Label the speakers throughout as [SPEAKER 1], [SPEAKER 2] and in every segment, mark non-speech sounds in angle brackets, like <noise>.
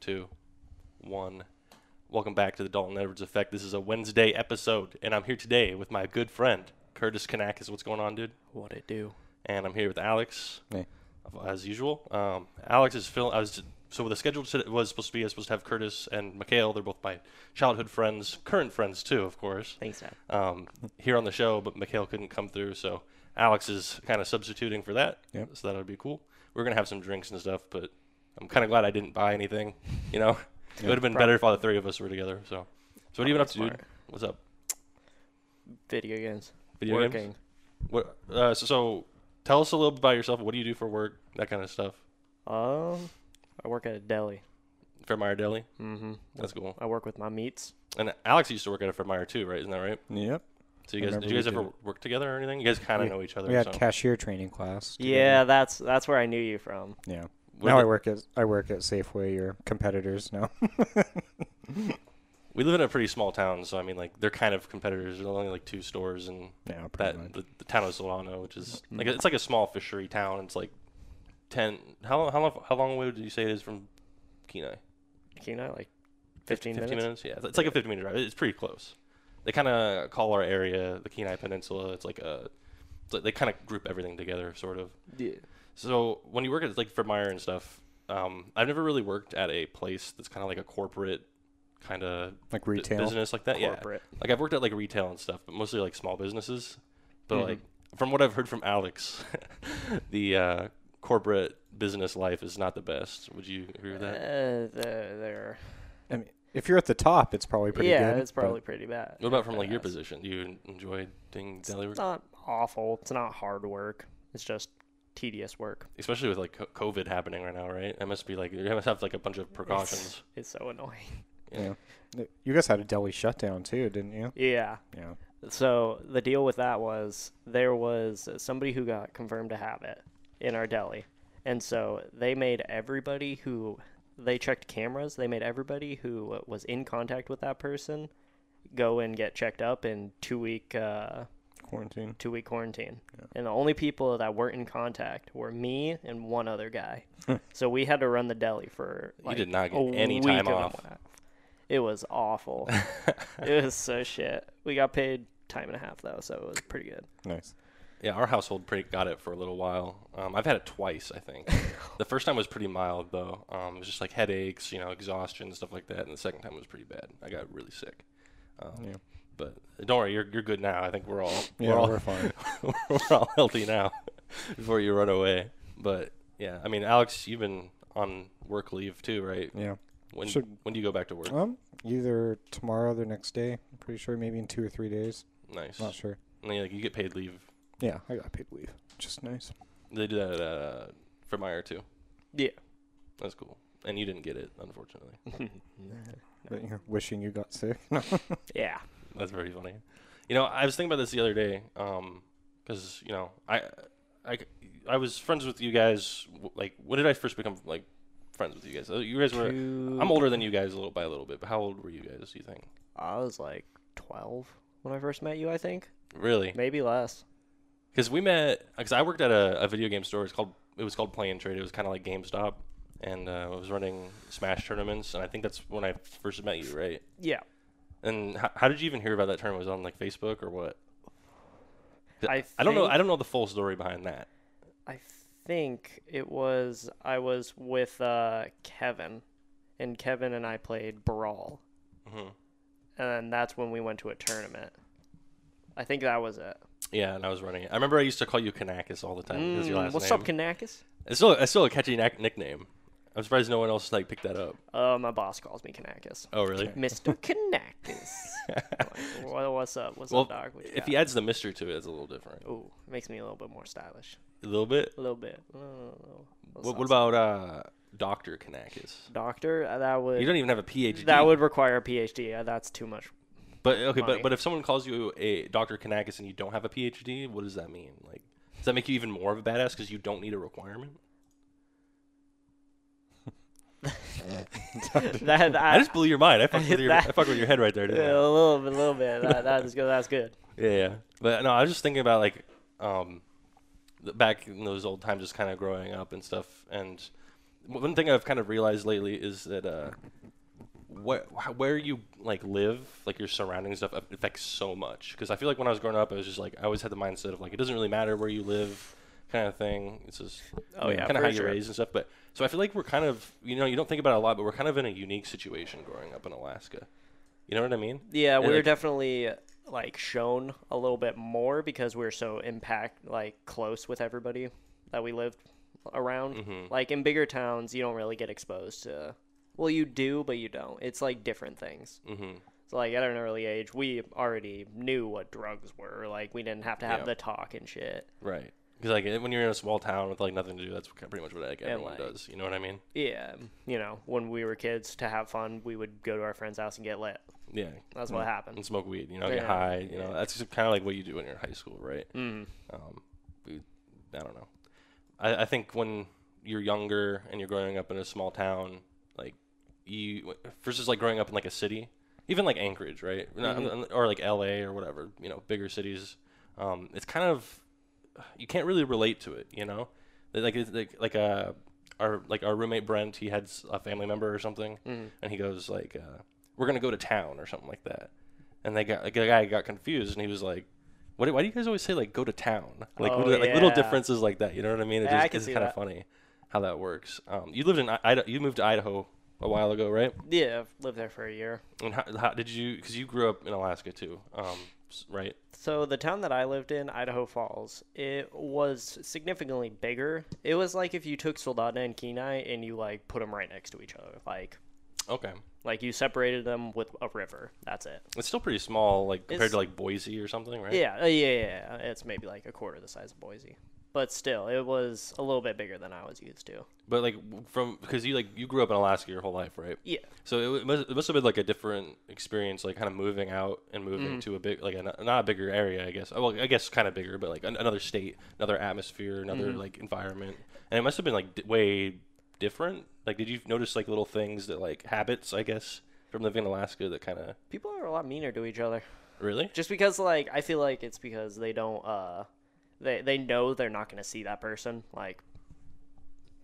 [SPEAKER 1] two, one. Welcome back to the Dalton Edwards Effect. This is a Wednesday episode, and I'm here today with my good friend Curtis Kanakis. What's going on, dude?
[SPEAKER 2] What it do?
[SPEAKER 1] And I'm here with Alex,
[SPEAKER 3] Hey.
[SPEAKER 1] as usual. Um, Alex is Phil. I was so the schedule today was supposed to be. I was supposed to have Curtis and Mikhail. They're both my childhood friends, current friends too, of course.
[SPEAKER 2] Thanks, man.
[SPEAKER 1] um, here on the show, but Mikhail couldn't come through, so Alex is kind of substituting for that.
[SPEAKER 3] Yep.
[SPEAKER 1] So that would be cool. We're gonna have some drinks and stuff, but I'm kind of glad I didn't buy anything. You
[SPEAKER 3] <laughs>
[SPEAKER 1] know, it would have been better if all the three of us were together. So, so what are you been up to, dude?
[SPEAKER 2] Smart.
[SPEAKER 1] What's up?
[SPEAKER 2] Video games.
[SPEAKER 1] Video games?
[SPEAKER 2] Working.
[SPEAKER 1] What? Uh, so, so tell us a little bit about yourself. What do you do for work? That kind of stuff.
[SPEAKER 2] Um, I work at a deli.
[SPEAKER 1] Fred Meyer Deli.
[SPEAKER 2] Mm-hmm.
[SPEAKER 1] That's cool.
[SPEAKER 2] I work with my meats.
[SPEAKER 1] And Alex used to work at a Fred Meyer too, right? Isn't that right?
[SPEAKER 3] Yep.
[SPEAKER 1] So you
[SPEAKER 3] I
[SPEAKER 1] guys, did
[SPEAKER 3] remember
[SPEAKER 1] you guys
[SPEAKER 3] we
[SPEAKER 1] ever
[SPEAKER 3] did.
[SPEAKER 1] work together or anything? You guys kind of
[SPEAKER 3] We-
[SPEAKER 1] know each other.
[SPEAKER 3] We
[SPEAKER 1] so.
[SPEAKER 3] had cashier training class. together.
[SPEAKER 2] Yeah, that's that's where I knew you from.
[SPEAKER 3] Yeah.
[SPEAKER 1] What
[SPEAKER 3] now
[SPEAKER 1] did-
[SPEAKER 3] I work at I work at Safeway. Your competitors
[SPEAKER 1] <laughs>
[SPEAKER 3] now.
[SPEAKER 1] we live in a pretty small town, so I mean, like they're kind of competitors. There's only like two stores, and
[SPEAKER 3] yeah, pretty
[SPEAKER 1] that
[SPEAKER 3] much. Mm-hmm.
[SPEAKER 1] the, the town of Solano, which is like it's like a small fishery town. It's like ten. How long? How long? How long away did you say it is from Kenai?
[SPEAKER 2] Can you know, like 15, minutes?
[SPEAKER 1] Yeah, it's it's like a fifteen minute drive. It's pretty close. They kind of call our area the Kenai Peninsula. It's like a. It's like they kind of group everything together, sort of.
[SPEAKER 2] Yeah.
[SPEAKER 1] So when you work at like Fred Meyer and stuff, um, I've never really worked at a place that's kind of like a corporate kind of
[SPEAKER 3] Like retail.
[SPEAKER 1] business like that. Uh, Yeah,
[SPEAKER 2] Corporate.
[SPEAKER 1] like I've worked at like retail and stuff, but mostly like small businesses. But
[SPEAKER 2] Mhm.
[SPEAKER 1] like from what I've heard from Alex, <laughs> the uh, corporate business life is not the best. Would you agree
[SPEAKER 2] Uh,
[SPEAKER 1] with that?
[SPEAKER 2] they're, they're-
[SPEAKER 3] I mean, if you're at the top, it's probably pretty
[SPEAKER 2] yeah,
[SPEAKER 3] good.
[SPEAKER 2] it's probably pretty bad.
[SPEAKER 1] What about from like your
[SPEAKER 2] Badass.
[SPEAKER 1] position? Do you en- enjoy doing deli work,
[SPEAKER 2] It's not awful. It's not hard work. It's just tedious work.
[SPEAKER 1] especially with like co- COVID happening right now, right? That must be like you must have like a bunch of precautions.
[SPEAKER 2] It's so annoying. <laughs>
[SPEAKER 1] Yeah.
[SPEAKER 3] Yeah. You guys had a deli shutdown too, didn't you?
[SPEAKER 2] Yeah.
[SPEAKER 3] Yeah.
[SPEAKER 2] So the deal with that was there was somebody who got confirmed to have it in our deli. And so they made everybody who they checked cameras, they made everybody who was in contact with that person go and get checked up in 2 week uh
[SPEAKER 3] Quarantine.
[SPEAKER 2] 2 week quarantine. And the only people that weren't in contact were me and one other guy. so we had to run the deli for like,
[SPEAKER 1] did not get
[SPEAKER 2] a
[SPEAKER 1] any
[SPEAKER 2] week
[SPEAKER 1] time
[SPEAKER 2] of
[SPEAKER 1] off.
[SPEAKER 2] that. It was
[SPEAKER 1] <laughs>
[SPEAKER 2] awful. it was so shit. We got paid time and a half though, so it was pretty good. <laughs>
[SPEAKER 3] Nice.
[SPEAKER 1] Yeah, our household pretty got it for a little while. Um, I've had it twice, I think. the first time was pretty mild though. Um, it was just like headaches, you know, exhaustion, stuff like that. And the second time was pretty bad. I got really sick. Um,
[SPEAKER 3] Yeah.
[SPEAKER 1] But don't worry, you're you're good now. I think we're all
[SPEAKER 3] Yeah,
[SPEAKER 1] we're all
[SPEAKER 3] we're fine.
[SPEAKER 1] <laughs> we're all healthy now. <laughs> before you run away, but yeah, I mean, Alex, you've been on work leave too, right?
[SPEAKER 3] yeah.
[SPEAKER 1] When
[SPEAKER 3] Sure.
[SPEAKER 1] when do you go back to work?
[SPEAKER 3] Um, either tomorrow, or the next day. I'm pretty sure. Maybe in two or three days.
[SPEAKER 1] nice.
[SPEAKER 3] Not sure.
[SPEAKER 1] And then, like you get paid leave.
[SPEAKER 3] Yeah, I got paid leave. Just nice.
[SPEAKER 1] They do that at, uh, for Meyer too.
[SPEAKER 2] Yeah.
[SPEAKER 1] That's cool. And you didn't get it, unfortunately.
[SPEAKER 3] But you know, wishing you got sick. <laughs>
[SPEAKER 2] yeah.
[SPEAKER 1] That's very funny. You know, I was thinking about this the other day, because you know, I, I, I was friends with you guys. w- Like, when did I first become like friends with you guys? Uh, You guys were. I'm older than you guys a little by a little bit, but how old were you guys? Do you think?
[SPEAKER 2] I was like 12 when I first met you, I think.
[SPEAKER 1] Really?
[SPEAKER 2] Maybe less.
[SPEAKER 1] Because we met. Because I worked at a, a video game store. It's called. It was called Play and Trade. It was kind of like GameStop, and uh, I was running Smash tournaments. And I think that's when I first met you, right?
[SPEAKER 2] Yeah.
[SPEAKER 1] And how, how did you even hear about that term? Was it on like Facebook or what? 'Cause
[SPEAKER 2] I
[SPEAKER 1] I don't know. I
[SPEAKER 2] think-
[SPEAKER 1] don't know the full story behind that.
[SPEAKER 2] I think it was I was with uh Kevin and Kevin and I played Brawl.
[SPEAKER 1] Mhm.
[SPEAKER 2] And that's when we went to a tournament. I think that was it.
[SPEAKER 1] Yeah, and I was running it. I remember I used to call you Kanakis all the time. because your
[SPEAKER 2] Mm,
[SPEAKER 1] last
[SPEAKER 2] what's
[SPEAKER 1] name.
[SPEAKER 2] up, Kanakis?
[SPEAKER 1] It's still, it's still a catchy knack- nickname. I'm surprised no one else like picked that up.
[SPEAKER 2] Uh, my boss calls me Kanakis.
[SPEAKER 1] Oh, really? <laughs>
[SPEAKER 2] Mr. Kanakis. Like, "Wha- what's up? What's
[SPEAKER 1] Well,
[SPEAKER 2] up, dog? What you
[SPEAKER 1] if he
[SPEAKER 2] got?"
[SPEAKER 1] adds the mystery to it, it's a little different.
[SPEAKER 2] Ooh, makes me a little bit more stylish.
[SPEAKER 1] A little bit.
[SPEAKER 2] A little bit. A little- little
[SPEAKER 1] What, what about
[SPEAKER 2] saucy.
[SPEAKER 1] uh, Doctor Kanakis?
[SPEAKER 2] doctor? Uh, That would
[SPEAKER 1] You don't even have a PhD.
[SPEAKER 2] that would require a PhD. Uh, that's too
[SPEAKER 1] <laughs>
[SPEAKER 2] much. <laughs>
[SPEAKER 1] But okay,
[SPEAKER 2] money.
[SPEAKER 1] but but if someone calls you a Doctor Kanakis and you don't have a PhD, what does that mean? Like, does that make you even more of a badass because you don't need a requirement?
[SPEAKER 2] That I,
[SPEAKER 1] I just blew your mind. I
[SPEAKER 2] <laughs>
[SPEAKER 1] fucked with your, I
[SPEAKER 2] that-
[SPEAKER 1] fucked with your head right there.
[SPEAKER 2] yeah,
[SPEAKER 1] Didn't I?
[SPEAKER 2] a little bit, a little bit. That, that is good. That's good.
[SPEAKER 1] Yeah, yeah. But no, I was just thinking about like um, the, back in those old times, just kind of growing up and stuff. And one thing I've kind of realized lately is that uh, what how, where you like live, like your surroundings stuff affects so much. Because I feel like when I was growing up, I was just like I always had the mindset of like it doesn't really matter where you live, kind of thing. It's just
[SPEAKER 2] Oh, yeah,
[SPEAKER 1] kind of
[SPEAKER 2] for
[SPEAKER 1] how you're
[SPEAKER 2] sure.
[SPEAKER 1] raised and stuff. But so I feel like we're kind of you know you don't think about it a lot, but we're kind of in a unique situation growing up in Alaska. You know what I mean?
[SPEAKER 2] Yeah,
[SPEAKER 1] And,
[SPEAKER 2] we were
[SPEAKER 1] like-
[SPEAKER 2] definitely like shown a little bit more because we are so impact like close with everybody that we lived around. Like in bigger towns, you don't really get exposed to. Well, you do, but you don't. It's like different things.
[SPEAKER 1] Mm-hmm.
[SPEAKER 2] So like at an early age, we already knew what drugs were. Like we didn't have to have
[SPEAKER 1] Yeah.
[SPEAKER 2] the talk and shit.
[SPEAKER 1] Right. Because like when you're in a small town with like nothing to do, that's pretty much what like,
[SPEAKER 2] And,
[SPEAKER 1] everyone
[SPEAKER 2] like-
[SPEAKER 1] does. You know what I mean?
[SPEAKER 2] Yeah, you know, when we were kids to have fun, we would go to our friend's house and get lit.
[SPEAKER 1] Yeah.
[SPEAKER 2] That's what happened.
[SPEAKER 1] And smoke weed. You know, get
[SPEAKER 2] Yeah.
[SPEAKER 1] high. You know,
[SPEAKER 2] Yeah.
[SPEAKER 1] that's kind of like what you do when you're in high school, right?
[SPEAKER 2] Mm.
[SPEAKER 1] Um, we, I don't know. I, I think when you're younger and you're growing up in a small town, like you versus like growing up in like a city, even like Anchorage, right? Not-
[SPEAKER 2] Mm-hmm.
[SPEAKER 1] or like L.A. or whatever. You know, bigger cities. Um, it's kind of you can't really relate to it. You know, like it's like like uh, our like our roommate Brent, he had s- a family member or something,
[SPEAKER 2] Mm-hmm.
[SPEAKER 1] and he goes like, uh, "We're gonna go to town" or something like that, and they got like the guy got confused and he was like. What, do- why do you guys always say like go to town? Like,
[SPEAKER 2] Oh,
[SPEAKER 1] what are- like little
[SPEAKER 2] yeah.
[SPEAKER 1] differences like that. You know what I mean? It
[SPEAKER 2] Yeah, I
[SPEAKER 1] just,
[SPEAKER 2] can
[SPEAKER 1] it's
[SPEAKER 2] see
[SPEAKER 1] kind of
[SPEAKER 2] that.
[SPEAKER 1] funny how that works. Um, you lived in I- Idaho. You moved to Idaho a while ago, right?
[SPEAKER 2] Yeah, I've lived there for a year.
[SPEAKER 1] And how, how did you? Because you grew up in Alaska too, um, s- right?
[SPEAKER 2] So the town that I lived in, Idaho Falls, it was significantly bigger. It was like if you took Soldotna and Kenai and you like put them right next to each other, like
[SPEAKER 1] Okay,
[SPEAKER 2] like you separated them with a river. That's it.
[SPEAKER 1] it's still pretty small, like compared
[SPEAKER 2] It's-
[SPEAKER 1] to like Boise or something, right?
[SPEAKER 2] Yeah, uh, yeah, yeah, yeah. It's maybe like a quarter the size of Boise, but still, it was a little bit bigger than I was used to.
[SPEAKER 1] But like w- from because you like you grew up in Alaska your whole life, right?
[SPEAKER 2] Yeah,
[SPEAKER 1] So it, wa- it must, it must have been like a different experience, like kind of moving out and moving to a big, like a, not a bigger area, I guess. Well, I guess kind of bigger, but like an, another state, another atmosphere, another like environment. And it must have been like d- way different. Like, did you notice like little things that like habits, I guess, from living in Alaska that kind of
[SPEAKER 2] people are a lot meaner to each other.
[SPEAKER 1] really?
[SPEAKER 2] just because like i feel like it's because they don't uh they they know they're not going to see that person like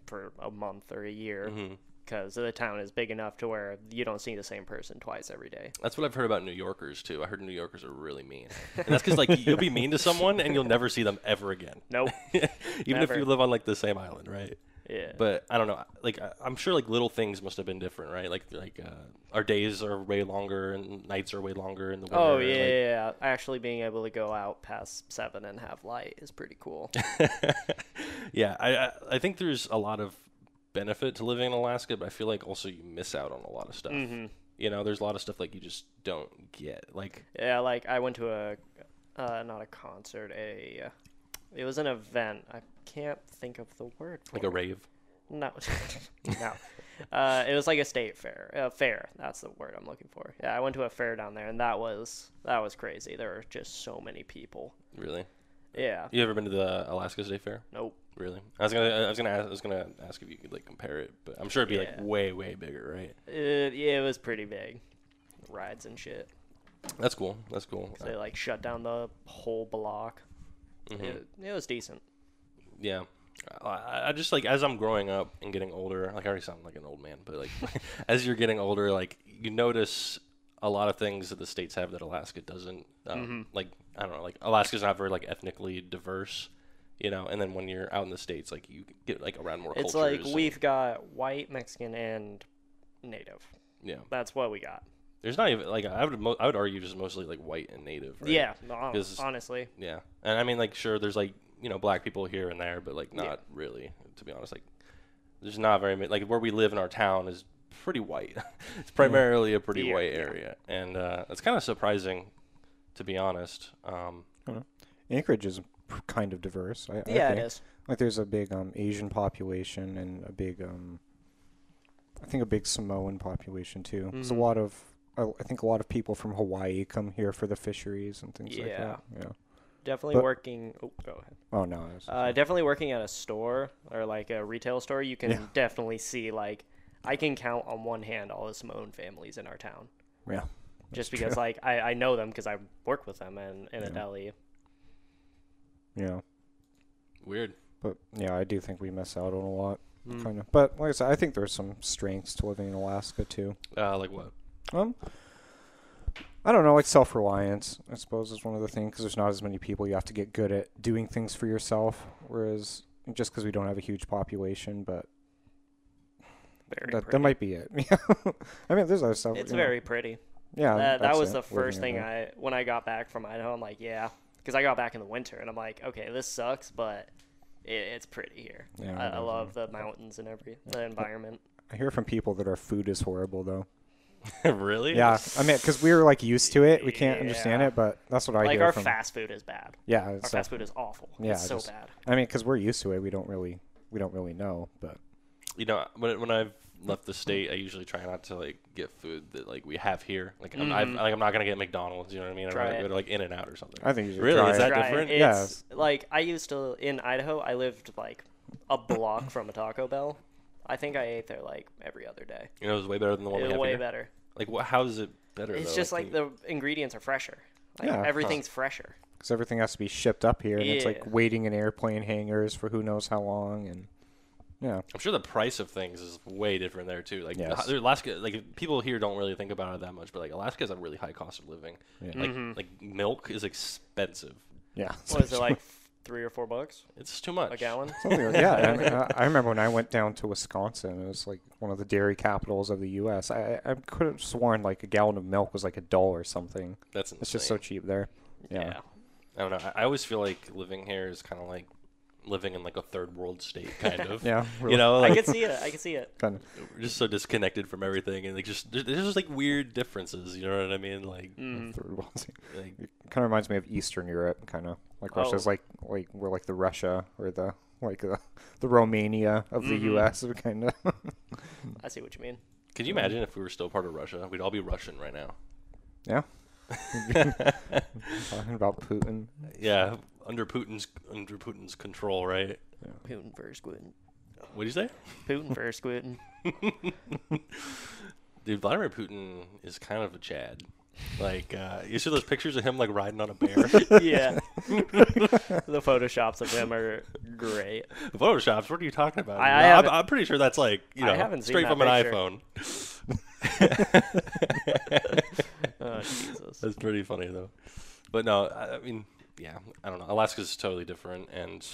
[SPEAKER 2] for a month or a year
[SPEAKER 1] Mm-hmm.
[SPEAKER 2] because the town is big enough to where you don't see the same person twice every
[SPEAKER 1] <laughs>
[SPEAKER 2] day
[SPEAKER 1] That's what I've heard about New Yorkers too. I heard New Yorkers are really mean, and that's because like you'll be mean to someone and you'll never see them ever again. <laughs>
[SPEAKER 2] nope
[SPEAKER 1] Even if
[SPEAKER 2] Never.
[SPEAKER 1] you live on like the same island, right?
[SPEAKER 2] yeah
[SPEAKER 1] But I don't know. Like I- I'm sure like little things must have been different, right? Like like uh, our days are way longer and nights are way longer in the winter.
[SPEAKER 2] oh yeah,
[SPEAKER 1] like-
[SPEAKER 2] yeah, yeah. actually being able to go out past seven and have light is pretty cool
[SPEAKER 1] <laughs> yeah. I I- I think there's a lot of benefit to living in Alaska, but I feel like also you miss out on a lot of stuff.
[SPEAKER 2] Mm-hmm.
[SPEAKER 1] You know, there's a lot of stuff like you just don't get. Like
[SPEAKER 2] yeah like i went to a uh not a concert a it was an event i can't think of the word for
[SPEAKER 1] like a
[SPEAKER 2] it.
[SPEAKER 1] rave.
[SPEAKER 2] No, <laughs> no. Uh, it was like a state fair. A fair. That's the word I'm looking for. Yeah, I went to a fair down there, and that was that was crazy. There were just so many people.
[SPEAKER 1] Really?
[SPEAKER 2] Yeah.
[SPEAKER 1] You ever been to the Alaska State Fair?
[SPEAKER 2] Nope.
[SPEAKER 1] Really? I was gonna I was gonna ask, I was gonna ask if you could like compare it, but I'm sure it'd be like
[SPEAKER 2] Yeah.
[SPEAKER 1] way way bigger, right?
[SPEAKER 2] It, yeah, it was pretty big. Rides and shit.
[SPEAKER 1] That's cool. That's cool.
[SPEAKER 2] They like shut down the whole block.
[SPEAKER 1] Mm-hmm.
[SPEAKER 2] It, it was decent.
[SPEAKER 1] Yeah. I- I, I just like as I'm growing up and getting older, like I already sound like an old man, but
[SPEAKER 2] <laughs>
[SPEAKER 1] like as you're getting older, like you notice a lot of things that the states have that Alaska doesn't. Um,
[SPEAKER 2] Mm-hmm.
[SPEAKER 1] Like I don't know, like Alaska's not very like ethnically diverse, you know. And then when you're out in the states, like you get like around more.
[SPEAKER 2] It's like
[SPEAKER 1] cultures and-
[SPEAKER 2] we've got white, Mexican, and native.
[SPEAKER 1] yeah.
[SPEAKER 2] That's what we got.
[SPEAKER 1] There's not even like I would mo- I would argue just mostly like white and native. Right?
[SPEAKER 2] Yeah. hon-
[SPEAKER 1] This is-
[SPEAKER 2] honestly.
[SPEAKER 1] Yeah, and I mean, like, sure, there's like you know black people here and there, but like not really, to be honest. Like, there's not very many. Like where we live in our town is pretty white. <laughs> it's primarily a pretty
[SPEAKER 2] Yeah,
[SPEAKER 1] white
[SPEAKER 2] yeah.
[SPEAKER 1] area, and uh, it's kind of surprising, to be honest. Um,
[SPEAKER 3] Anchorage is p- kind of diverse. I, I
[SPEAKER 2] Yeah, it
[SPEAKER 3] think.
[SPEAKER 2] is.
[SPEAKER 3] Like there's a big um, Asian population and a big, um, I think a big Samoan population too. There's a
[SPEAKER 2] Mhm.
[SPEAKER 3] lot of, I, I think a lot of people from Hawaii come here for the fisheries and things like
[SPEAKER 2] Yeah.
[SPEAKER 3] that. Yeah.
[SPEAKER 2] Definitely
[SPEAKER 3] But-
[SPEAKER 2] working. Oh, go ahead.
[SPEAKER 3] Oh no. I was-
[SPEAKER 2] Uh, definitely working at a store or like a retail store, you can
[SPEAKER 3] Yeah.
[SPEAKER 2] definitely see like I can count on one hand all the Samoan families in our town,
[SPEAKER 3] yeah.
[SPEAKER 2] just because like I, I know them because I work with them in, in
[SPEAKER 3] Yeah.
[SPEAKER 2] a deli.
[SPEAKER 3] Yeah.
[SPEAKER 1] weird.
[SPEAKER 3] But yeah, I do think we miss out on a lot. kind of. But like I said, I think there's some strengths to living in Alaska too.
[SPEAKER 1] Uh, like
[SPEAKER 2] <laughs>
[SPEAKER 1] what?
[SPEAKER 3] Um, I don't know, like self reliance. I suppose is one of the things because there's not as many people. You have to get good at doing things for yourself. Whereas just because we don't have a huge population, but
[SPEAKER 2] Very
[SPEAKER 3] that,
[SPEAKER 2] pretty.
[SPEAKER 3] that might be it. <laughs> I mean, there's other stuff.
[SPEAKER 2] it's
[SPEAKER 3] you know.
[SPEAKER 2] very pretty.
[SPEAKER 3] yeah.
[SPEAKER 2] that, that
[SPEAKER 3] that's
[SPEAKER 2] was
[SPEAKER 3] it,
[SPEAKER 2] the
[SPEAKER 3] living
[SPEAKER 2] first
[SPEAKER 3] in
[SPEAKER 2] thing
[SPEAKER 3] a-
[SPEAKER 2] I when I got back from Idaho. I'm like, yeah, because I got back in the winter, and I'm like, okay, this sucks, but it, it's pretty here. I,
[SPEAKER 3] Yeah,
[SPEAKER 2] I
[SPEAKER 3] definitely.
[SPEAKER 2] love the mountains and every the environment.
[SPEAKER 3] I hear from people that our food is
[SPEAKER 2] <laughs>
[SPEAKER 3] horrible though.
[SPEAKER 1] really?
[SPEAKER 3] Yeah, I mean, because we're like used to it, we can't understand
[SPEAKER 2] Yeah.
[SPEAKER 3] it, but that's what I
[SPEAKER 2] like
[SPEAKER 3] hear
[SPEAKER 2] our
[SPEAKER 3] from.
[SPEAKER 2] fast food is bad.
[SPEAKER 3] yeah,
[SPEAKER 2] Our
[SPEAKER 3] it's
[SPEAKER 2] fast food is awful.
[SPEAKER 3] Yeah,
[SPEAKER 2] it's so
[SPEAKER 3] just-
[SPEAKER 2] bad.
[SPEAKER 3] I mean, because we're used to it, we don't really, we don't really know. But
[SPEAKER 1] You know, when when I've left the state, I usually try not to like get food that like we have here. Like I'm, I've,
[SPEAKER 2] Mhm.
[SPEAKER 1] like I'm not gonna get McDonald's. You know what I mean? I'm
[SPEAKER 2] Try
[SPEAKER 1] gonna
[SPEAKER 2] it.
[SPEAKER 1] go to like In and Out or something.
[SPEAKER 3] I think you should
[SPEAKER 1] Really?
[SPEAKER 3] try
[SPEAKER 1] Is
[SPEAKER 3] it.
[SPEAKER 1] that
[SPEAKER 2] Try it.
[SPEAKER 1] different?
[SPEAKER 2] It's
[SPEAKER 3] Yeah.
[SPEAKER 2] like I used to in Idaho. I lived like a block from a Taco Bell. I think I ate there like every other day.
[SPEAKER 1] You know, it's way better than the one
[SPEAKER 2] It
[SPEAKER 1] we
[SPEAKER 2] was
[SPEAKER 1] have
[SPEAKER 2] way
[SPEAKER 1] here.
[SPEAKER 2] better.
[SPEAKER 1] Like, what? How is it better?
[SPEAKER 2] It's
[SPEAKER 1] though?
[SPEAKER 2] just like the ingredients are fresher. Like
[SPEAKER 3] Yeah.
[SPEAKER 2] everything's fresher.
[SPEAKER 3] because everything has to be shipped up here, and it's like
[SPEAKER 2] Yeah.
[SPEAKER 3] waiting in airplane hangars for who knows how long, and yeah,
[SPEAKER 1] I'm sure the price of things is way different there too. Like
[SPEAKER 3] Yes.
[SPEAKER 1] the- Alaska, like people here don't really think about it that much, but like Alaska has a really high cost of living.
[SPEAKER 3] Yeah.
[SPEAKER 1] Like
[SPEAKER 2] Mm-hmm.
[SPEAKER 1] like milk is expensive.
[SPEAKER 3] yeah.
[SPEAKER 2] <laughs> What is it
[SPEAKER 1] <laughs>
[SPEAKER 2] like three or four bucks
[SPEAKER 1] It's just too much.
[SPEAKER 2] a gallon?
[SPEAKER 3] Something like- <laughs> yeah, I, mean, I- I remember when I went down to Wisconsin. It was like one of the dairy capitals of the U.S. I, I I could have sworn like a gallon of milk was like a dollar or something.
[SPEAKER 1] That's insane.
[SPEAKER 3] It's just so cheap there. Yeah,
[SPEAKER 1] I don't know. I, I always feel like living here is kind of like living in like a third world state,
[SPEAKER 2] <laughs>
[SPEAKER 1] kind of.
[SPEAKER 3] yeah. really
[SPEAKER 1] You know,
[SPEAKER 2] I
[SPEAKER 1] like
[SPEAKER 2] can see it. I can
[SPEAKER 1] <laughs>
[SPEAKER 2] see it.
[SPEAKER 3] kind of.
[SPEAKER 1] we're just so disconnected from everything, and like just there- there's just like weird differences. You know what I mean? Like,
[SPEAKER 2] Mm. Mm-hmm.
[SPEAKER 3] Third world.
[SPEAKER 1] like
[SPEAKER 3] It kind of reminds me of Eastern Europe, kind of like Russia's
[SPEAKER 2] Oh.
[SPEAKER 3] like like we're like the Russia or the like the, the Romania of
[SPEAKER 2] Mm-hmm.
[SPEAKER 3] the U.S. kind <laughs> of.
[SPEAKER 2] I see what you mean.
[SPEAKER 1] could
[SPEAKER 3] Mm-hmm.
[SPEAKER 1] you imagine if we were still part of Russia? We'd all be Russian right now.
[SPEAKER 3] yeah. Talking about Putin.
[SPEAKER 1] Yeah, under Putin's under Putin's control, right?
[SPEAKER 2] Putin versus Putin.
[SPEAKER 1] What do you say?
[SPEAKER 2] Putin versus
[SPEAKER 1] <laughs>
[SPEAKER 2] Putin.
[SPEAKER 1] Dude, Vladimir Putin is kind of a Chad. Like, uh, you see those pictures of him like riding on a
[SPEAKER 2] <laughs>
[SPEAKER 1] bear? <laughs>
[SPEAKER 2] yeah. the photoshops of him are
[SPEAKER 1] <laughs>
[SPEAKER 2] great.
[SPEAKER 1] Photoshops. What are you talking about?
[SPEAKER 2] I-
[SPEAKER 1] You
[SPEAKER 2] I
[SPEAKER 1] know, I'm,
[SPEAKER 2] haven't-
[SPEAKER 1] I'm pretty sure that's like you
[SPEAKER 2] I
[SPEAKER 1] know
[SPEAKER 2] haven't seen
[SPEAKER 1] straight
[SPEAKER 2] that
[SPEAKER 1] from
[SPEAKER 2] picture.
[SPEAKER 1] an iPhone.
[SPEAKER 2] <laughs> Oh Jesus.
[SPEAKER 1] that's pretty funny though. But no, I, I mean, yeah, I don't know. Alaska's totally different, and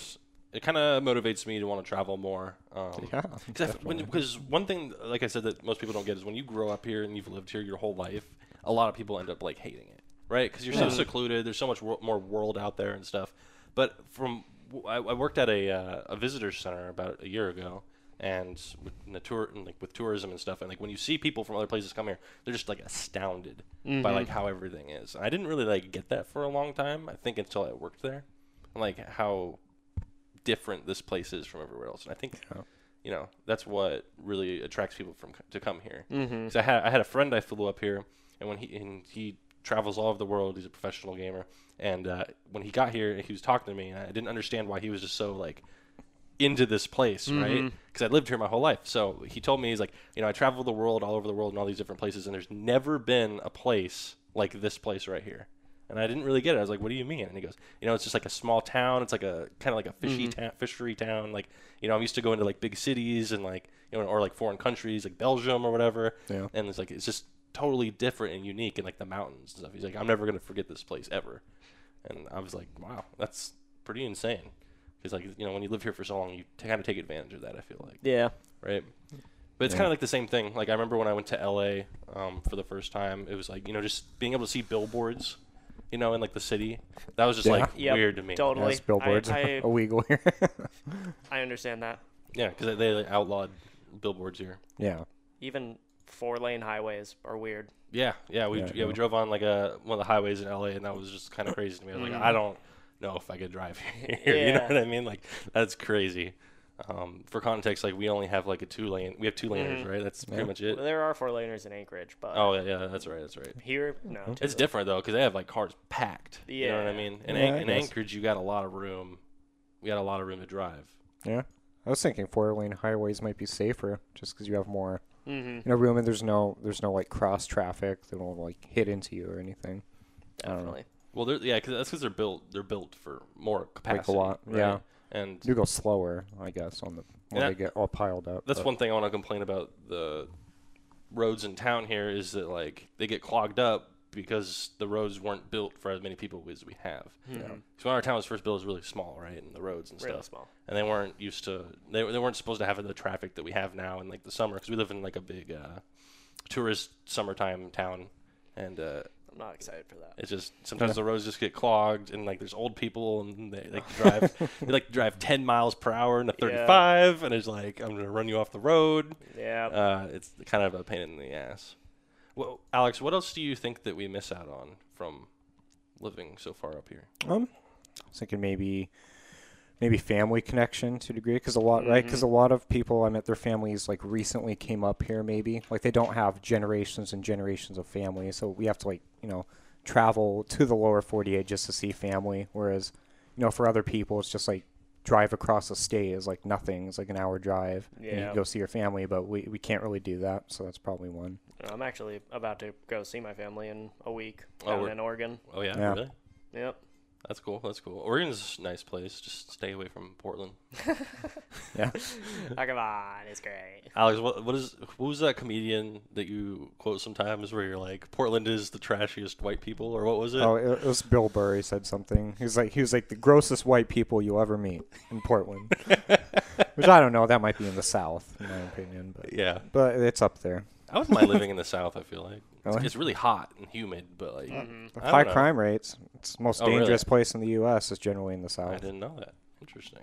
[SPEAKER 1] it kind of motivates me to want to travel more. Um,
[SPEAKER 3] Yeah.
[SPEAKER 1] Because one thing, like I said, that most people don't get is when you grow up here and you've lived here your whole life, a lot of people end up like hating it, right? Because you're so secluded. There's so much wor- more world out there and stuff. But from I, I worked at a uh, a visitor center about a year ago, and with and the tour and like with tourism and stuff, and like when you see people from other places come here, they're just like astounded by like how everything is. And I didn't really like get that for a long time. I think until I worked there, and like how different this place is from everywhere else. And I think, you know, that's what really attracts people from to come here. Because I had I had a friend I flew up here, and when he and he travels all over the world, he's a professional gamer. And uh, when he got here, he was talking to me, and I didn't understand why he was just so like into this place, right? Because I lived here my whole life. So he told me he's like, you know, I traveled the world, all over the world, in all these different places, and there's never been a place like this place right here. And I didn't really get it. I was like, "What do you mean?" And he goes, "You know, it's just like a small town. It's like a kind of like a fishy ta- fishery town. Like, you know, I'm used to going to like big cities and like you know, or like foreign countries, like Belgium or whatever.
[SPEAKER 3] Yeah.
[SPEAKER 1] And it's like it's just totally different and unique, and like the mountains and stuff. He's like, "I'm never gonna forget this place ever." And I was like, "Wow, that's pretty insane." Because like you know, when you live here for so long, you kind of take advantage of that. I feel like
[SPEAKER 2] Yeah.
[SPEAKER 1] right? But it's kind of like the same thing. Like I remember when I went to LA um, for the first time, it was like you know just being able to see billboards, you know, in like the city. That was just
[SPEAKER 3] Yeah.
[SPEAKER 1] like
[SPEAKER 2] Yep,
[SPEAKER 1] weird to me.
[SPEAKER 2] Totally.
[SPEAKER 3] Yes, billboards <laughs>
[SPEAKER 2] I,
[SPEAKER 3] are illegal here.
[SPEAKER 2] I, I understand that.
[SPEAKER 1] Yeah, because they like, outlawed billboards here.
[SPEAKER 3] yeah.
[SPEAKER 2] Even four lane highways are weird.
[SPEAKER 1] Yeah, yeah, we
[SPEAKER 3] Yeah,
[SPEAKER 1] yeah,
[SPEAKER 3] yeah.
[SPEAKER 1] we drove on like a one of the highways in LA, and that was just kind of crazy to me. I was like, I don't know if I could drive <laughs> here. You know
[SPEAKER 2] Mm-hmm. Yeah.
[SPEAKER 1] what I mean? Like that's crazy. Um, for context, like we only have like a two lane. We have two laners,
[SPEAKER 2] Mm-hmm.
[SPEAKER 1] right? That's pretty much it.
[SPEAKER 2] There are four laners in Anchorage, but
[SPEAKER 1] Oh yeah, yeah, that's right, that's right.
[SPEAKER 2] here no. two.
[SPEAKER 1] It's different though because they have like cars packed. You know what I
[SPEAKER 2] Yeah.
[SPEAKER 1] mean? In,
[SPEAKER 3] Yeah,
[SPEAKER 1] An-
[SPEAKER 3] I
[SPEAKER 1] in
[SPEAKER 3] guess.
[SPEAKER 1] Anchorage, you got a lot of room. We got a lot of room to drive.
[SPEAKER 3] Yeah. I was thinking four lane highways might be safer just because you have more
[SPEAKER 2] Mhm.
[SPEAKER 3] you know room and there's no there's no like cross traffic that will like hit into you or anything. I don't know.
[SPEAKER 2] Definitely.
[SPEAKER 1] Well, they're, yeah, cause that's because they're built. They're built for more capacity.
[SPEAKER 3] lot, yeah.
[SPEAKER 1] And
[SPEAKER 3] You go slower, I guess, on the when
[SPEAKER 1] Yeah.
[SPEAKER 3] they get all piled up.
[SPEAKER 1] That's
[SPEAKER 3] but-
[SPEAKER 1] one thing I want to complain about the roads in town here is that like they get clogged up because the roads weren't built for as many people as we have.
[SPEAKER 2] Mhm.
[SPEAKER 1] Because when our town was first built, it was really small, right, and the roads and
[SPEAKER 2] Really
[SPEAKER 1] stuff,
[SPEAKER 2] small.
[SPEAKER 1] and they weren't used to they they weren't supposed to have the traffic that we have now in like the summer because we live in like a big uh, tourist summertime town, and uh,
[SPEAKER 2] I'm not excited for that.
[SPEAKER 1] it's just sometimes the roads just get clogged and like there's old people and they like drive they like drive 10 miles per hour in a 35 and it's like I'm gonna run you off the road.
[SPEAKER 2] Yeah.
[SPEAKER 1] Uh, it's kind of a pain in the ass. Well, Alex, what else do you think that we miss out on from living so far up here?
[SPEAKER 3] Um, I was thinking maybe, maybe family connection to a degree, because a lot, right? Because a lot of people I met, their families like recently came up here. Maybe like they don't have generations and generations of family, so we have to like you know travel to the lower 48 just to see family. Whereas, you know, for other people, it's just like drive across the state is like nothing. It's like an hour drive, and you
[SPEAKER 2] Yeah.
[SPEAKER 3] can go see your family. But we we can't really do that, so that's probably one.
[SPEAKER 2] I'm actually about to go see my family in a week
[SPEAKER 1] Oh,
[SPEAKER 2] down
[SPEAKER 1] we're-
[SPEAKER 2] in Oregon.
[SPEAKER 1] Oh yeah,
[SPEAKER 3] Yeah.
[SPEAKER 1] really?
[SPEAKER 2] Yep.
[SPEAKER 1] That's cool. That's cool. Oregon's a nice place. Just stay away from Portland.
[SPEAKER 3] Yeah.
[SPEAKER 2] Oh, come on, it's great.
[SPEAKER 1] Alex, what what is who was that comedian that you quote sometimes where you're like Portland is the trashiest white people or what was it?
[SPEAKER 3] Oh, it it was Bill Burr. He said something. He was like, he was like the grossest white people you'll ever meet in
[SPEAKER 1] <laughs>
[SPEAKER 3] Portland, which I don't know. That might be in the South, in my opinion, but
[SPEAKER 1] Yeah,
[SPEAKER 3] but it's up there.
[SPEAKER 1] I wouldn't mind living in the South. I feel like it's,
[SPEAKER 3] Really?
[SPEAKER 1] it's really hot and humid, but like I don't
[SPEAKER 3] High
[SPEAKER 1] know.
[SPEAKER 3] crime rates. It's the most
[SPEAKER 1] Oh, really?
[SPEAKER 3] dangerous place in the U.S. is generally in the
[SPEAKER 1] I
[SPEAKER 3] South.
[SPEAKER 1] didn't know that. Interesting.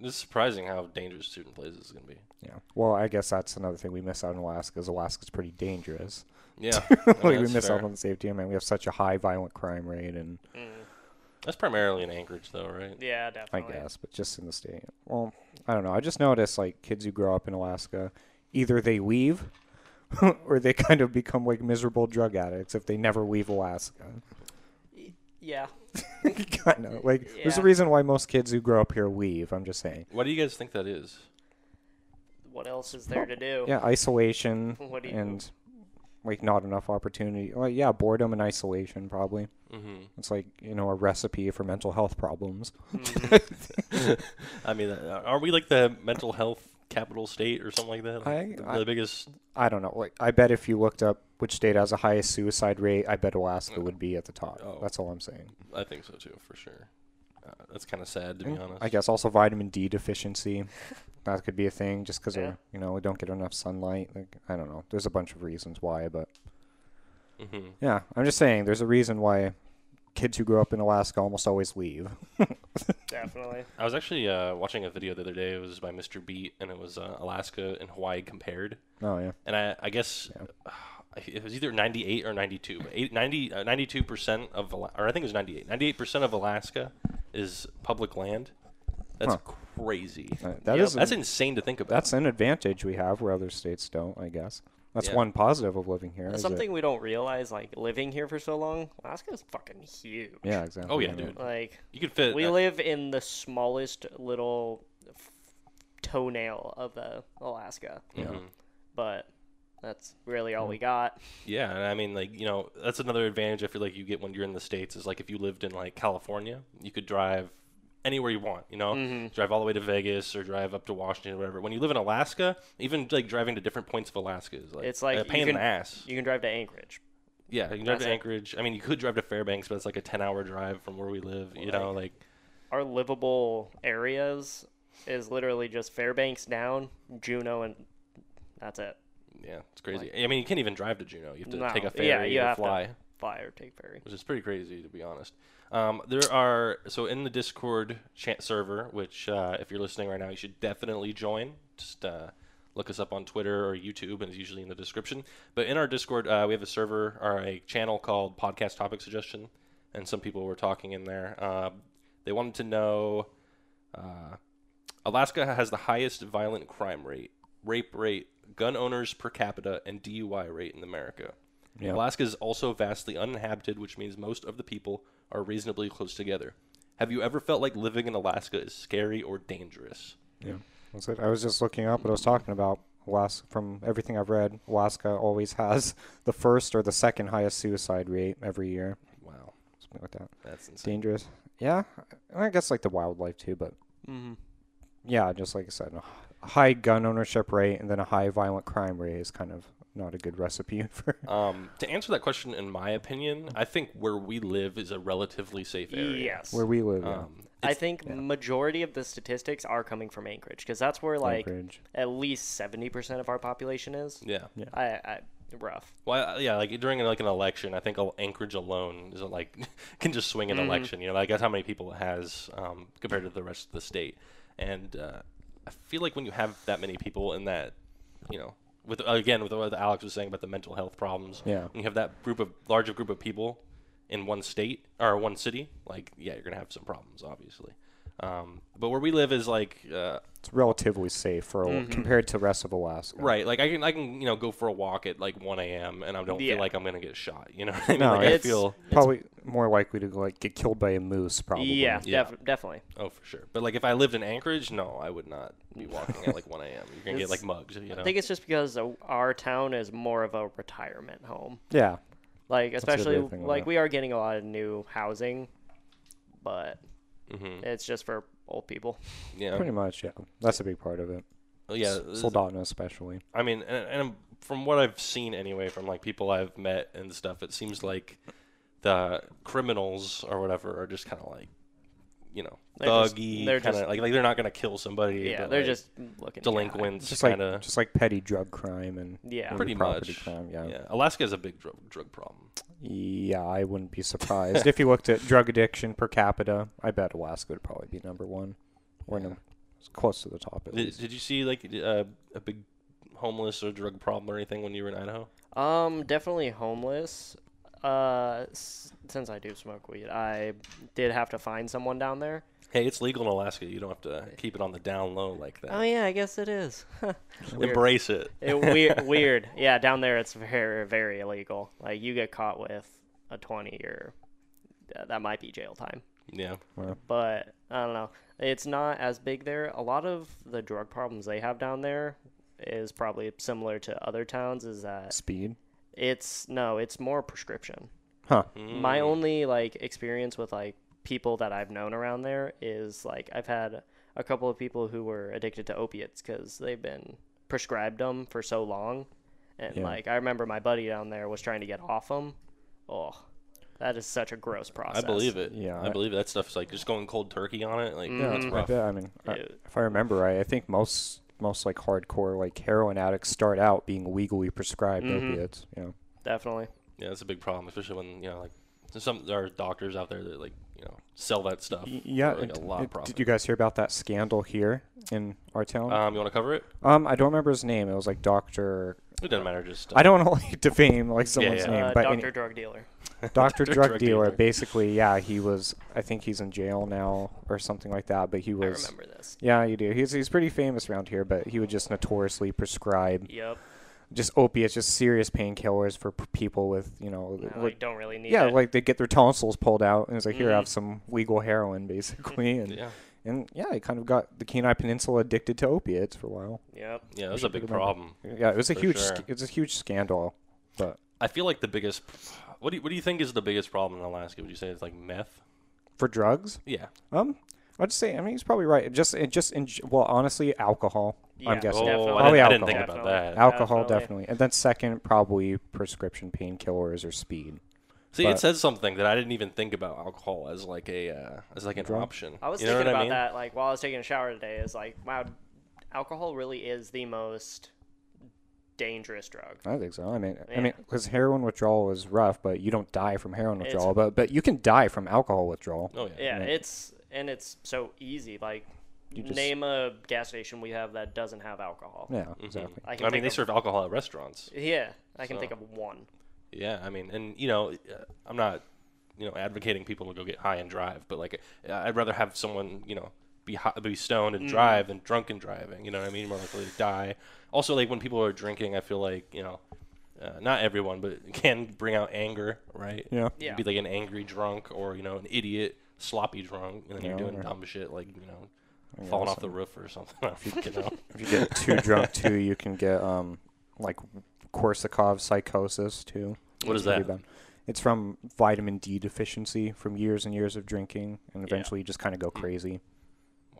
[SPEAKER 1] It's surprising how dangerous certain places is gonna be.
[SPEAKER 3] Yeah. Well, I guess that's another thing we miss out in Alaska. Is Alaska's pretty dangerous. <laughs>
[SPEAKER 1] Yeah,
[SPEAKER 3] like
[SPEAKER 1] no,
[SPEAKER 3] we
[SPEAKER 1] that's
[SPEAKER 3] miss out
[SPEAKER 1] fair.
[SPEAKER 3] on the safety. I mean, we have such a high violent crime rate, and
[SPEAKER 1] That's primarily in Anchorage, though, right?
[SPEAKER 2] Oh, Yeah,
[SPEAKER 3] I
[SPEAKER 2] definitely.
[SPEAKER 3] guess, but just in the state. Well, I don't know. I just noticed like kids who grow up in Alaska, either they leave <laughs> or they kind of become like miserable drug addicts if they never leave Alaska. <laughs>
[SPEAKER 2] Yeah.
[SPEAKER 3] kind of like there's a
[SPEAKER 2] Yeah.
[SPEAKER 3] reason why most kids who grow up here leave. I'm just saying.
[SPEAKER 1] What do you guys think that is?
[SPEAKER 2] What else is there to do?
[SPEAKER 3] Yeah, isolation
[SPEAKER 2] What do you-
[SPEAKER 3] and like not enough opportunity. Like yeah, boredom and isolation probably.
[SPEAKER 2] Mm-hmm.
[SPEAKER 1] hmm
[SPEAKER 3] It's like you know a recipe for mental health problems.
[SPEAKER 1] <laughs> I mean, uh, are we like the mental health capital state or something like that?
[SPEAKER 3] I-
[SPEAKER 1] Like, the,
[SPEAKER 3] I-
[SPEAKER 1] the biggest.
[SPEAKER 3] I don't know. Like I bet if you looked up which state has the highest suicide rate, I bet Alaska would be at the top.
[SPEAKER 1] Oh.
[SPEAKER 3] That's all I'm saying.
[SPEAKER 1] I think so too, for sure. Uh, that's kind of sad to be
[SPEAKER 3] And
[SPEAKER 1] honest.
[SPEAKER 3] Mm, I guess also vitamin D deficiency. that could be a thing just because
[SPEAKER 2] Yeah.
[SPEAKER 3] you know we don't get enough sunlight. Like I don't know. There's a bunch of reasons why, but
[SPEAKER 1] hmm
[SPEAKER 3] yeah, I'm just saying there's a reason why kids who grow up in Alaska almost always leave. <laughs> Oh,
[SPEAKER 2] Definitely.
[SPEAKER 1] I was actually uh, watching a video the other day. It was by Mr. Beat, and it was uh, Alaska and Hawaii compared.
[SPEAKER 3] Oh yeah,
[SPEAKER 1] And I, I guess
[SPEAKER 3] Yeah.
[SPEAKER 1] uh, <sighs> it was either 98 or 92. But eight, 90, uh, 92% of, Ala- or I think it was 98. 98% of Alaska is public land. That's
[SPEAKER 3] Huh.
[SPEAKER 1] crazy.
[SPEAKER 3] Uh, that
[SPEAKER 2] Yep.
[SPEAKER 3] is
[SPEAKER 1] That's
[SPEAKER 3] an,
[SPEAKER 1] insane to think about.
[SPEAKER 3] that's an advantage we have where other states don't. I guess that's
[SPEAKER 1] Yeah.
[SPEAKER 3] one positive of living here.
[SPEAKER 2] That's
[SPEAKER 3] is it-
[SPEAKER 2] something we don't realize, like living here for so long. Alaska's fucking huge.
[SPEAKER 3] Yeah, exactly.
[SPEAKER 1] Oh, yeah,
[SPEAKER 3] I mean,
[SPEAKER 1] dude.
[SPEAKER 2] Like
[SPEAKER 1] you could fit.
[SPEAKER 2] we
[SPEAKER 1] uh,
[SPEAKER 2] live in the smallest little f- toenail of uh, Alaska,
[SPEAKER 1] mhm.
[SPEAKER 2] but that's really all
[SPEAKER 1] Hmm.
[SPEAKER 2] we got.
[SPEAKER 1] Yeah, and I mean, like you know, that's another advantage I feel like you get when you're in the states is like if you lived in like California, you could drive anywhere you want. You know,
[SPEAKER 2] Mm-hmm.
[SPEAKER 1] drive all the way to Vegas or drive up to Washington, or whatever. When you live in Alaska, even like driving to different points of Alaska is like
[SPEAKER 2] It's like
[SPEAKER 1] a
[SPEAKER 2] you
[SPEAKER 1] pain in
[SPEAKER 2] can-
[SPEAKER 1] the ass.
[SPEAKER 2] You can drive to Anchorage.
[SPEAKER 1] yeah, you can drive to
[SPEAKER 2] that's it.
[SPEAKER 1] Anchorage. I mean, you could drive to Fairbanks, but it's like a ten-hour drive from where we live. You know, like
[SPEAKER 2] Our livable areas is literally just Fairbanks down, Juneau, and that's it.
[SPEAKER 1] yeah, it's crazy. I mean, you can't even drive to Juneau. You have to
[SPEAKER 2] No,
[SPEAKER 1] take a ferry
[SPEAKER 2] yeah, you
[SPEAKER 1] or
[SPEAKER 2] have to-
[SPEAKER 1] fly.
[SPEAKER 2] Fly or take ferry.
[SPEAKER 1] which is pretty crazy to be honest. Um, there are so in the Discord chat server, which uh, if you're listening right now, you should definitely join. Just uh, look us up on Twitter or YouTube, and it's usually in the description. But in our Discord, uh, we have a server or a channel called Podcast Topic Suggestion, and some people were talking in there. Uh, they wanted to know uh, Alaska has the highest violent crime rate, rape rate, gun owners per capita, and DUI rate in America.
[SPEAKER 3] Yeah.
[SPEAKER 1] Alaska is also vastly uninhabited, which means most of the people are reasonably close together. Have you ever felt like living in Alaska is scary or dangerous?
[SPEAKER 3] Yeah, that's it. I was just looking up what I was talking about. Alaska, from everything I've read, Alaska always has <laughs> the first or the second highest suicide rate every year.
[SPEAKER 1] Wow,
[SPEAKER 3] Something like that.
[SPEAKER 1] that's insane.
[SPEAKER 3] Dangerous. Yeah, and I guess like the wildlife too, but
[SPEAKER 2] Mm-hmm.
[SPEAKER 3] yeah, just like I said, high gun ownership rate and then a high violent crime rate is kind of not a good recipe <laughs> for.
[SPEAKER 1] Um, to answer that question, in my opinion, I think where we live is a relatively safe area.
[SPEAKER 2] Yes.
[SPEAKER 3] Where we live, yeah.
[SPEAKER 1] Um,
[SPEAKER 2] I think majority of the statistics are coming from Anchorage because that's where like
[SPEAKER 3] Anchorage.
[SPEAKER 2] at least seventy percent of our population is.
[SPEAKER 1] yeah.
[SPEAKER 2] I, I rough.
[SPEAKER 1] Well, I- yeah, like during like an election, I think al- Anchorage alone is like <laughs> can just swing an election. You know, like that's how many people it has um, compared to the rest of the state. And uh, I feel like when you have that many people in that, you know, with again with what Alex was saying about the mental health problems.
[SPEAKER 3] Yeah.
[SPEAKER 1] When you have that group of larger group of people in one state or one city, like yeah, you're gonna have some problems, obviously. Um, but where we live is like uh,
[SPEAKER 3] It's relatively safe for compared to the rest of Alaska.
[SPEAKER 1] Mm-hmm. Right, like I can, I can, you know, go for a walk at like 1 a.m. and I don't
[SPEAKER 2] Yeah.
[SPEAKER 1] feel like I'm gonna get shot. You know, what I mean?
[SPEAKER 3] No,
[SPEAKER 1] like, I
[SPEAKER 2] it's-
[SPEAKER 1] feel
[SPEAKER 3] Probably more likely to like get killed by a moose. Probably.
[SPEAKER 2] Yeah,
[SPEAKER 1] Yeah.
[SPEAKER 2] Def- definitely.
[SPEAKER 1] oh for sure. But like if I lived in Anchorage, no, I would not be walking at like 1 a.m. You're gonna get
[SPEAKER 2] It's-
[SPEAKER 1] like mugged. You know,
[SPEAKER 2] I think it's just because uh, our town is more of a retirement home.
[SPEAKER 3] Yeah.
[SPEAKER 2] Like
[SPEAKER 3] the other
[SPEAKER 2] especially
[SPEAKER 3] thing with
[SPEAKER 2] like
[SPEAKER 3] it.
[SPEAKER 2] we are getting a lot of new housing, but
[SPEAKER 1] Mhm.
[SPEAKER 2] it's just for old people.
[SPEAKER 1] yeah,
[SPEAKER 3] Pretty much. Yeah. That's a big part of it.
[SPEAKER 1] Well, yeah.
[SPEAKER 3] S- Soldotna especially.
[SPEAKER 1] I mean, and, and from what I've seen anyway, from like people I've met and stuff, it seems like the criminals or whatever are just kind of like, you know,
[SPEAKER 2] They're just-
[SPEAKER 1] thuggy,
[SPEAKER 2] they're
[SPEAKER 1] kind of
[SPEAKER 2] just-
[SPEAKER 1] like like they're not gonna kill somebody.
[SPEAKER 2] Yeah,
[SPEAKER 1] but,
[SPEAKER 2] they're
[SPEAKER 1] like,
[SPEAKER 2] just looking
[SPEAKER 1] delinquents,
[SPEAKER 3] Just
[SPEAKER 1] kind of.
[SPEAKER 3] like just like petty drug crime and
[SPEAKER 2] Yeah.
[SPEAKER 3] and
[SPEAKER 1] Pretty
[SPEAKER 3] property
[SPEAKER 1] much.
[SPEAKER 3] crime. Yeah. yeah.
[SPEAKER 1] yeah, Alaska has a big drug drug problem.
[SPEAKER 3] I wouldn't
[SPEAKER 1] <laughs>
[SPEAKER 3] be surprised if you looked at drug addiction per capita. I bet Alaska would probably be number one, or num- it's close to the top at
[SPEAKER 1] Did,
[SPEAKER 3] least.
[SPEAKER 1] did you see like uh, a big homeless or drug problem or anything when you were in Idaho?
[SPEAKER 2] at. Um, definitely homeless. Uh, s- since I do smoke weed, I did have to find someone down there.
[SPEAKER 1] Hey, it's legal in Alaska. You don't have to keep it on the down low like that.
[SPEAKER 2] Oh yeah, I guess it is. <laughs> weird.
[SPEAKER 1] Embrace it. <laughs>
[SPEAKER 2] it, weird, weird. Yeah, down there it's very, very illegal. Like you get caught with a twenty or uh, that might be jail time.
[SPEAKER 1] Yeah.
[SPEAKER 2] But I don't know. It's not as big there. A lot of the drug problems they have down there is probably similar to other towns. Is that
[SPEAKER 3] Speed.
[SPEAKER 2] it's no, it's more prescription.
[SPEAKER 3] Huh.
[SPEAKER 1] Mm-hmm. Mm.
[SPEAKER 2] my only like experience with like people that I've known around there is like I've had a couple of people who were addicted to opiates because they've been prescribed them for so long, and
[SPEAKER 3] Yeah.
[SPEAKER 2] like I remember my buddy down there was trying to get off them. Oh, that is such a gross
[SPEAKER 1] I
[SPEAKER 2] process.
[SPEAKER 1] believe it.
[SPEAKER 3] Yeah,
[SPEAKER 1] I
[SPEAKER 3] I-
[SPEAKER 1] believe that stuff's like just going cold turkey on it. Like
[SPEAKER 3] Yeah,
[SPEAKER 1] that's
[SPEAKER 3] I
[SPEAKER 1] rough.
[SPEAKER 3] bet. I mean, I,
[SPEAKER 2] It-
[SPEAKER 3] if I remember right, I think most most like hardcore like heroin addicts start out being legally prescribed
[SPEAKER 1] Mm-hmm.
[SPEAKER 3] opiates. You know,
[SPEAKER 2] Definitely.
[SPEAKER 1] Yeah, that's a big problem, especially when you know like there's some there are doctors out there that like you know sell that stuff.
[SPEAKER 3] Y- yeah.
[SPEAKER 1] for, like,
[SPEAKER 3] and
[SPEAKER 1] a lot
[SPEAKER 3] d-
[SPEAKER 1] of profit.
[SPEAKER 3] did you guys hear about that scandal here in our town?
[SPEAKER 1] um, you want to cover it?
[SPEAKER 3] um, I don't remember his name. It was like Doctor.
[SPEAKER 1] It doesn't matter. Just uh,
[SPEAKER 3] I don't <laughs> want to like, defame like someone's
[SPEAKER 1] yeah.
[SPEAKER 3] name,
[SPEAKER 2] Uh,
[SPEAKER 3] but
[SPEAKER 2] doctor <laughs>
[SPEAKER 3] any-
[SPEAKER 2] drug dealer.
[SPEAKER 3] Doctor
[SPEAKER 1] Drug
[SPEAKER 3] Drug
[SPEAKER 1] dealer.
[SPEAKER 3] Dealer, Basically, yeah, he was. I think he's in jail now or something like that. But he
[SPEAKER 2] I
[SPEAKER 3] was.
[SPEAKER 2] remember this.
[SPEAKER 3] Yeah, you do. He's he's pretty famous around here, but he would just notoriously prescribe
[SPEAKER 2] Yep.
[SPEAKER 3] just opiates, just serious painkillers for p- people with you know.
[SPEAKER 2] I,
[SPEAKER 3] with-
[SPEAKER 2] like, don't really need
[SPEAKER 3] yeah,
[SPEAKER 2] it.
[SPEAKER 3] like they get their tonsils pulled out, and it's like here,
[SPEAKER 2] Mhm.
[SPEAKER 3] have some legal heroin,
[SPEAKER 2] Mm-hmm.
[SPEAKER 3] basically, and
[SPEAKER 1] Yeah.
[SPEAKER 3] and yeah, it kind of got the Kenai Peninsula addicted to opiates for a while.
[SPEAKER 2] Yep.
[SPEAKER 1] Yeah, that's a big
[SPEAKER 3] remember.
[SPEAKER 1] problem.
[SPEAKER 3] Yeah, it was a
[SPEAKER 1] For
[SPEAKER 3] huge,
[SPEAKER 1] sure.
[SPEAKER 3] sc- it's a huge scandal, but
[SPEAKER 1] I feel like the biggest. What do you, what do you think is the biggest problem in Alaska? Would you say it's like meth?
[SPEAKER 3] for drugs,
[SPEAKER 1] Yeah.
[SPEAKER 3] um, I'd say, I mean, he's probably right. It just, it just, in, g- well, honestly, alcohol.
[SPEAKER 2] Yeah.
[SPEAKER 3] I'm guessing.
[SPEAKER 2] Oh,
[SPEAKER 1] Oh, I
[SPEAKER 3] Probably
[SPEAKER 1] didn't, I didn't think
[SPEAKER 3] alcohol.
[SPEAKER 1] about
[SPEAKER 2] Definitely.
[SPEAKER 1] that.
[SPEAKER 3] Alcohol,
[SPEAKER 2] Definitely.
[SPEAKER 3] definitely, and then second, probably prescription painkillers or speed.
[SPEAKER 1] See, it
[SPEAKER 3] But-
[SPEAKER 1] says something that I didn't even think about alcohol as like a uh, as like an
[SPEAKER 3] Drug?
[SPEAKER 1] option.
[SPEAKER 2] I was
[SPEAKER 1] you know
[SPEAKER 2] thinking
[SPEAKER 1] what
[SPEAKER 2] about
[SPEAKER 1] I mean?
[SPEAKER 2] that, like while I was taking a shower today, is like, wow, alcohol really is the most dangerous drug.
[SPEAKER 3] I think so. I mean,
[SPEAKER 2] Yeah.
[SPEAKER 3] I mean, because heroin withdrawal is rough, but you don't die from heroin
[SPEAKER 2] It's-
[SPEAKER 3] withdrawal, but but you can die from alcohol withdrawal.
[SPEAKER 1] Oh yeah.
[SPEAKER 2] Yeah,
[SPEAKER 3] Right.
[SPEAKER 2] it's and it's so easy. Like,
[SPEAKER 3] just-
[SPEAKER 2] name a gas station we have that doesn't have alcohol.
[SPEAKER 3] Yeah, exactly.
[SPEAKER 2] I,
[SPEAKER 1] I
[SPEAKER 2] can
[SPEAKER 1] mean,
[SPEAKER 2] think
[SPEAKER 1] they
[SPEAKER 2] of,
[SPEAKER 1] serve alcohol at restaurants.
[SPEAKER 2] Yeah, I can think of one.
[SPEAKER 1] Yeah, I mean, and you know, uh, I'm not, you know, advocating people to go get high and drive, but like, uh, I'd rather have someone, you know, be high, be stoned and drive than drunk and driving. You know what I mean? More likely to die. Also, like when people are drinking, I feel like you know, uh, not everyone, but it can bring out anger, right?
[SPEAKER 3] Yeah.
[SPEAKER 1] You'd
[SPEAKER 2] Yeah.
[SPEAKER 1] be like an angry drunk or you know an idiot sloppy drunk, and then you're
[SPEAKER 3] Yeah,
[SPEAKER 1] doing
[SPEAKER 3] or-
[SPEAKER 1] dumb shit like you know. Falling off the roof or something. <laughs> I don't
[SPEAKER 3] <laughs>
[SPEAKER 1] fucking know.
[SPEAKER 3] If you get too drunk too, you can get um like Korsakoff psychosis too.
[SPEAKER 1] What is
[SPEAKER 3] It's pretty
[SPEAKER 1] that?
[SPEAKER 3] bad. It's from vitamin D deficiency from years and years of drinking, and eventually you just kind of go crazy.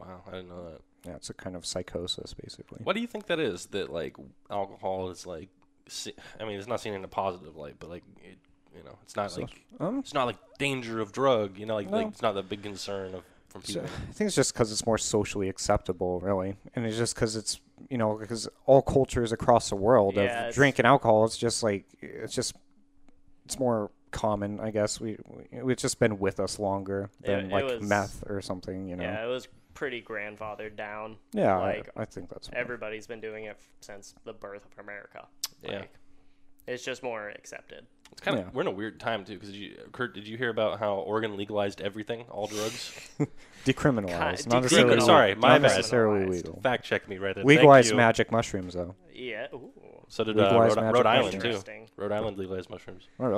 [SPEAKER 1] Wow, I didn't know that.
[SPEAKER 3] yeah, it's a kind of psychosis basically.
[SPEAKER 1] What do you think that is? That like alcohol is like, se- I mean, it's not seen in a positive light, but like it, you know, it's not
[SPEAKER 3] So-
[SPEAKER 1] like
[SPEAKER 3] Um,
[SPEAKER 1] it's not like danger of drug. You know, like, like
[SPEAKER 3] No.
[SPEAKER 1] it's not the big concern of from
[SPEAKER 3] So,
[SPEAKER 1] people.
[SPEAKER 3] I think it's just because it's more socially acceptable, really, and it's just because it's you know because all cultures across the world
[SPEAKER 2] Yeah, it's-
[SPEAKER 3] of drinking alcohol, it's just like it's just it's more common, I guess. We, we it's just been with us longer
[SPEAKER 2] It-
[SPEAKER 3] than
[SPEAKER 2] it
[SPEAKER 3] like
[SPEAKER 2] was-
[SPEAKER 3] meth or something, you know.
[SPEAKER 2] Yeah, it was pretty grandfathered down.
[SPEAKER 3] Yeah, I-
[SPEAKER 2] like
[SPEAKER 3] I, think that's right.
[SPEAKER 2] everybody's been doing it f- since the birth of America.
[SPEAKER 1] Yeah.
[SPEAKER 2] Like, it's just more accepted.
[SPEAKER 1] It's kind of
[SPEAKER 3] Yeah.
[SPEAKER 1] we're in a weird time too. Because you, Kurt, did you hear about how Oregon legalized everything, all drugs?
[SPEAKER 3] <laughs> decriminalized,
[SPEAKER 2] Ki-
[SPEAKER 3] not necessarily.
[SPEAKER 1] decriminal- sorry, my bad.
[SPEAKER 3] not necessarily
[SPEAKER 2] Criminalized.
[SPEAKER 3] legal.
[SPEAKER 1] Fact check me, Reddit.
[SPEAKER 3] Legalized
[SPEAKER 1] Thank you.
[SPEAKER 3] magic mushrooms, though.
[SPEAKER 2] Yeah. Ooh.
[SPEAKER 1] So did uh,
[SPEAKER 3] legalized
[SPEAKER 1] Rhode,
[SPEAKER 3] magic
[SPEAKER 1] Rhode Island too.
[SPEAKER 2] Interesting.
[SPEAKER 1] Rhode Island legalized mushrooms.
[SPEAKER 3] Oh, really?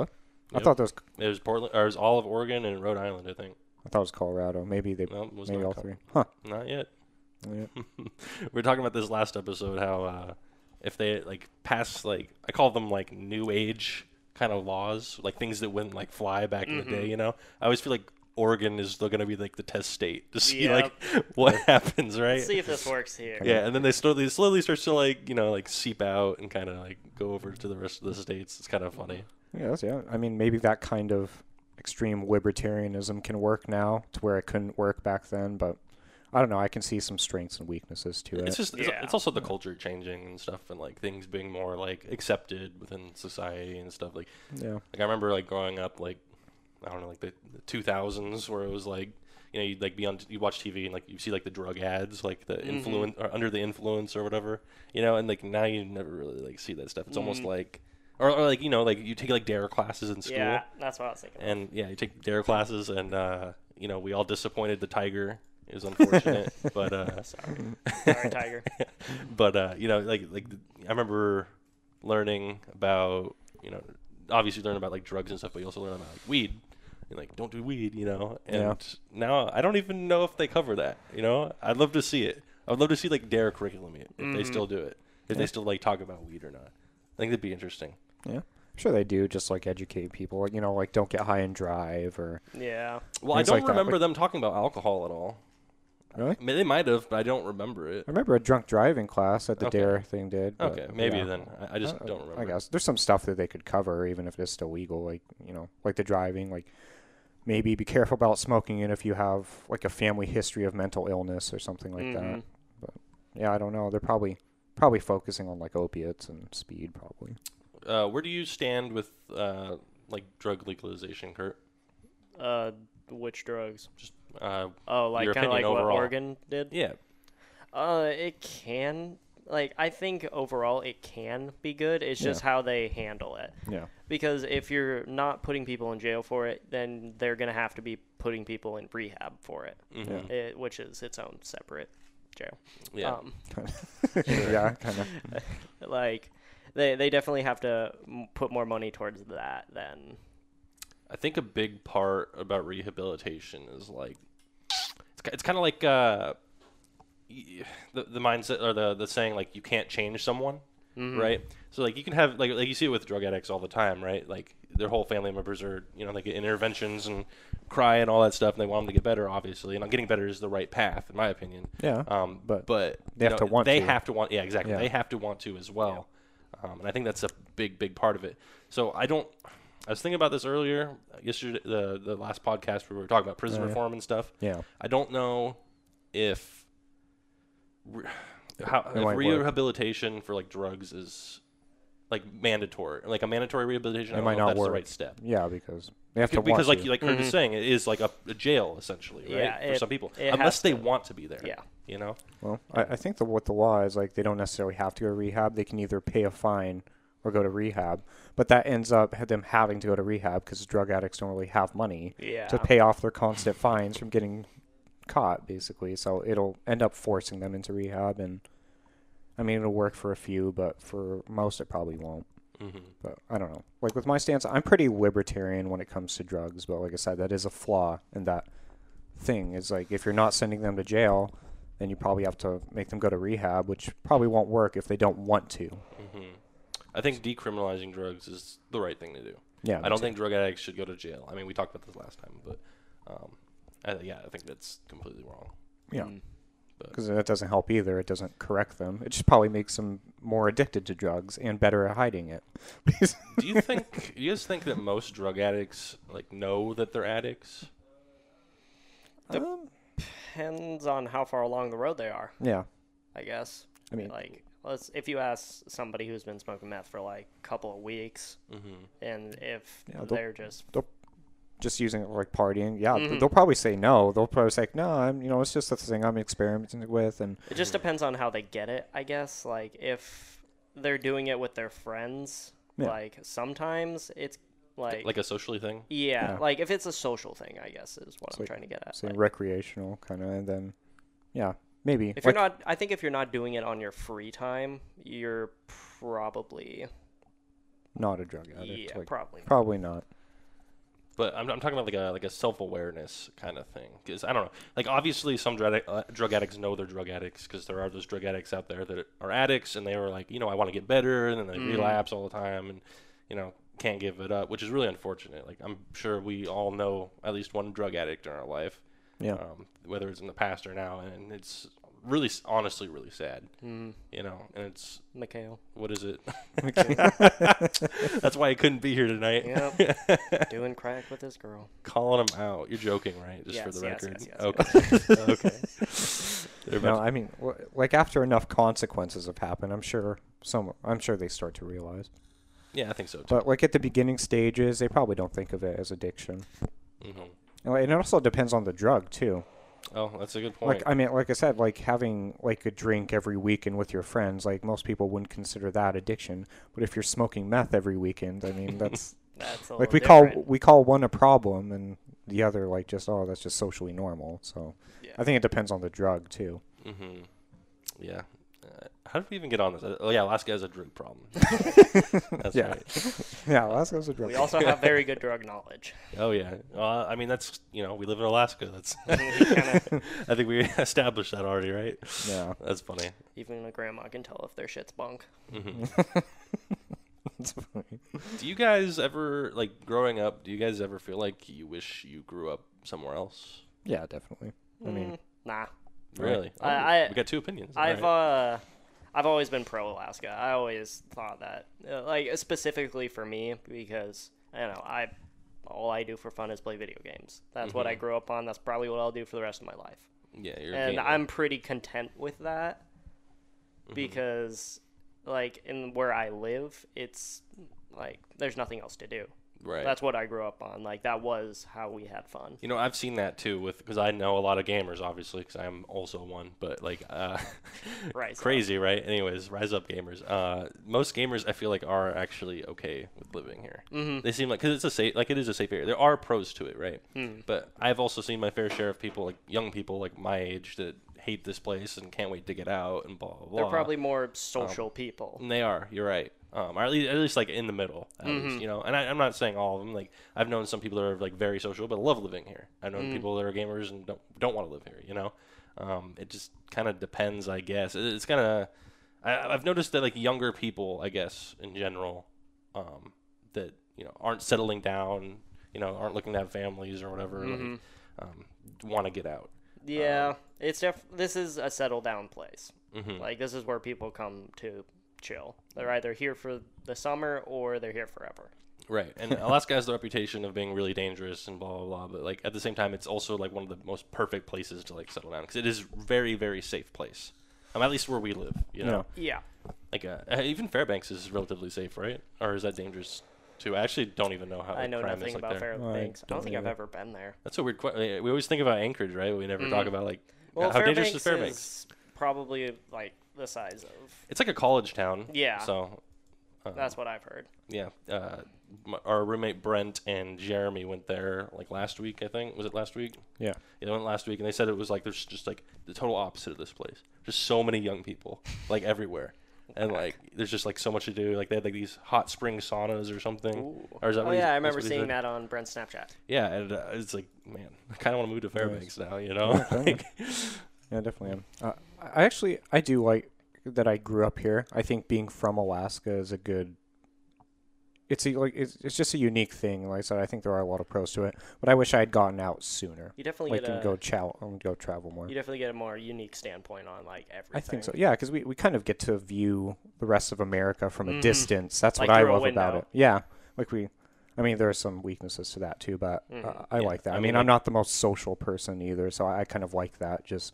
[SPEAKER 1] Yep.
[SPEAKER 3] I thought that was
[SPEAKER 1] It was Portland, or it was all of Oregon and Rhode Island, I think.
[SPEAKER 3] I thought it was Colorado. Maybe they
[SPEAKER 1] No, it was
[SPEAKER 3] maybe
[SPEAKER 1] not
[SPEAKER 3] all
[SPEAKER 1] Col-
[SPEAKER 3] three. Huh?
[SPEAKER 1] Not yet.
[SPEAKER 3] Yeah.
[SPEAKER 1] we were talking about this last episode how uh, if they like pass like I call them like new age kind of laws, like things that wouldn't like fly back in the day,
[SPEAKER 2] Mm-hmm.
[SPEAKER 1] you know. I always feel like Oregon is going to be like the test state to see
[SPEAKER 2] Yep.
[SPEAKER 1] like <laughs> what happens, right?
[SPEAKER 2] Let's see if this works here.
[SPEAKER 1] Yeah, and then they slowly slowly starts to like you know like seep out and kind of like go over to the rest of the states. It's kind of funny.
[SPEAKER 3] Yeah, that's, yeah. I mean, maybe that kind of extreme libertarianism can work now to where it couldn't work back then, but I don't know. I can see some strengths and weaknesses to
[SPEAKER 1] It's
[SPEAKER 3] it.
[SPEAKER 1] just it's,
[SPEAKER 2] Yeah.
[SPEAKER 1] it's also the culture changing and stuff, and like things being more like accepted within society and stuff. Like
[SPEAKER 3] Yeah.
[SPEAKER 1] Like I remember like growing up, like I don't know, like the two thousands, where it was like you know you'd like be on you watch TV and like you see like the drug ads, like the influence or under the influence or whatever, you know, and like now you never really like see that stuff. It's almost like or, or like you know like you take like dare classes in school,
[SPEAKER 2] Yeah, that's what I was thinking.
[SPEAKER 1] and yeah, you take dare classes, and uh, you know we all disappointed the tiger. It was unfortunate, but uh,
[SPEAKER 2] Sorry. Sorry,
[SPEAKER 1] <laughs>
[SPEAKER 2] Tiger.
[SPEAKER 1] but uh, you know, like like th- I remember learning about you know obviously learn about like drugs and stuff, but you also learn about like weed and like don't do weed, you know. And
[SPEAKER 3] Yeah.
[SPEAKER 1] now I don't even know if they cover that. You know, I'd love to see it. I'd love to see like Dare curriculum if
[SPEAKER 3] Mm-hmm.
[SPEAKER 1] they still do it, if they still like talk about weed or not. I think that'd be interesting.
[SPEAKER 3] Yeah. I'm sure they do just like educate people, you know, like don't get high and drive or.
[SPEAKER 2] Yeah.
[SPEAKER 1] Well,
[SPEAKER 3] Things
[SPEAKER 1] I don't
[SPEAKER 3] like that,
[SPEAKER 1] remember
[SPEAKER 3] like-
[SPEAKER 1] them talking about alcohol at all.
[SPEAKER 3] Really?
[SPEAKER 1] I mean, they might have, but I don't remember it.
[SPEAKER 3] I remember a drunk driving class that the
[SPEAKER 1] Okay.
[SPEAKER 3] DARE thing did. but,
[SPEAKER 1] Okay, maybe
[SPEAKER 3] yeah.
[SPEAKER 1] then. I, I just
[SPEAKER 3] Uh,
[SPEAKER 1] don't remember.
[SPEAKER 3] I guess there's some stuff that they could cover, even if it's still legal, like you know, like the driving, like maybe be <laughs> careful about smoking, and if you have like a family history of mental illness or something like that.
[SPEAKER 1] Mm-hmm.
[SPEAKER 2] Mhm.
[SPEAKER 3] But yeah, I don't know. They're probably probably focusing on like opiates and speed, probably.
[SPEAKER 1] Uh, where do you stand with uh, like drug legalization, Kurt?
[SPEAKER 2] Uh, which drugs?
[SPEAKER 1] Just uh,
[SPEAKER 2] Oh, like
[SPEAKER 1] Your
[SPEAKER 2] kind of like
[SPEAKER 1] opinion
[SPEAKER 2] what
[SPEAKER 1] overall.
[SPEAKER 2] Oregon did.
[SPEAKER 1] yeah,
[SPEAKER 2] Uh, it can. Like I think overall it can be good. It's just how they handle it.
[SPEAKER 3] Yeah.
[SPEAKER 2] Because if you're not putting people in jail for it, then they're gonna have to be putting people in rehab for it,
[SPEAKER 1] Mhm.
[SPEAKER 2] It- which is its own separate jail.
[SPEAKER 1] yeah.
[SPEAKER 2] Um,
[SPEAKER 3] <laughs> yeah, kind of.
[SPEAKER 2] like they they definitely have to m- put more money towards that than
[SPEAKER 1] I think a big part about rehabilitation is like it's, ki- it's kind of like uh, y- the the mindset or the the saying like you can't change someone, right? So like you can have like like you see it with drug addicts all the time, right? Like their whole family members are you know they get interventions and cry and all that stuff, and they want them to get better, obviously. And getting better is the right path, in my opinion.
[SPEAKER 3] Yeah,
[SPEAKER 1] Um, but
[SPEAKER 3] but
[SPEAKER 1] but
[SPEAKER 3] they
[SPEAKER 1] you
[SPEAKER 3] have
[SPEAKER 1] know,
[SPEAKER 3] to want
[SPEAKER 1] They
[SPEAKER 3] to.
[SPEAKER 1] have to want. Yeah, exactly.
[SPEAKER 3] Yeah.
[SPEAKER 1] They have to want to as well. Um, and I think that's a big, big part of it. So I don't. I was thinking about this earlier yesterday, the the last podcast where we were talking about prison
[SPEAKER 3] Oh, yeah.
[SPEAKER 1] reform and stuff.
[SPEAKER 3] Yeah,
[SPEAKER 1] I don't know if re- how
[SPEAKER 3] It
[SPEAKER 1] if
[SPEAKER 3] might work.
[SPEAKER 1] rehabilitation for like drugs is like mandatory, like a mandatory rehabilitation. I
[SPEAKER 3] It
[SPEAKER 1] don't
[SPEAKER 3] might
[SPEAKER 1] know if
[SPEAKER 3] not
[SPEAKER 1] that's
[SPEAKER 3] work.
[SPEAKER 1] the right step.
[SPEAKER 3] yeah, because they have to want
[SPEAKER 1] Because like
[SPEAKER 3] to.
[SPEAKER 1] you like Kurt was saying, it is like a, a jail essentially, right?
[SPEAKER 2] Mm-hmm. Yeah,
[SPEAKER 1] for
[SPEAKER 2] it-
[SPEAKER 1] some people,
[SPEAKER 2] it has
[SPEAKER 1] unless they
[SPEAKER 2] to.
[SPEAKER 1] want to be there.
[SPEAKER 2] Yeah.
[SPEAKER 1] you know.
[SPEAKER 3] Well, I, I think the what the law is like they don't necessarily have to go to rehab. They can either pay a fine or go to rehab, but that ends up ha- them having to go to rehab because drug addicts don't really have money
[SPEAKER 2] yeah
[SPEAKER 3] to pay off their constant fines from getting caught, basically. So it'll end up forcing them into rehab, and I mean it'll work for a few, but for most it probably won't.
[SPEAKER 1] hmm
[SPEAKER 3] But I don't know. Like with my stance, I'm pretty libertarian when it comes to drugs, but like I said, that is a flaw in that thing. Is like if you're not sending them to jail, then you probably have to make them go to rehab, which probably won't work if they don't want to.
[SPEAKER 1] I think decriminalizing drugs is the right thing to do.
[SPEAKER 3] Yeah,
[SPEAKER 1] I
[SPEAKER 3] me
[SPEAKER 1] don't
[SPEAKER 3] too.
[SPEAKER 1] think drug addicts should go to jail. I mean, we talked about this last time, but um, I, yeah, I think that's completely wrong.
[SPEAKER 3] Yeah.
[SPEAKER 1] But
[SPEAKER 3] because that doesn't help either. It doesn't correct them. It just probably makes them more addicted to drugs and better at hiding it. <laughs>
[SPEAKER 1] do you think <laughs> do you guys think that most drug addicts like know that they're addicts?
[SPEAKER 3] Um,
[SPEAKER 2] Depends on how far along the road they are,
[SPEAKER 3] yeah,
[SPEAKER 2] I guess.
[SPEAKER 3] I mean,
[SPEAKER 2] Like, let's if you ask somebody who's been smoking meth for like a couple of weeks,
[SPEAKER 1] Mm-hmm.
[SPEAKER 2] and if
[SPEAKER 3] Yeah, they'll-
[SPEAKER 2] they're just
[SPEAKER 3] just using it like partying. Yeah, th-
[SPEAKER 2] Mhm.
[SPEAKER 3] they'll probably say no. They'll probably say no. I'm, you know, it's just the thing I'm experimenting with, and
[SPEAKER 2] It just depends on how they get it, I guess. Like if they're doing it with their friends,
[SPEAKER 3] Yeah.
[SPEAKER 2] like sometimes it's like,
[SPEAKER 1] Like a socially thing.
[SPEAKER 2] yeah,
[SPEAKER 3] Yeah.
[SPEAKER 2] like if it's a social thing, I guess is what
[SPEAKER 3] It's
[SPEAKER 2] I'm
[SPEAKER 3] like
[SPEAKER 2] trying to get at.
[SPEAKER 3] say
[SPEAKER 2] Like,
[SPEAKER 3] recreational kind of, and then yeah, maybe
[SPEAKER 2] if
[SPEAKER 3] Like,
[SPEAKER 2] you're not, I think if you're not doing it on your free time, you're probably
[SPEAKER 3] not a drug addict,
[SPEAKER 2] yeah,
[SPEAKER 3] like,
[SPEAKER 2] probably. Not.
[SPEAKER 3] probably not.
[SPEAKER 1] But I'm, I'm talking about like a like a self awareness kind of thing because I don't know. Like obviously some drug addic- uh, drug addicts know they're drug addicts because there are those drug addicts out there that are addicts and they were like you know I want to get better and then they
[SPEAKER 2] Mm.
[SPEAKER 1] relapse all the time and you know can't give it up, which is really unfortunate. Like I'm sure we all know at least one drug addict in our life,
[SPEAKER 3] Yeah,
[SPEAKER 1] um, whether it's in the past or now, and it's really s- honestly really sad.
[SPEAKER 2] Mm,
[SPEAKER 1] You know, and it's
[SPEAKER 2] Mikhail.
[SPEAKER 1] what is it? <laughs> That's why I couldn't be here tonight.
[SPEAKER 3] <laughs>
[SPEAKER 1] <laughs>
[SPEAKER 2] Yep. doing crack with this girl.
[SPEAKER 1] Calling him out. You're joking, right? Just for
[SPEAKER 2] Yes,
[SPEAKER 1] the
[SPEAKER 2] yes,
[SPEAKER 1] record.
[SPEAKER 2] yes, yes,
[SPEAKER 1] okay. <laughs> okay. They're
[SPEAKER 3] no,
[SPEAKER 1] about
[SPEAKER 3] I mean, wh- like after enough consequences have happened, I'm sure some, I'm sure they start to realize.
[SPEAKER 1] to- yeah, I think so too.
[SPEAKER 3] But like at the beginning stages, they probably don't think of it as addiction.
[SPEAKER 1] hmm
[SPEAKER 3] And like- and it also depends on the drug too.
[SPEAKER 1] Oh, that's a good point.
[SPEAKER 3] Like I mean, like I said, like having like a drink every weekend with your friends, like most people wouldn't consider that addiction. But if you're smoking meth every weekend, I mean, that's
[SPEAKER 2] That's a
[SPEAKER 3] like
[SPEAKER 2] little
[SPEAKER 3] we call
[SPEAKER 2] different.
[SPEAKER 3] we call one a problem and the other like just oh that's just socially normal. So
[SPEAKER 2] Yeah.
[SPEAKER 3] I think it depends on the drug too.
[SPEAKER 1] hmm Yeah. Uh, how did we even get on this? Uh, Oh yeah, last guy's a drug
[SPEAKER 3] <laughs>
[SPEAKER 1] problem. That's
[SPEAKER 3] Yeah.
[SPEAKER 1] right.
[SPEAKER 3] Yeah, well, that's, that's a drug.
[SPEAKER 2] We also have very good drug knowledge. <laughs>
[SPEAKER 1] Oh yeah. Uh, I mean, that's you know, we live in Alaska.
[SPEAKER 2] <laughs>
[SPEAKER 1] That's.
[SPEAKER 3] <laughs>
[SPEAKER 2] Kinda-
[SPEAKER 1] I think we <laughs> established that already, right?
[SPEAKER 2] <laughs>
[SPEAKER 3] yeah,
[SPEAKER 1] That's funny.
[SPEAKER 2] Even a grandma can tell if their shit's bunk.
[SPEAKER 1] hmm
[SPEAKER 3] It's funny.
[SPEAKER 1] Do you guys ever like growing up? Do you guys ever feel like you wish you grew up somewhere else?
[SPEAKER 3] yeah, definitely. I mean,
[SPEAKER 2] Mm, nah.
[SPEAKER 3] Right.
[SPEAKER 1] Really? Oh,
[SPEAKER 2] I- I-
[SPEAKER 1] we got two opinions.
[SPEAKER 2] I've
[SPEAKER 1] Alright.
[SPEAKER 2] uh, I've always been pro Alaska. I always thought that, uh, like specifically for me, because I don't know, I all I do for fun is play video games. That's what I grew up on. That's probably what I'll do for the rest of my life,
[SPEAKER 1] yeah, Mm-hmm. you're a
[SPEAKER 2] and
[SPEAKER 1] gamer. Mm-hmm.
[SPEAKER 2] I'm pretty content with that because, like, in where I live, it's like there's nothing else to do.
[SPEAKER 1] right.
[SPEAKER 2] That's what I grew up on. Like that was how we had fun.
[SPEAKER 1] You know, I've seen that too with because I know a lot of gamers, obviously, because I'm also one. But like,
[SPEAKER 2] <laughs>
[SPEAKER 1] uh, <laughs>
[SPEAKER 2] Rise up.
[SPEAKER 1] crazy, right? Anyways, rise up, gamers. Uh, most gamers, I feel like, are actually okay with living here. Mm-hmm. They seem like because it's a safe, like it is a safe area. There are pros to it, right?
[SPEAKER 2] Hmm.
[SPEAKER 1] But I've also seen my fair share of people, like young people, like my age, that hate this place and can't wait to get out and blah blah. blah.
[SPEAKER 2] They're probably more
[SPEAKER 1] Um,
[SPEAKER 2] social people.
[SPEAKER 1] And They are. You're right. Um, or at least, at least like in the middle, at least, you know. And I, I'm not saying all of them. Like I've known some people that are like very social, but love living here. I've known people that are gamers and don't don't want to live here. You know, um, it just kind of depends, I guess. It, it's kind of I, I've noticed that like younger people, I guess in general, um, that you know aren't settling down, you know, aren't looking to have families or whatever, like, um, want to get out.
[SPEAKER 2] Yeah,
[SPEAKER 1] Um,
[SPEAKER 2] it's def. This is a settle down place.
[SPEAKER 1] Mhm.
[SPEAKER 2] Like this is where people come to chill. They're either here for the summer or they're here forever.
[SPEAKER 1] Right. And Alaska has the reputation of being really dangerous and blah blah blah, but like at the same time it's also like one of the most perfect places to like settle down cuz it is very very safe place. Um, at least where we live, you know.
[SPEAKER 2] Yeah,
[SPEAKER 1] Like uh, uh, <laughs> even Fairbanks is relatively safe, right? Or is that dangerous too? I actually don't even know how
[SPEAKER 2] I
[SPEAKER 1] like,
[SPEAKER 2] know
[SPEAKER 1] crime is
[SPEAKER 2] nothing
[SPEAKER 1] like
[SPEAKER 2] about
[SPEAKER 1] there.
[SPEAKER 2] Fairbanks. I don't,
[SPEAKER 3] don't
[SPEAKER 2] think I've
[SPEAKER 3] either.
[SPEAKER 2] ever been there.
[SPEAKER 1] That's a weird question. We always think about Anchorage, right? We never talk about like
[SPEAKER 2] Mm-hmm. Well,
[SPEAKER 1] how
[SPEAKER 2] Fairbanks,
[SPEAKER 1] dangerous is Fairbanks.
[SPEAKER 2] is probably like the size of.
[SPEAKER 1] It's like a college town.
[SPEAKER 2] Yeah.
[SPEAKER 1] So Uh-huh.
[SPEAKER 2] That's what I've heard.
[SPEAKER 1] yeah, uh, m our roommate Brent and Jeremy went there like last week. I think was it last week?
[SPEAKER 3] yeah,
[SPEAKER 1] Yeah, they went last week and they said it was like there's just like the total opposite of this place. Just so many young people, like everywhere. And like there's just like so much to do. Like they had like these hot spring saunas or something. Or is that
[SPEAKER 2] Oh
[SPEAKER 1] what he-
[SPEAKER 2] yeah,
[SPEAKER 1] that's
[SPEAKER 2] I remember
[SPEAKER 1] what he
[SPEAKER 2] seeing
[SPEAKER 1] said?
[SPEAKER 2] that on Brent's Snapchat.
[SPEAKER 1] Yeah, and uh, it's like man, <laughs> I kind of want to move to Fairbanks now. You know, <laughs> like,
[SPEAKER 3] yeah, definitely am. Uh, I I actually I do like that I grew up here. I think being from Alaska is a good it's a, like it's, it's just a unique thing. Like I said, I think there are a lot of pros to it, but I wish I had gotten out sooner.
[SPEAKER 2] You definitely
[SPEAKER 3] Like
[SPEAKER 2] get
[SPEAKER 3] and
[SPEAKER 2] a
[SPEAKER 3] go chow and go travel more.
[SPEAKER 2] you definitely get a more unique standpoint on like everything.
[SPEAKER 3] I think so. Yeah, because we, we kind of get to view the rest of America from a
[SPEAKER 2] Mhm.
[SPEAKER 3] distance. That's
[SPEAKER 2] Like
[SPEAKER 3] what I
[SPEAKER 2] through a
[SPEAKER 3] love about
[SPEAKER 2] window.
[SPEAKER 3] it. Yeah, like we. I mean, there are some weaknesses to that too, but uh,
[SPEAKER 2] Mhm.
[SPEAKER 3] I
[SPEAKER 1] Yeah.
[SPEAKER 3] like that. I,
[SPEAKER 1] I
[SPEAKER 3] mean,
[SPEAKER 1] mean,
[SPEAKER 3] I'm not the most social person either, so I, I kind of like that. Just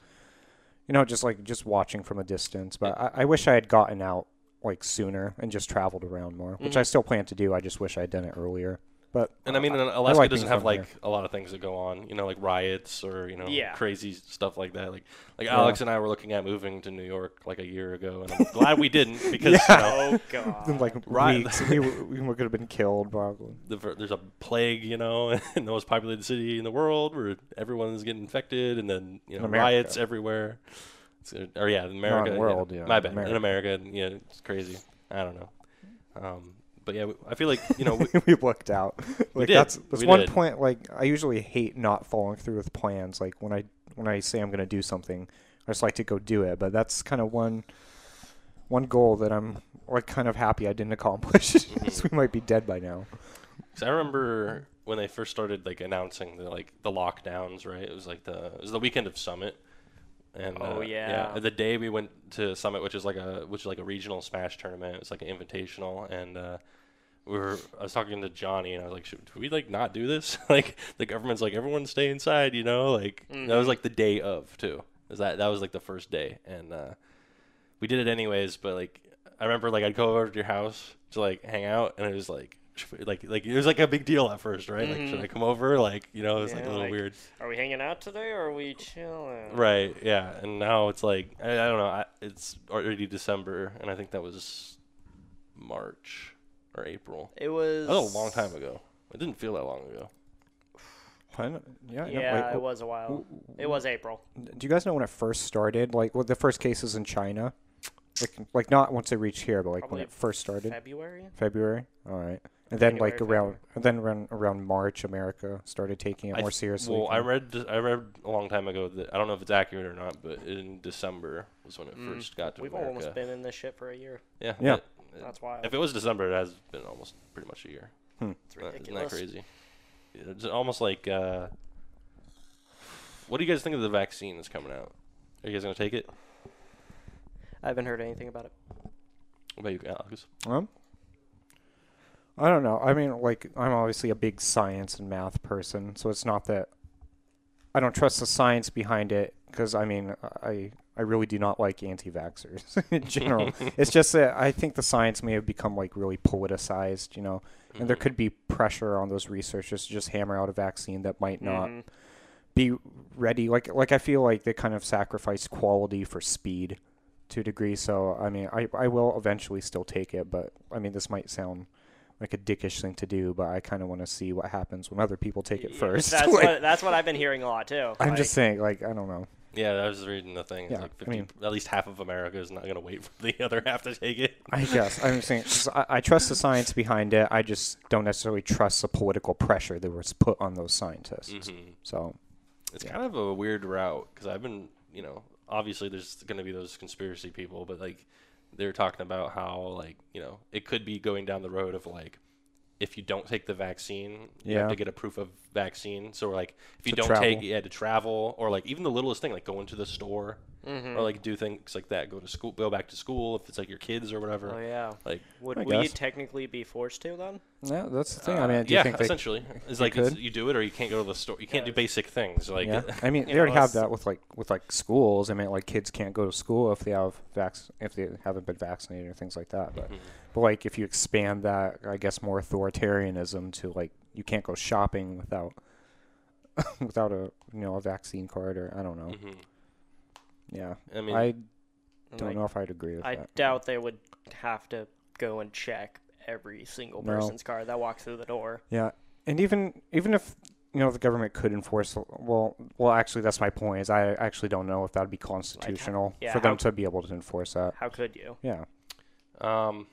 [SPEAKER 3] you know, just like just watching from a distance. But I, I wish I had gotten out like sooner and just traveled around more,
[SPEAKER 2] Mm-hmm.
[SPEAKER 3] which I still plan to do. I just wish I had done it earlier. But
[SPEAKER 1] And I mean,
[SPEAKER 3] uh,
[SPEAKER 1] Alaska
[SPEAKER 3] like being
[SPEAKER 1] doesn't have
[SPEAKER 3] from here.
[SPEAKER 1] like a lot of things that go on, you know, like riots or you know,
[SPEAKER 2] Yeah.
[SPEAKER 1] crazy stuff like that. Like, like Alex and I were looking at moving to New York like a year ago, and I'm glad we didn't because you know,
[SPEAKER 2] Oh god.
[SPEAKER 3] like
[SPEAKER 1] Right.
[SPEAKER 3] weeks, we, were- we could have been killed probably.
[SPEAKER 1] the, ver- there's a plague, you know, <laughs> in the most populated city in the world where everyone's getting infected, and then you know,
[SPEAKER 3] America.
[SPEAKER 1] riots everywhere. It's, uh, or yeah, in America, yeah.
[SPEAKER 3] world, yeah,
[SPEAKER 1] My bad,
[SPEAKER 3] America.
[SPEAKER 1] in America, and, yeah, it's crazy. I don't know, um, but yeah, we, I feel like you know, we,
[SPEAKER 3] <laughs> we looked out. Like
[SPEAKER 1] did.
[SPEAKER 3] that's that's
[SPEAKER 1] We
[SPEAKER 3] one
[SPEAKER 1] did.
[SPEAKER 3] point. Like I usually hate not following through with plans. Like when I when I say I'm gonna do something, I just like to go do it. But that's kind of one one goal that I'm like kind of happy I didn't accomplish. <laughs>
[SPEAKER 1] Mm-hmm.
[SPEAKER 3] 'Cause we might be dead by now.
[SPEAKER 1] Cause I remember when they first started like announcing the like the lockdowns, right? It was like the it was the weekend of Summit, and
[SPEAKER 2] Oh,
[SPEAKER 1] uh,
[SPEAKER 2] yeah.
[SPEAKER 1] the day we went to Summit, which is like a which is like a regional Smash tournament. It was like an invitational, and uh, we were I was talking to Johnny, and I was like, should we like not do this? <laughs> like the government's like everyone stay inside, you know? Like that
[SPEAKER 2] Mm-hmm.
[SPEAKER 1] was like the day of too. Is that that was like the first day, and uh, we did it anyways. But like I remember like I'd go over to your house to like hang out, and it was like should we- like like it was like a big deal at first, right? Like should I come over? Like you know, it was like a
[SPEAKER 2] Mm-hmm. Yeah,
[SPEAKER 1] little
[SPEAKER 2] like-
[SPEAKER 1] weird,
[SPEAKER 2] Are we hanging out today or are we chilling?
[SPEAKER 1] right? Yeah, and now it's like I, I don't know. I, it's already December, and I think that was March or April.
[SPEAKER 2] It was
[SPEAKER 1] That was a long time ago. It didn't feel that long ago.
[SPEAKER 3] Yeah, oh,
[SPEAKER 2] Yeah, it was a while. It was April.
[SPEAKER 3] Do you guys know when it first started? Like well, the first cases in China. Like, like not once it reached here, but like when
[SPEAKER 2] Probably
[SPEAKER 3] it first started,
[SPEAKER 2] February?
[SPEAKER 3] February. All right, and then like
[SPEAKER 2] January,
[SPEAKER 3] around, and then around, around March, America started taking it
[SPEAKER 1] I
[SPEAKER 3] more
[SPEAKER 1] th-
[SPEAKER 3] seriously.
[SPEAKER 1] Well, I
[SPEAKER 3] kinda.
[SPEAKER 1] read th- I read a long time ago that I don't know if it's accurate or not, but in December was when it first got to
[SPEAKER 2] Mm, We've
[SPEAKER 1] America.
[SPEAKER 2] almost been in this shit for a year.
[SPEAKER 1] Yeah,
[SPEAKER 3] Yeah.
[SPEAKER 1] it- it-
[SPEAKER 2] That's wild.
[SPEAKER 1] if it was December, it has been almost pretty much a year.
[SPEAKER 2] It's
[SPEAKER 1] Isn't that-
[SPEAKER 2] ridiculous.
[SPEAKER 1] Isn't that crazy? It's almost like. Uh, what do you guys think of the vaccine that's coming out? Are you guys gonna take it?
[SPEAKER 2] I haven't heard anything about it.
[SPEAKER 1] What about you, Alex?
[SPEAKER 3] Um, I don't know. I mean, like, I'm obviously a big science and math person, so it's not that I don't trust the science behind it. Because I mean, I I really do not like anti-vaxxers <laughs>
[SPEAKER 1] <laughs>
[SPEAKER 3] in general. it's just that I think the science may have become like really politicized, you know, and there
[SPEAKER 1] Mm.
[SPEAKER 3] could be pressure on those researchers to just hammer out a vaccine that might not
[SPEAKER 2] Mhm.
[SPEAKER 3] be ready. Like like I feel like they kind of sacrifice quality for speed to a degree. So I mean I, I will eventually still take it, but I mean this might sound like a dickish thing to do, but I kinda wanna see what happens when other people take it
[SPEAKER 2] Yeah,
[SPEAKER 3] first. <laughs>
[SPEAKER 2] That's
[SPEAKER 3] Like,
[SPEAKER 2] what that's what I've been hearing a lot too.
[SPEAKER 3] I'm
[SPEAKER 2] Like,
[SPEAKER 3] just saying, like I don't know.
[SPEAKER 1] Yeah, I was reading the thing. It's
[SPEAKER 3] Yeah,
[SPEAKER 1] like
[SPEAKER 3] I
[SPEAKER 1] 50,
[SPEAKER 3] mean-
[SPEAKER 1] at least half of America is not gonna wait for the <laughs> other half to take it.
[SPEAKER 3] I guess I'm saying 'cause I, I trust the science behind it. I just don't necessarily trust the political pressure that was put on those scientists. So
[SPEAKER 1] It's kind of a weird route because I've been, you know, obviously there's going to be those conspiracy people, but like they're talking about how like you know it could be going down the road of like if you don't take the vaccine, you
[SPEAKER 3] Yeah.
[SPEAKER 1] have to get a proof of vaccine. So like if you
[SPEAKER 3] To
[SPEAKER 1] don't
[SPEAKER 3] travel.
[SPEAKER 1] take, you had to travel or like even the littlest thing like go into the store
[SPEAKER 2] Mm-hmm.
[SPEAKER 1] or like do things like that, go to school, go back to school if it's like your kids or whatever.
[SPEAKER 2] Oh yeah.
[SPEAKER 1] Like
[SPEAKER 2] Would
[SPEAKER 3] I
[SPEAKER 2] we
[SPEAKER 3] guess.
[SPEAKER 2] technically be forced to then?
[SPEAKER 3] yeah, that's the thing. I mean, I do
[SPEAKER 1] Uh, yeah,
[SPEAKER 3] think they
[SPEAKER 1] essentially, it's like it's-
[SPEAKER 3] could.
[SPEAKER 1] you do it or you can't go to the store. You can't do basic things like <laughs>
[SPEAKER 2] <laughs>
[SPEAKER 3] Yeah, I mean,
[SPEAKER 2] you
[SPEAKER 3] they already
[SPEAKER 2] know,
[SPEAKER 3] have
[SPEAKER 2] it's-
[SPEAKER 3] that with like with like schools. I mean, like kids can't go to school if they have vac- if they haven't been vaccinated or things like that.
[SPEAKER 2] Mm-hmm.
[SPEAKER 3] But but like if you expand that, I guess more authoritarianism to like you can't go shopping without <laughs> without a you know a vaccine card or I don't
[SPEAKER 2] Mm.
[SPEAKER 3] know.
[SPEAKER 1] Mhm.
[SPEAKER 3] Yeah,
[SPEAKER 1] I
[SPEAKER 3] I,
[SPEAKER 1] mean,
[SPEAKER 3] don't
[SPEAKER 2] Like,
[SPEAKER 3] know if I'd agree with
[SPEAKER 2] I
[SPEAKER 3] that.
[SPEAKER 2] doubt they would have to go and check every single
[SPEAKER 3] No.
[SPEAKER 2] person's car that walks through the door.
[SPEAKER 3] Yeah, and even even if you know the government could enforce well well actually that's my point is I actually don't know if that'd be constitutional
[SPEAKER 2] yeah,
[SPEAKER 3] for them
[SPEAKER 2] how-
[SPEAKER 3] to be able to enforce that.
[SPEAKER 2] How could you?
[SPEAKER 3] Yeah.
[SPEAKER 1] Um,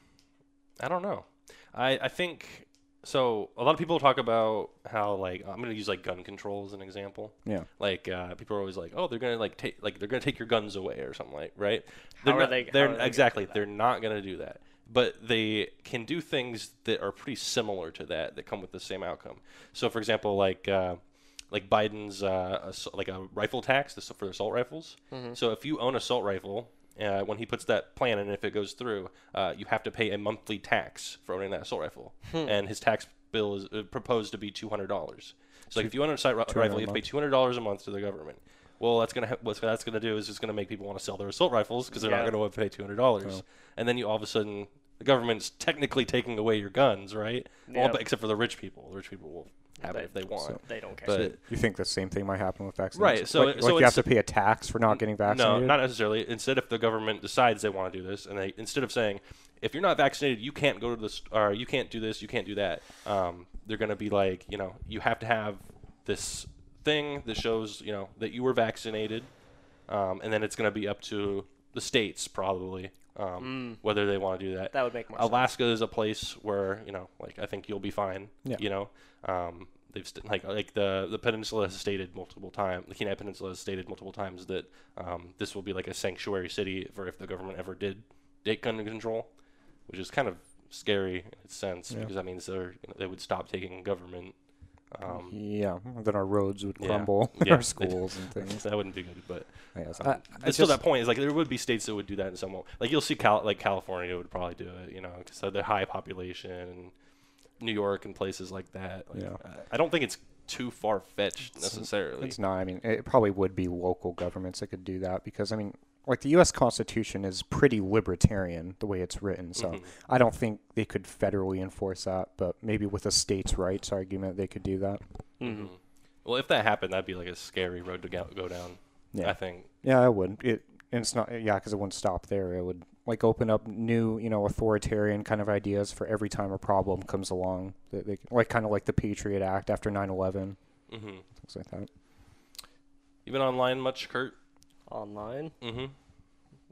[SPEAKER 1] I don't know. I I think so. A lot of people talk about how like I'm gonna use like gun control as an example.
[SPEAKER 3] Yeah.
[SPEAKER 1] Like uh, people are always like, oh, they're gonna like take like they're gonna take your guns away or something like right.
[SPEAKER 2] How
[SPEAKER 1] they're
[SPEAKER 2] are
[SPEAKER 1] not,
[SPEAKER 2] they- how
[SPEAKER 1] They're
[SPEAKER 2] are they gonna
[SPEAKER 1] exactly.
[SPEAKER 2] do that?
[SPEAKER 1] They're not gonna do that. but they can do things that are pretty similar to that that come with the same outcome. So, for example, like uh, like Biden's uh, ass- like a rifle tax this for assault rifles. Mm-hmm. So, if you own assault rifle, uh, when he puts that plan in, if it goes through, uh, you have to pay a monthly tax for owning that assault rifle, and his tax bill is uh, proposed to be two hundred dollars. So, like, if you own an assault ri- rifle, you have to pay two hundred dollars a month to the government. Well, that's gonna ha- what's that's gonna do is it's gonna make people want to sell their assault rifles because they're
[SPEAKER 2] Yeah.
[SPEAKER 1] not gonna pay two hundred dollars, and then you all of a sudden the government's technically taking away your guns, right? Well,
[SPEAKER 2] Yep.
[SPEAKER 1] but except for the rich people, the rich people will have
[SPEAKER 2] They-
[SPEAKER 1] it if they want.
[SPEAKER 3] so-
[SPEAKER 2] They don't care.
[SPEAKER 1] but
[SPEAKER 3] You think the same thing might happen with vaccines?
[SPEAKER 1] Right, so-
[SPEAKER 3] like,
[SPEAKER 1] so
[SPEAKER 3] like you have
[SPEAKER 1] it's-
[SPEAKER 3] to pay a tax for not getting
[SPEAKER 1] no,
[SPEAKER 3] vaccinated.
[SPEAKER 1] not necessarily. Instead, if the government decides they want to do this, and they instead of saying if you're not vaccinated, you can't go to this, or you can't do this, you can't do that, um, they're gonna be like, you know, you have to have this thing that shows, you know, that you were vaccinated, um, and then it's gonna be up to the states probably um, whether they want to do that.
[SPEAKER 2] that would make more sense.
[SPEAKER 1] Alaska is a place where you know, like I think you'll be fine.
[SPEAKER 3] Yeah.
[SPEAKER 1] You know, um, they've st- like like the the peninsula has stated multiple times. The Kenai Peninsula has stated multiple times that um, this will be like a sanctuary city for if the government ever did take gun control, which is kind of scary in its sense
[SPEAKER 3] Yeah.
[SPEAKER 1] because that means they're you know, they would stop taking government. Um,
[SPEAKER 3] Yeah, then our roads would
[SPEAKER 1] Yeah.
[SPEAKER 3] crumble, and
[SPEAKER 1] Yeah.
[SPEAKER 3] our schools and
[SPEAKER 1] <laughs>
[SPEAKER 3] things.
[SPEAKER 1] that wouldn't be good, but
[SPEAKER 3] Yes.
[SPEAKER 1] Um,
[SPEAKER 3] I, I
[SPEAKER 1] still,
[SPEAKER 3] just-
[SPEAKER 1] that point is like there would be states that would do that in some way. Like you'll see, Cal- like California would probably do it, you know, because of their high population, and New York and places like that. Like, uh,
[SPEAKER 3] Yeah.
[SPEAKER 1] I- I don't think it's too far fetched
[SPEAKER 3] It's-
[SPEAKER 1] necessarily.
[SPEAKER 3] It's not. I mean, it probably would be local governments that could do that because I mean, like the U.S. Constitution is pretty libertarian the way it's written. So
[SPEAKER 1] Mhm.
[SPEAKER 3] I don't think they could federally enforce that, but maybe with a states' rights argument, they could do that.
[SPEAKER 2] Mhm.
[SPEAKER 1] Mhm. Well, if that happened, that'd be like a scary road to go, go down.
[SPEAKER 3] Yeah,
[SPEAKER 1] I think.
[SPEAKER 3] yeah, I would. It and it's not. Yeah, because it wouldn't stop there. It would like open up new, you know, authoritarian kind of ideas for every time a problem comes along. That they like kind of like the Patriot Act after 9/11,
[SPEAKER 1] hmm
[SPEAKER 3] things like that.
[SPEAKER 1] You've been online much, Kurt?
[SPEAKER 2] Online?
[SPEAKER 1] hmm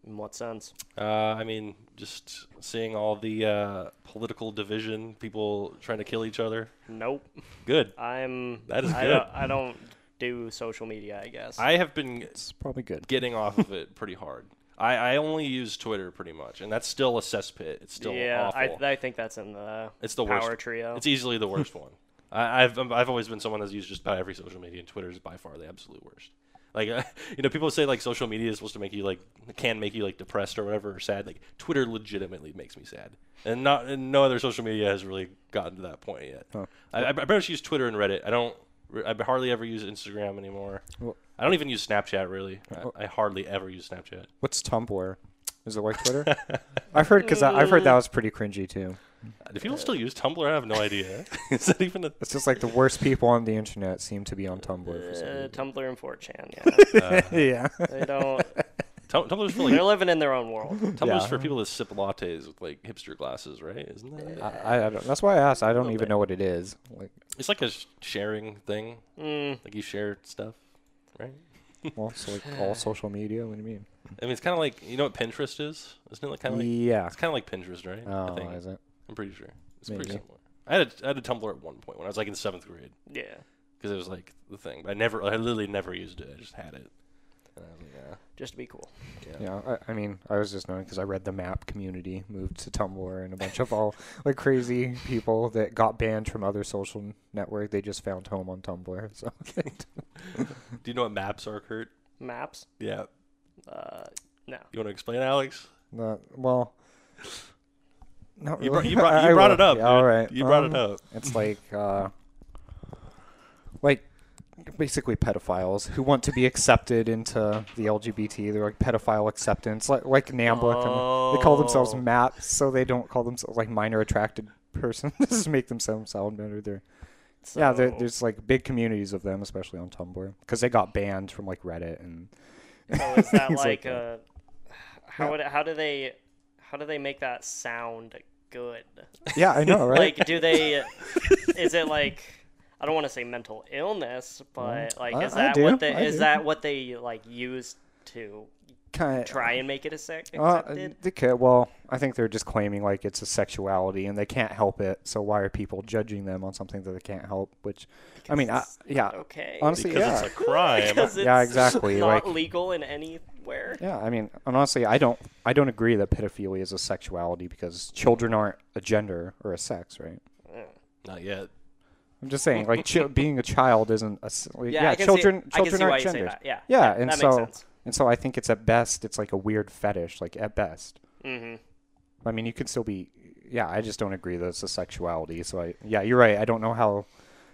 [SPEAKER 2] In what sense?
[SPEAKER 1] Uh, I mean, just seeing all the uh, political division, people trying to kill each other.
[SPEAKER 2] Nope.
[SPEAKER 1] Good.
[SPEAKER 2] I'm.
[SPEAKER 1] That is
[SPEAKER 2] I
[SPEAKER 1] good.
[SPEAKER 2] Don't, I don't do social media. I guess.
[SPEAKER 1] I have been
[SPEAKER 3] It's probably good.
[SPEAKER 1] getting off of it pretty hard. I, I only use Twitter pretty much, and that's still a cesspit. It's still
[SPEAKER 2] yeah.
[SPEAKER 1] awful.
[SPEAKER 2] I I think that's in the
[SPEAKER 1] it's the
[SPEAKER 2] power
[SPEAKER 1] worst.
[SPEAKER 2] trio.
[SPEAKER 1] It's easily the worst
[SPEAKER 3] <laughs>
[SPEAKER 1] one. I, I've um, I've always been someone that's used just about every social media, and Twitter is by far the absolute worst. Like <laughs> uh, you know, people say like social media is supposed to make you like can make you like depressed or whatever or sad. Like Twitter legitimately makes me sad, and not and no other social media has really gotten to that point yet.
[SPEAKER 3] Huh.
[SPEAKER 1] I, I, I pretty much use Twitter and Reddit. I don't. I hardly ever use Instagram anymore.
[SPEAKER 3] Well-
[SPEAKER 1] I don't even use Snapchat really.
[SPEAKER 3] Well-
[SPEAKER 1] I, I hardly ever use Snapchat.
[SPEAKER 3] What's Tumblr? Is it like
[SPEAKER 1] <laughs>
[SPEAKER 3] Twitter? I've heard because I've heard
[SPEAKER 2] Mm.
[SPEAKER 3] that was pretty cringy too.
[SPEAKER 1] Do
[SPEAKER 3] Uh,
[SPEAKER 1] people still use Tumblr? I have no
[SPEAKER 3] <laughs>
[SPEAKER 1] idea. Is that even a?
[SPEAKER 3] It's just like the worst people on the internet seem to be on Tumblr for some
[SPEAKER 2] Uh,
[SPEAKER 3] reason.
[SPEAKER 2] Tumblr and
[SPEAKER 1] <laughs>
[SPEAKER 2] 4chan. Yeah.
[SPEAKER 3] <laughs> yeah,
[SPEAKER 2] they don't.
[SPEAKER 1] uh, Tum- Tumblr's for
[SPEAKER 2] They're
[SPEAKER 1] like,
[SPEAKER 2] living in their own world.
[SPEAKER 1] <laughs> Tumblr's
[SPEAKER 3] Yeah.
[SPEAKER 1] for people that sip lattes with like hipster glasses, right? Isn't that? it?
[SPEAKER 3] I, I- I don't, that's why I asked. I don't
[SPEAKER 1] Little
[SPEAKER 3] even
[SPEAKER 1] bit.
[SPEAKER 3] know what it is. Like,
[SPEAKER 1] <laughs> It's like a sh- sharing thing.
[SPEAKER 2] Mm,
[SPEAKER 1] Like you share stuff, right?
[SPEAKER 3] well, it's like all social media. What do you mean?
[SPEAKER 1] I mean, it's kind of like you know what Pinterest is, isn't it? Like kind of like
[SPEAKER 3] yeah.
[SPEAKER 1] it's kind of like Pinterest, right? I
[SPEAKER 3] Oh,
[SPEAKER 1] think.
[SPEAKER 3] is it?
[SPEAKER 1] I'm pretty sure. It's pretty
[SPEAKER 3] Maybe.
[SPEAKER 1] similar. I had a, I had a Tumblr at one point when I was like in seventh grade
[SPEAKER 2] yeah.
[SPEAKER 1] because it was like the thing, but I never, I literally never used it. I just had it. And I was like, "Ah, yeah.
[SPEAKER 2] Just to be cool.
[SPEAKER 3] Yeah. I, I mean, I was just knowing because I read the map community moved to Tumblr and a bunch of all <laughs> like crazy people that got banned from other social network. They just found home on Tumblr. <laughs> So
[SPEAKER 1] Do you know what maps are, Kurt?
[SPEAKER 2] Maps.
[SPEAKER 1] Yeah.
[SPEAKER 2] Uh, no.
[SPEAKER 1] You want to explain, Alex?
[SPEAKER 3] Not, well, not <laughs>
[SPEAKER 1] You, brought
[SPEAKER 3] really.
[SPEAKER 1] you, brought,
[SPEAKER 3] I-
[SPEAKER 1] you
[SPEAKER 3] I
[SPEAKER 1] brought
[SPEAKER 3] will.
[SPEAKER 1] it up.
[SPEAKER 3] Yeah,
[SPEAKER 1] dude.
[SPEAKER 3] all right.
[SPEAKER 1] You brought
[SPEAKER 3] Um,
[SPEAKER 1] it up.
[SPEAKER 3] It's like, uh, like basically pedophiles who want to be accepted into the LGBT. They're like pedophile acceptance, like like NAMBLA. kinda- They call themselves
[SPEAKER 2] Oh.
[SPEAKER 3] MAPs, so they don't call themselves like minor attracted <laughs> person. this is make themselves sound better. They're yeah, there,
[SPEAKER 2] So-
[SPEAKER 3] there's like big communities of them, especially on Tumblr, because they got banned from like Reddit and <laughs>
[SPEAKER 2] So is that
[SPEAKER 3] He's
[SPEAKER 2] like
[SPEAKER 3] like,
[SPEAKER 2] uh how
[SPEAKER 3] Yeah.
[SPEAKER 2] would how do they how do they make that sound good?
[SPEAKER 3] yeah,
[SPEAKER 2] <laughs>
[SPEAKER 3] I know, right?
[SPEAKER 2] Like do they is it like I don't want to say mental illness, but like
[SPEAKER 3] I-
[SPEAKER 2] is
[SPEAKER 3] I
[SPEAKER 2] that
[SPEAKER 3] do,
[SPEAKER 2] what they
[SPEAKER 3] I
[SPEAKER 2] is
[SPEAKER 3] do.
[SPEAKER 2] that what they like use to
[SPEAKER 3] kind of
[SPEAKER 2] try and make it a sec-
[SPEAKER 3] Uh,
[SPEAKER 2] accepted.
[SPEAKER 3] they ca- well, I think they're just claiming like it's a sexuality and they can't help it. So why are people judging them on something that they can't help? Which, I mean, I,
[SPEAKER 2] Because it's
[SPEAKER 3] yeah,
[SPEAKER 2] not okay.
[SPEAKER 3] honestly,
[SPEAKER 1] because
[SPEAKER 3] yeah,
[SPEAKER 1] it's a
[SPEAKER 3] <laughs>
[SPEAKER 1] crime.
[SPEAKER 2] because it's
[SPEAKER 3] Yeah, exactly,
[SPEAKER 2] not
[SPEAKER 3] like-
[SPEAKER 2] legal in anywhere.
[SPEAKER 3] yeah. I mean, and honestly, I don't, I don't agree that pedophilia is a sexuality because children aren't a gender or a sex, right?
[SPEAKER 1] Not yet.
[SPEAKER 3] I'm just saying, like,
[SPEAKER 2] <laughs>
[SPEAKER 3] chi- being a child isn't a, s- like, yeah,
[SPEAKER 2] I can see-
[SPEAKER 3] children,
[SPEAKER 2] I can
[SPEAKER 3] children
[SPEAKER 2] see why
[SPEAKER 3] aren't
[SPEAKER 2] you say
[SPEAKER 3] genders.
[SPEAKER 2] that, yeah.
[SPEAKER 3] yeah,
[SPEAKER 2] Yeah,
[SPEAKER 3] and
[SPEAKER 2] that
[SPEAKER 3] so,
[SPEAKER 2] makes sense.
[SPEAKER 3] and so, I think it's at best, it's like a weird fetish, like at best.
[SPEAKER 2] hmm
[SPEAKER 3] I mean, you could still be. Yeah, I just don't agree that it's a sexuality. So I, yeah, you're right. I don't know how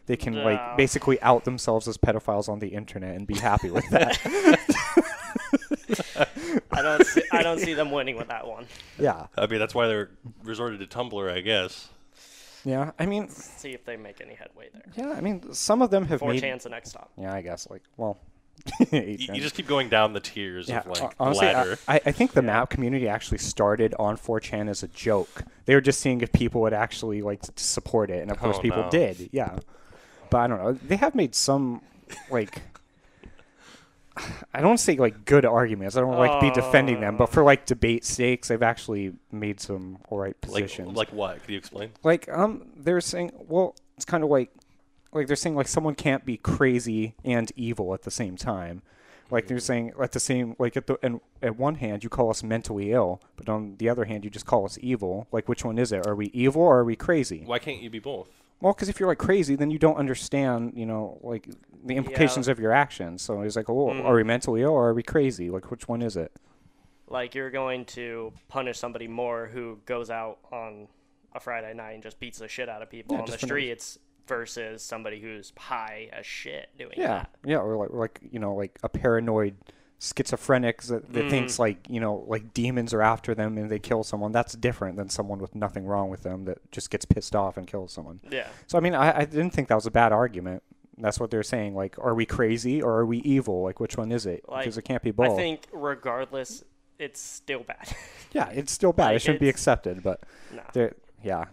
[SPEAKER 3] they can
[SPEAKER 2] No.
[SPEAKER 3] like basically out themselves as pedophiles on the internet and be happy with that.
[SPEAKER 2] <laughs>
[SPEAKER 3] <laughs>
[SPEAKER 2] I don't see, I don't see them winning with that one.
[SPEAKER 3] yeah,
[SPEAKER 1] I mean, that's why they're resorted to Tumblr, I guess.
[SPEAKER 3] yeah. I mean,
[SPEAKER 2] See if they make any headway there.
[SPEAKER 3] yeah. I mean, some of them have
[SPEAKER 2] Four
[SPEAKER 3] made.
[SPEAKER 2] chance the next stop.
[SPEAKER 3] Yeah, I guess like well. <laughs>
[SPEAKER 1] You, you just keep going down the tiers of like the
[SPEAKER 3] honestly, uh, I,
[SPEAKER 1] ladder.
[SPEAKER 3] I I think the map community actually started on 4chan as a joke. They were just seeing if people would actually like to support it, and of course,
[SPEAKER 1] Oh,
[SPEAKER 3] people
[SPEAKER 1] no.
[SPEAKER 3] did. Yeah, but I don't know. They have made some like I don't say like good arguments. I don't like be defending them,
[SPEAKER 1] Oh.
[SPEAKER 3] but for like debate stakes, they've actually made some all right
[SPEAKER 1] like,
[SPEAKER 3] positions
[SPEAKER 1] like what? Could you explain?
[SPEAKER 3] like um they're saying well it's kind of like like they're saying like someone can't be crazy and evil at the same time like they're saying at the same like at the and at one hand you call us mentally ill but on the other hand you just call us evil like which one is it are we evil or are we crazy
[SPEAKER 1] Why can't you be both?
[SPEAKER 3] well because if you're like crazy then you don't understand you know like the implications of your actions so he's like oh are we mentally ill or are we crazy like which one is it
[SPEAKER 2] Like you're going to punish somebody more who goes out on a Friday night and just beats the shit out of people
[SPEAKER 3] Yeah,
[SPEAKER 2] on the
[SPEAKER 3] just for no reason.
[SPEAKER 2] streets versus somebody who's high as shit doing
[SPEAKER 3] Yeah,
[SPEAKER 2] that.
[SPEAKER 3] yeah, or like, like you know, like a paranoid schizophrenic that,
[SPEAKER 2] Mm-hmm.
[SPEAKER 3] that thinks like you know, like demons are after them and they kill someone. That's different than someone with nothing wrong with them that just gets pissed off and kills someone.
[SPEAKER 2] Yeah.
[SPEAKER 3] So I mean, I, I didn't think that was a bad argument. That's what they're saying. Like, are we crazy or are we evil? Like, which one is it?
[SPEAKER 2] Like,
[SPEAKER 3] because it can't be both.
[SPEAKER 2] I think regardless, it's still bad. <laughs>
[SPEAKER 3] yeah, it's still bad.
[SPEAKER 2] like,
[SPEAKER 3] it shouldn't be
[SPEAKER 2] it's-
[SPEAKER 3] accepted. But
[SPEAKER 2] No.
[SPEAKER 3] they're yeah,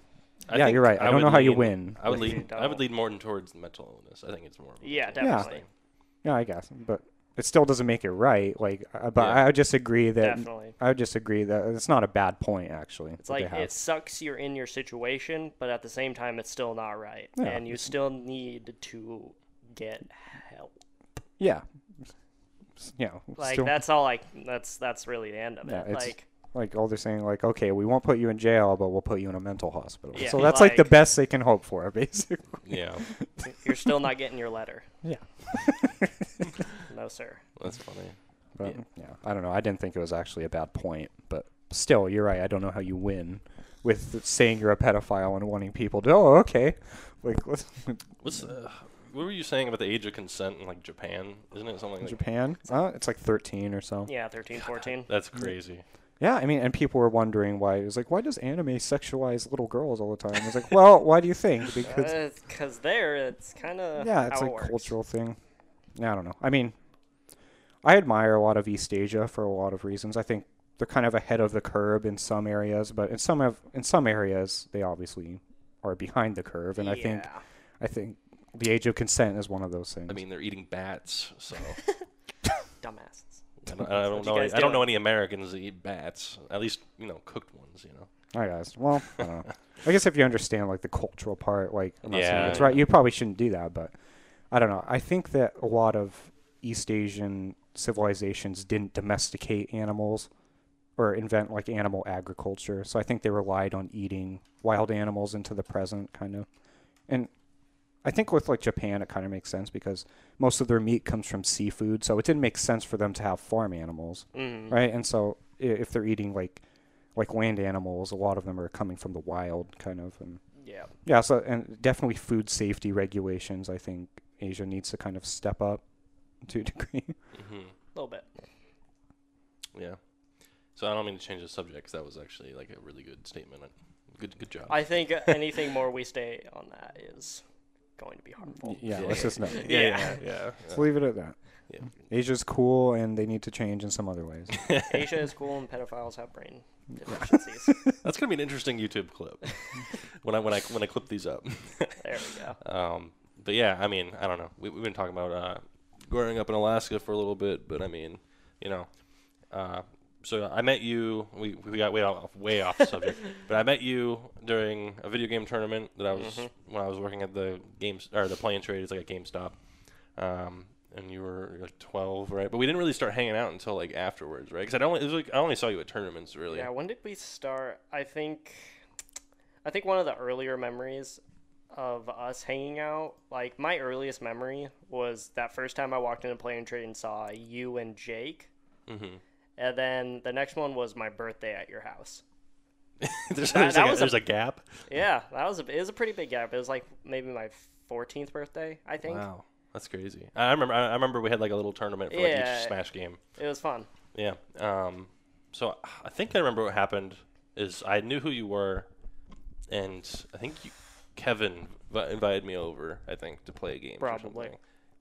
[SPEAKER 1] I
[SPEAKER 3] yeah,
[SPEAKER 1] think
[SPEAKER 3] you're right. I, don't
[SPEAKER 1] would
[SPEAKER 3] know how you
[SPEAKER 1] lean-
[SPEAKER 3] win. <laughs>
[SPEAKER 1] I would
[SPEAKER 3] Like,
[SPEAKER 1] lead. I would lead more towards the mental illness. I think it's more. of
[SPEAKER 3] <laughs>
[SPEAKER 1] a
[SPEAKER 2] yeah,
[SPEAKER 1] mental
[SPEAKER 2] definitely.
[SPEAKER 3] Yeah, I guess, but it still doesn't make it right. Like, uh, but
[SPEAKER 1] Yeah.
[SPEAKER 3] I would just agree that
[SPEAKER 2] Definitely.
[SPEAKER 3] I would just agree that it's not a bad point actually.
[SPEAKER 2] It's like it sucks you're in your situation, but at the same time, it's still not right,
[SPEAKER 3] Yeah.
[SPEAKER 2] and you still need to get help.
[SPEAKER 3] yeah, S- yeah.
[SPEAKER 2] Like
[SPEAKER 3] still-
[SPEAKER 2] that's all. Like that's that's really the end of
[SPEAKER 3] Yeah,
[SPEAKER 2] it.
[SPEAKER 3] it's-
[SPEAKER 2] Like
[SPEAKER 3] like all they're saying like okay, we won't put you in jail, but we'll put you in a mental hospital.
[SPEAKER 2] Yeah,
[SPEAKER 3] so that's like, the
[SPEAKER 2] like-
[SPEAKER 3] best they can hope for, <laughs> basically.
[SPEAKER 1] Yeah,
[SPEAKER 2] you're still not getting your letter.
[SPEAKER 3] Yeah.
[SPEAKER 2] No, sir.
[SPEAKER 1] that's funny.
[SPEAKER 3] But, yeah. I don't know. I didn't think it was actually a bad point, but still, you're right. I don't know how you win with saying you're a pedophile and wanting people to oh okay, like <laughs> let's,
[SPEAKER 1] What's uh, what were you saying about the age of consent in like Japan? Isn't it something like
[SPEAKER 3] Japan, uh, it's like 13 or so.
[SPEAKER 2] Yeah, 13, 14.
[SPEAKER 1] That's crazy.
[SPEAKER 3] Yeah, I mean, and people were wondering why. It was like, why does anime sexualize little girls all the time? It's like, well, why do you think? Because
[SPEAKER 2] Because Uh, there, it's kind of
[SPEAKER 3] <laughs> yeah, it's
[SPEAKER 2] how
[SPEAKER 3] like
[SPEAKER 2] it works.
[SPEAKER 3] cultural thing. Yeah, I don't know. I mean, I admire a lot of East Asia for a lot of reasons. I think they're kind of ahead of the curve in some areas, but in some of in some areas they obviously are behind the curve. And I think
[SPEAKER 2] Yeah.
[SPEAKER 3] I think the age of consent is one of those things.
[SPEAKER 1] I mean, they're eating bats,
[SPEAKER 3] <laughs>
[SPEAKER 1] so
[SPEAKER 2] dumbasses.
[SPEAKER 1] I don't, I don't
[SPEAKER 2] What you
[SPEAKER 1] know.
[SPEAKER 2] guys
[SPEAKER 1] I don't know
[SPEAKER 2] doing?
[SPEAKER 1] any Americans that eat bats. At least you know cooked ones. You know.
[SPEAKER 3] All right, guys. Well, I don't know. I guess if you understand like the cultural part, like I'm not
[SPEAKER 1] Yeah,
[SPEAKER 3] saying it's right,
[SPEAKER 1] yeah.
[SPEAKER 3] you probably shouldn't do that. But I don't know. I think that a lot of East Asian civilizations didn't domesticate animals or invent like animal agriculture, so I think they relied on eating wild animals into the present, kind of. And I think with like Japan, it kind of makes sense because most of their meat comes from seafood, so it didn't make sense for them to have farm animals,
[SPEAKER 2] Mhm.
[SPEAKER 1] Mm-hmm.
[SPEAKER 3] right? And so i- if they're eating like like land animals, a lot of them are coming from the wild, kind of. And
[SPEAKER 2] Yeah.
[SPEAKER 3] yeah, so and definitely food safety regulations. I think Asia needs to kind of step up <laughs> to a degree.
[SPEAKER 1] hmm
[SPEAKER 2] A little bit.
[SPEAKER 1] Yeah. So I don't mean to change the subject 'cause that was actually like a really good statement. Good, good job.
[SPEAKER 2] I think uh, anything more we stay on that is going to be
[SPEAKER 3] <laughs>
[SPEAKER 2] harmful.
[SPEAKER 3] yeah, let's just not.
[SPEAKER 1] yeah, yeah,
[SPEAKER 2] yeah.
[SPEAKER 1] yeah.
[SPEAKER 2] <laughs>
[SPEAKER 3] Let's leave it at that.
[SPEAKER 1] Yeah.
[SPEAKER 3] Asia's cool, and they need to change in some
[SPEAKER 1] <laughs>
[SPEAKER 3] other ways.
[SPEAKER 2] Asia is cool and pedophiles have brain deficiencies.
[SPEAKER 3] <laughs>
[SPEAKER 1] That's gonna be an interesting YouTube clip <laughs> when I when I when I clip these up.
[SPEAKER 2] there we go.
[SPEAKER 3] Uh,
[SPEAKER 1] Um, but yeah, I mean, I don't know. We, we've been talking about uh, growing up in Alaska for a little bit, but I mean, you know, Uh, so I met you. We, we got way off way off the
[SPEAKER 2] <laughs>
[SPEAKER 1] subject, but I met you during a video game tournament that I was
[SPEAKER 2] Mm-hmm.
[SPEAKER 1] when I was working at the games or the play and trade. It's like a GameStop, um, and you were like twelve, right? But we didn't really start hanging out until like afterwards, right? Because I only it was like I only saw you at tournaments, really.
[SPEAKER 2] Yeah, when did we start? I think I think one of the earlier memories of us hanging out, like my earliest memory was that first time I walked into Play and Trade and saw you and Jake.
[SPEAKER 1] <laughs> Mhm.
[SPEAKER 2] And then the next one was my birthday at your house.
[SPEAKER 1] there's,
[SPEAKER 2] That-
[SPEAKER 1] there's
[SPEAKER 2] that
[SPEAKER 1] like a,
[SPEAKER 2] was a-
[SPEAKER 1] there's a gap.
[SPEAKER 2] Yeah, that was a, it was a pretty big gap. It was like maybe my 14th birthday, I think.
[SPEAKER 1] Wow, that's crazy. I I remember. I I remember we had like a little tournament for like
[SPEAKER 2] Yeah.
[SPEAKER 1] each Smash game.
[SPEAKER 2] It was fun.
[SPEAKER 1] Yeah. Um, so I think I remember what happened is I knew who you were, and I think you, Kevin v- invited me over. I think to play a game. Or
[SPEAKER 2] Probably. Hmm.
[SPEAKER 1] something,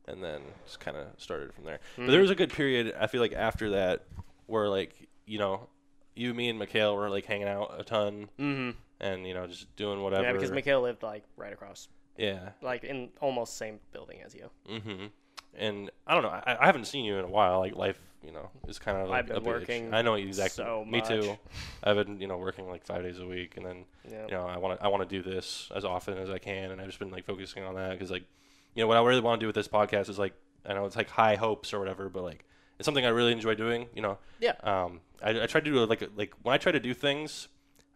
[SPEAKER 1] and then just kind of started from there. But there was a good period. I feel like after that, where like you know, you, me, and Mikhail were like hanging out a ton,
[SPEAKER 2] Mhm.
[SPEAKER 1] and you know, just doing whatever.
[SPEAKER 2] Yeah, because Mikhail lived like right across,
[SPEAKER 1] yeah.
[SPEAKER 2] like in almost same building as you.
[SPEAKER 1] Mm-hmm. And I don't know. I, I haven't seen you in a while. Like life, you know, is kind of like
[SPEAKER 2] I've been
[SPEAKER 1] a bitch.
[SPEAKER 2] working
[SPEAKER 1] I know exactly.
[SPEAKER 2] so
[SPEAKER 1] Me too.
[SPEAKER 2] much.
[SPEAKER 1] <laughs> I've been you know working like five days a week, and then
[SPEAKER 2] Yeah.
[SPEAKER 1] you know I want to I want to do this as often as I can, and I've just been like focusing on that because like you know what I really want to do with this podcast is like I know it's like high hopes or whatever, but like it's something I really enjoy doing. You know.
[SPEAKER 2] Yeah.
[SPEAKER 1] Um, I, I try to do like a- like when I try to do things,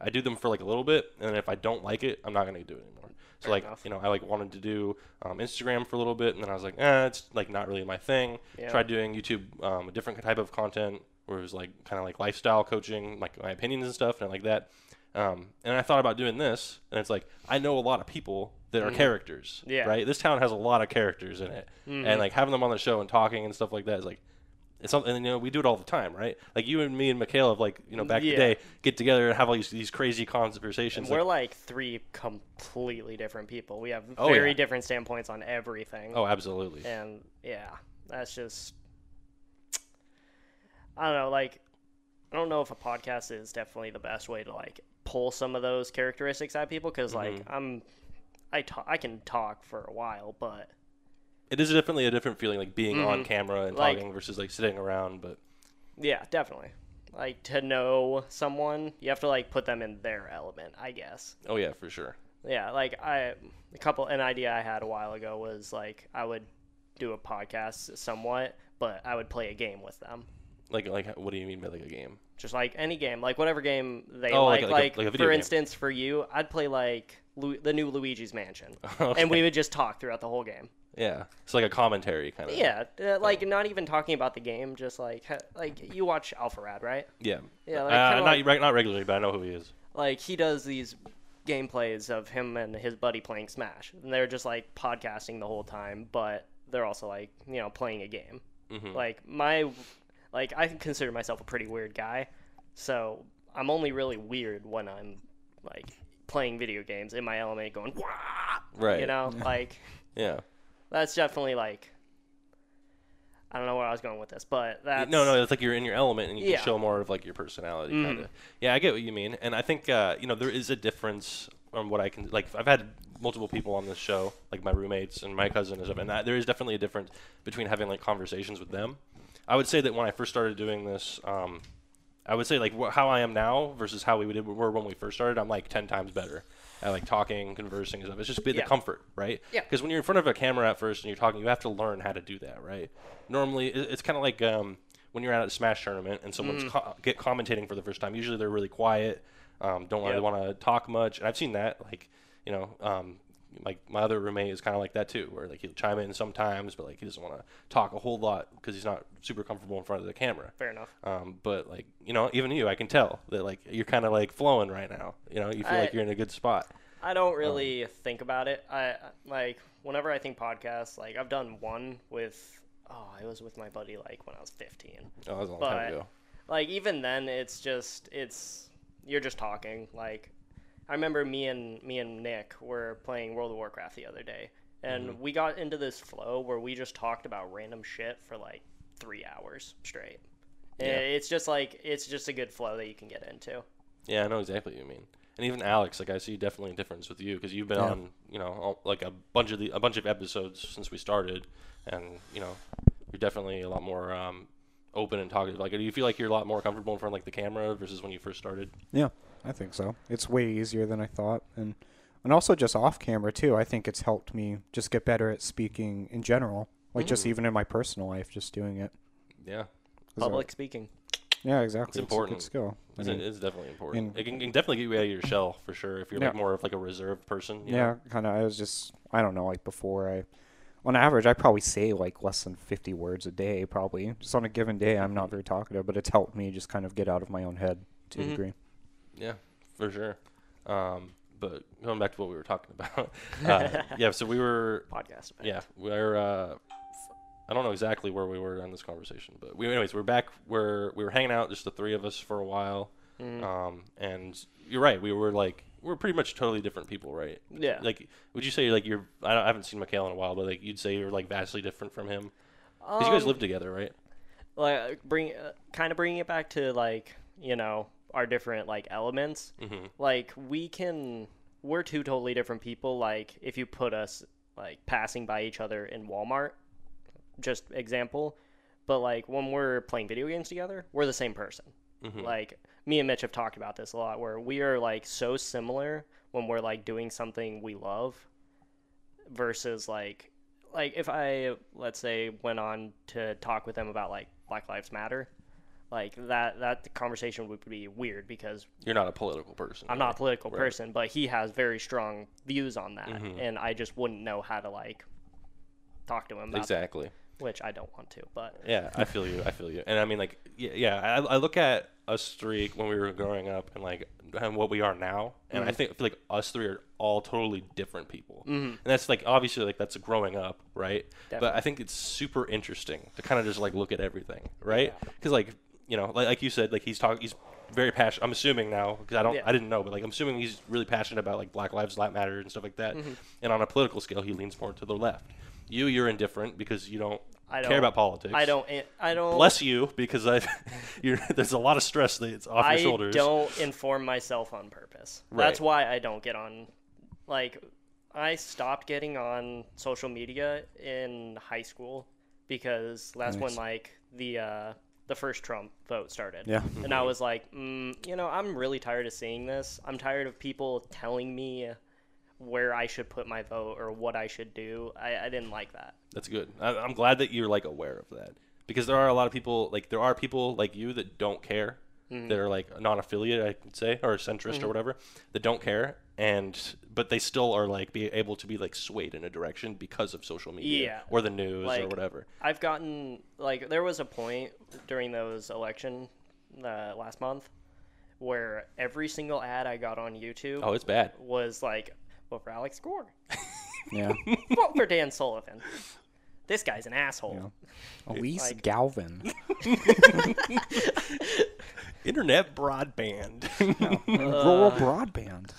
[SPEAKER 1] I do them for like a little bit, and then if I don't like it, I'm not gonna do it anymore. So
[SPEAKER 2] Fair
[SPEAKER 1] like
[SPEAKER 2] enough.
[SPEAKER 1] you know, I like wanted to do um, Instagram for a little bit, and then I was like, eh, it's like not really my thing.
[SPEAKER 2] Yeah.
[SPEAKER 1] Tried doing YouTube, um, a different type of content where it was like kind of like lifestyle coaching, like my opinions and stuff, and I like that. Um, and I thought about doing this, and it's like I know a lot of people that are characters,
[SPEAKER 2] Mm-hmm. Yeah. Mm-hmm.
[SPEAKER 1] right? This town has a lot of characters in it, and like having them on the show and talking and stuff like that is like it's something you know we do it all the time, right? Like you and me and Mikhail have like you know back in
[SPEAKER 2] Yeah.
[SPEAKER 1] the day get together and have all these, these crazy conversations.
[SPEAKER 2] We're
[SPEAKER 1] Like,
[SPEAKER 2] like three completely different people. We have
[SPEAKER 1] Oh,
[SPEAKER 2] very
[SPEAKER 1] yeah.
[SPEAKER 2] different standpoints on everything.
[SPEAKER 1] oh, absolutely.
[SPEAKER 2] And yeah, that's just I don't know, like I don't know if a podcast is definitely the best way to like pull some of those characteristics out of people because like I'm I talk I can talk for a while, but
[SPEAKER 1] It is definitely a different feeling, like being on camera and
[SPEAKER 2] Mm-hmm. Like-
[SPEAKER 1] talking versus like sitting around. But
[SPEAKER 2] yeah, definitely. Like to know someone, you have to like put them in their element, I guess.
[SPEAKER 1] oh yeah, for sure.
[SPEAKER 2] Yeah, like I a couple an idea I had a while ago was like I would do a podcast somewhat, but I would play a game with them.
[SPEAKER 1] Like like what do you mean by like a game?
[SPEAKER 2] Just like any game, like whatever game they
[SPEAKER 1] Oh,
[SPEAKER 2] like.
[SPEAKER 1] like
[SPEAKER 2] Like,
[SPEAKER 1] a- like a- like a video
[SPEAKER 2] for
[SPEAKER 1] game.
[SPEAKER 2] instance, for you, I'd play like Lu- the new Luigi's Mansion,
[SPEAKER 1] <laughs> Okay.
[SPEAKER 2] and we would just talk throughout the whole game.
[SPEAKER 1] Yeah, it's like a commentary kind of.
[SPEAKER 2] Yeah, uh,
[SPEAKER 1] Oh.
[SPEAKER 2] like not even talking about the game, just like ha- like you watch Alpharad, right?
[SPEAKER 1] yeah,
[SPEAKER 2] Yeah, like,
[SPEAKER 1] uh,
[SPEAKER 2] kinda
[SPEAKER 1] not
[SPEAKER 2] like-
[SPEAKER 1] reg- not regularly, but I know who he is.
[SPEAKER 2] like he does these gameplays of him and his buddy playing smash and they're just like podcasting the whole time but they're also like you know playing a game
[SPEAKER 1] Mm-hmm.
[SPEAKER 2] like my like i consider myself a pretty weird guy so i'm only really weird when i'm like playing video games in my element going Wah!
[SPEAKER 1] Right.
[SPEAKER 2] you know like
[SPEAKER 1] Yeah.
[SPEAKER 2] that's definitely like i don't know where i was going with this but that's
[SPEAKER 1] No, no, it's like you're in your element and you
[SPEAKER 2] Yeah. Mm-hmm.
[SPEAKER 1] can show more of like your personality. Kinda. Yeah, I get what you mean, and I think uh, you know there is a difference on what I can like. I've had multiple people on this show, like my roommates and my cousin and stuff, and that, there is definitely a difference between having like conversations with them. I would say that when I first started doing this, um, I would say like wh- how I am now versus how we did were when we first started. I'm like ten times better at like talking, conversing, and stuff. It's just been
[SPEAKER 2] Yeah.
[SPEAKER 1] the comfort, right?
[SPEAKER 2] Yeah.
[SPEAKER 1] Because when you're in front of a camera at first and you're talking, you have to learn how to do that, right? Normally, it- it's kind of like um, when you're at a Smash tournament and someone's
[SPEAKER 2] Mm.
[SPEAKER 1] co- get commentating for the first time. Usually, they're really quiet, um, don't really
[SPEAKER 2] Yep.
[SPEAKER 1] want to talk much, and I've seen that. Like, you know, um, like my other roommate is kind of like that too, where like he'll chime in sometimes, but like he doesn't want to talk a whole lot because he's not super comfortable in front of the camera.
[SPEAKER 2] fair enough
[SPEAKER 1] Um, but like you know, even you, I can tell that like you're kind of like flowing right now. You know, you feel
[SPEAKER 2] I-
[SPEAKER 1] like you're in a good spot.
[SPEAKER 2] I don't really think about it. I like whenever I think podcasts, like I've done one with oh, I was with my buddy like when I was 15.
[SPEAKER 1] Oh, that was a long time
[SPEAKER 2] But
[SPEAKER 1] ago.
[SPEAKER 2] like even then it's just it's you're just talking. Like I remember me and me and Nick were playing World of Warcraft the other day and we got into this flow where we just talked about random shit for like 3 hours straight. And
[SPEAKER 1] Yeah.
[SPEAKER 2] It's just like it's just a good flow that you can get into.
[SPEAKER 1] Yeah, I know exactly what you mean. And even Alex, like I see definitely a difference with you because you've been
[SPEAKER 3] Yeah.
[SPEAKER 1] on, you know, all- like a bunch of the, a bunch of episodes since we started, and you know, you're definitely a lot more um, open and talkative? Like, do you feel like you're a lot more comfortable in front of like the camera versus when you first started?
[SPEAKER 3] Yeah, I think so. It's way easier than I thought, and and also just off camera too. I think it's helped me just get better at speaking in general, like just
[SPEAKER 1] Mm.
[SPEAKER 3] even in my personal life, just doing it.
[SPEAKER 1] Yeah,
[SPEAKER 3] 'Cause I-
[SPEAKER 2] Public speaking.
[SPEAKER 3] yeah, exactly. It's, a
[SPEAKER 1] important.
[SPEAKER 3] good skill. I
[SPEAKER 1] it's,
[SPEAKER 3] mean,
[SPEAKER 1] it's definitely important.
[SPEAKER 3] and-
[SPEAKER 1] it can, can definitely get you out of your shell for sure if you're like
[SPEAKER 3] Yeah.
[SPEAKER 1] more of like a reserved person. you know?
[SPEAKER 3] yeah, kind of. I was just I don't know. Like before, I on average I probably say like less than fifty words a day. Probably just on a given day, I'm not very talkative, but it's helped me just kind of get out of my own head to
[SPEAKER 2] Mhm.
[SPEAKER 3] a degree.
[SPEAKER 1] Yeah, for sure. Um, but going back to what we were talking <laughs> about, uh, yeah. So we were,
[SPEAKER 2] Podcast. man.
[SPEAKER 1] yeah, we're. Uh, I don't know exactly where we were on this conversation, but we, anyways, we're back where we were hanging out, just the three of us for a while.
[SPEAKER 2] Mm.
[SPEAKER 1] Um, and you're right, we were like, we're pretty much totally different people, right?
[SPEAKER 2] Yeah.
[SPEAKER 1] Like, would you say like you're? I, don't, I haven't seen Mikhail in a while, but like you'd say you're like vastly different from him because you guys
[SPEAKER 2] Um,
[SPEAKER 1] live together, right?
[SPEAKER 2] like bring uh, kind of bringing it back to like you know our different like elements
[SPEAKER 1] Mm-hmm.
[SPEAKER 2] like we can we're two totally different people like if you put us like passing by each other in walmart just example but like when we're playing video games together we're the same person
[SPEAKER 1] Mhm.
[SPEAKER 2] like me and mitch have talked about this a lot where we are like so similar when we're like doing something we love versus like like if i let's say went on to talk with them about like black lives matter like that that conversation would be weird because
[SPEAKER 1] You're not a political person.
[SPEAKER 2] I'm
[SPEAKER 1] right?
[SPEAKER 2] not a political
[SPEAKER 1] Right.
[SPEAKER 2] person, but he has very strong views on that,
[SPEAKER 1] Mhm.
[SPEAKER 2] and I just wouldn't know how to like talk to him about
[SPEAKER 1] Exactly.
[SPEAKER 2] which I don't want to. But
[SPEAKER 1] Yeah, I feel you. I feel you. And I mean, like, yeah, yeah I, I look at us three when we were growing up and like and what we are now, and
[SPEAKER 2] Mm-hmm.
[SPEAKER 1] I think I feel like us three are all totally different people. And that's like obviously like that's growing up, right? But I think it's super interesting to kind of just like look at everything, right? Because like you know, like, like you said, like he's talking, he's very passionate. I'm assuming now because I don't,
[SPEAKER 2] Yeah.
[SPEAKER 1] I didn't know, but like I'm assuming he's really passionate about like Black Lives Matter and stuff like that.
[SPEAKER 2] Mm-hmm.
[SPEAKER 1] And on a political scale, he leans more to the left. You, you're indifferent because you don't,
[SPEAKER 2] I
[SPEAKER 1] care
[SPEAKER 2] don't-
[SPEAKER 1] about politics.
[SPEAKER 2] I don't, eh, I don't,
[SPEAKER 1] Bless you, because I, <laughs> you're, there's a lot of stress that's off
[SPEAKER 2] I
[SPEAKER 1] your shoulders.
[SPEAKER 2] don't inform myself on purpose. That's
[SPEAKER 1] Right.
[SPEAKER 2] why I don't get on. Like, I stopped getting on social media in high school because that's when
[SPEAKER 3] Nice.
[SPEAKER 2] like the uh, the first Trump vote started.
[SPEAKER 3] Yeah.
[SPEAKER 2] and I was like, mm, you know, I'm really tired of seeing this. I'm tired of people telling me where I should put my vote or what I should do. I, I didn't like that.
[SPEAKER 1] That's good. I, I'm glad that you're like aware of that because there are a lot of people like there are people like you that don't care.
[SPEAKER 2] Mm-hmm.
[SPEAKER 1] They're like non-affiliate, I could say, or centrist or whatever, that don't care, and but they still are like be able to be like swayed in a direction because of social media
[SPEAKER 2] Yeah.
[SPEAKER 1] or the news or
[SPEAKER 2] Like-
[SPEAKER 1] whatever.
[SPEAKER 2] I've gotten like there was a point during those election uh, last month where every single ad I got on YouTube
[SPEAKER 1] Oh, it's bad.
[SPEAKER 2] was like, "Vote for Alex Gore, <laughs>
[SPEAKER 3] Yeah,
[SPEAKER 2] vote for Dan Sullivan." This guy's an asshole.
[SPEAKER 3] Elise
[SPEAKER 2] Like-
[SPEAKER 3] Galvin.
[SPEAKER 1] Internet broadband. <laughs>
[SPEAKER 3] rural broadband.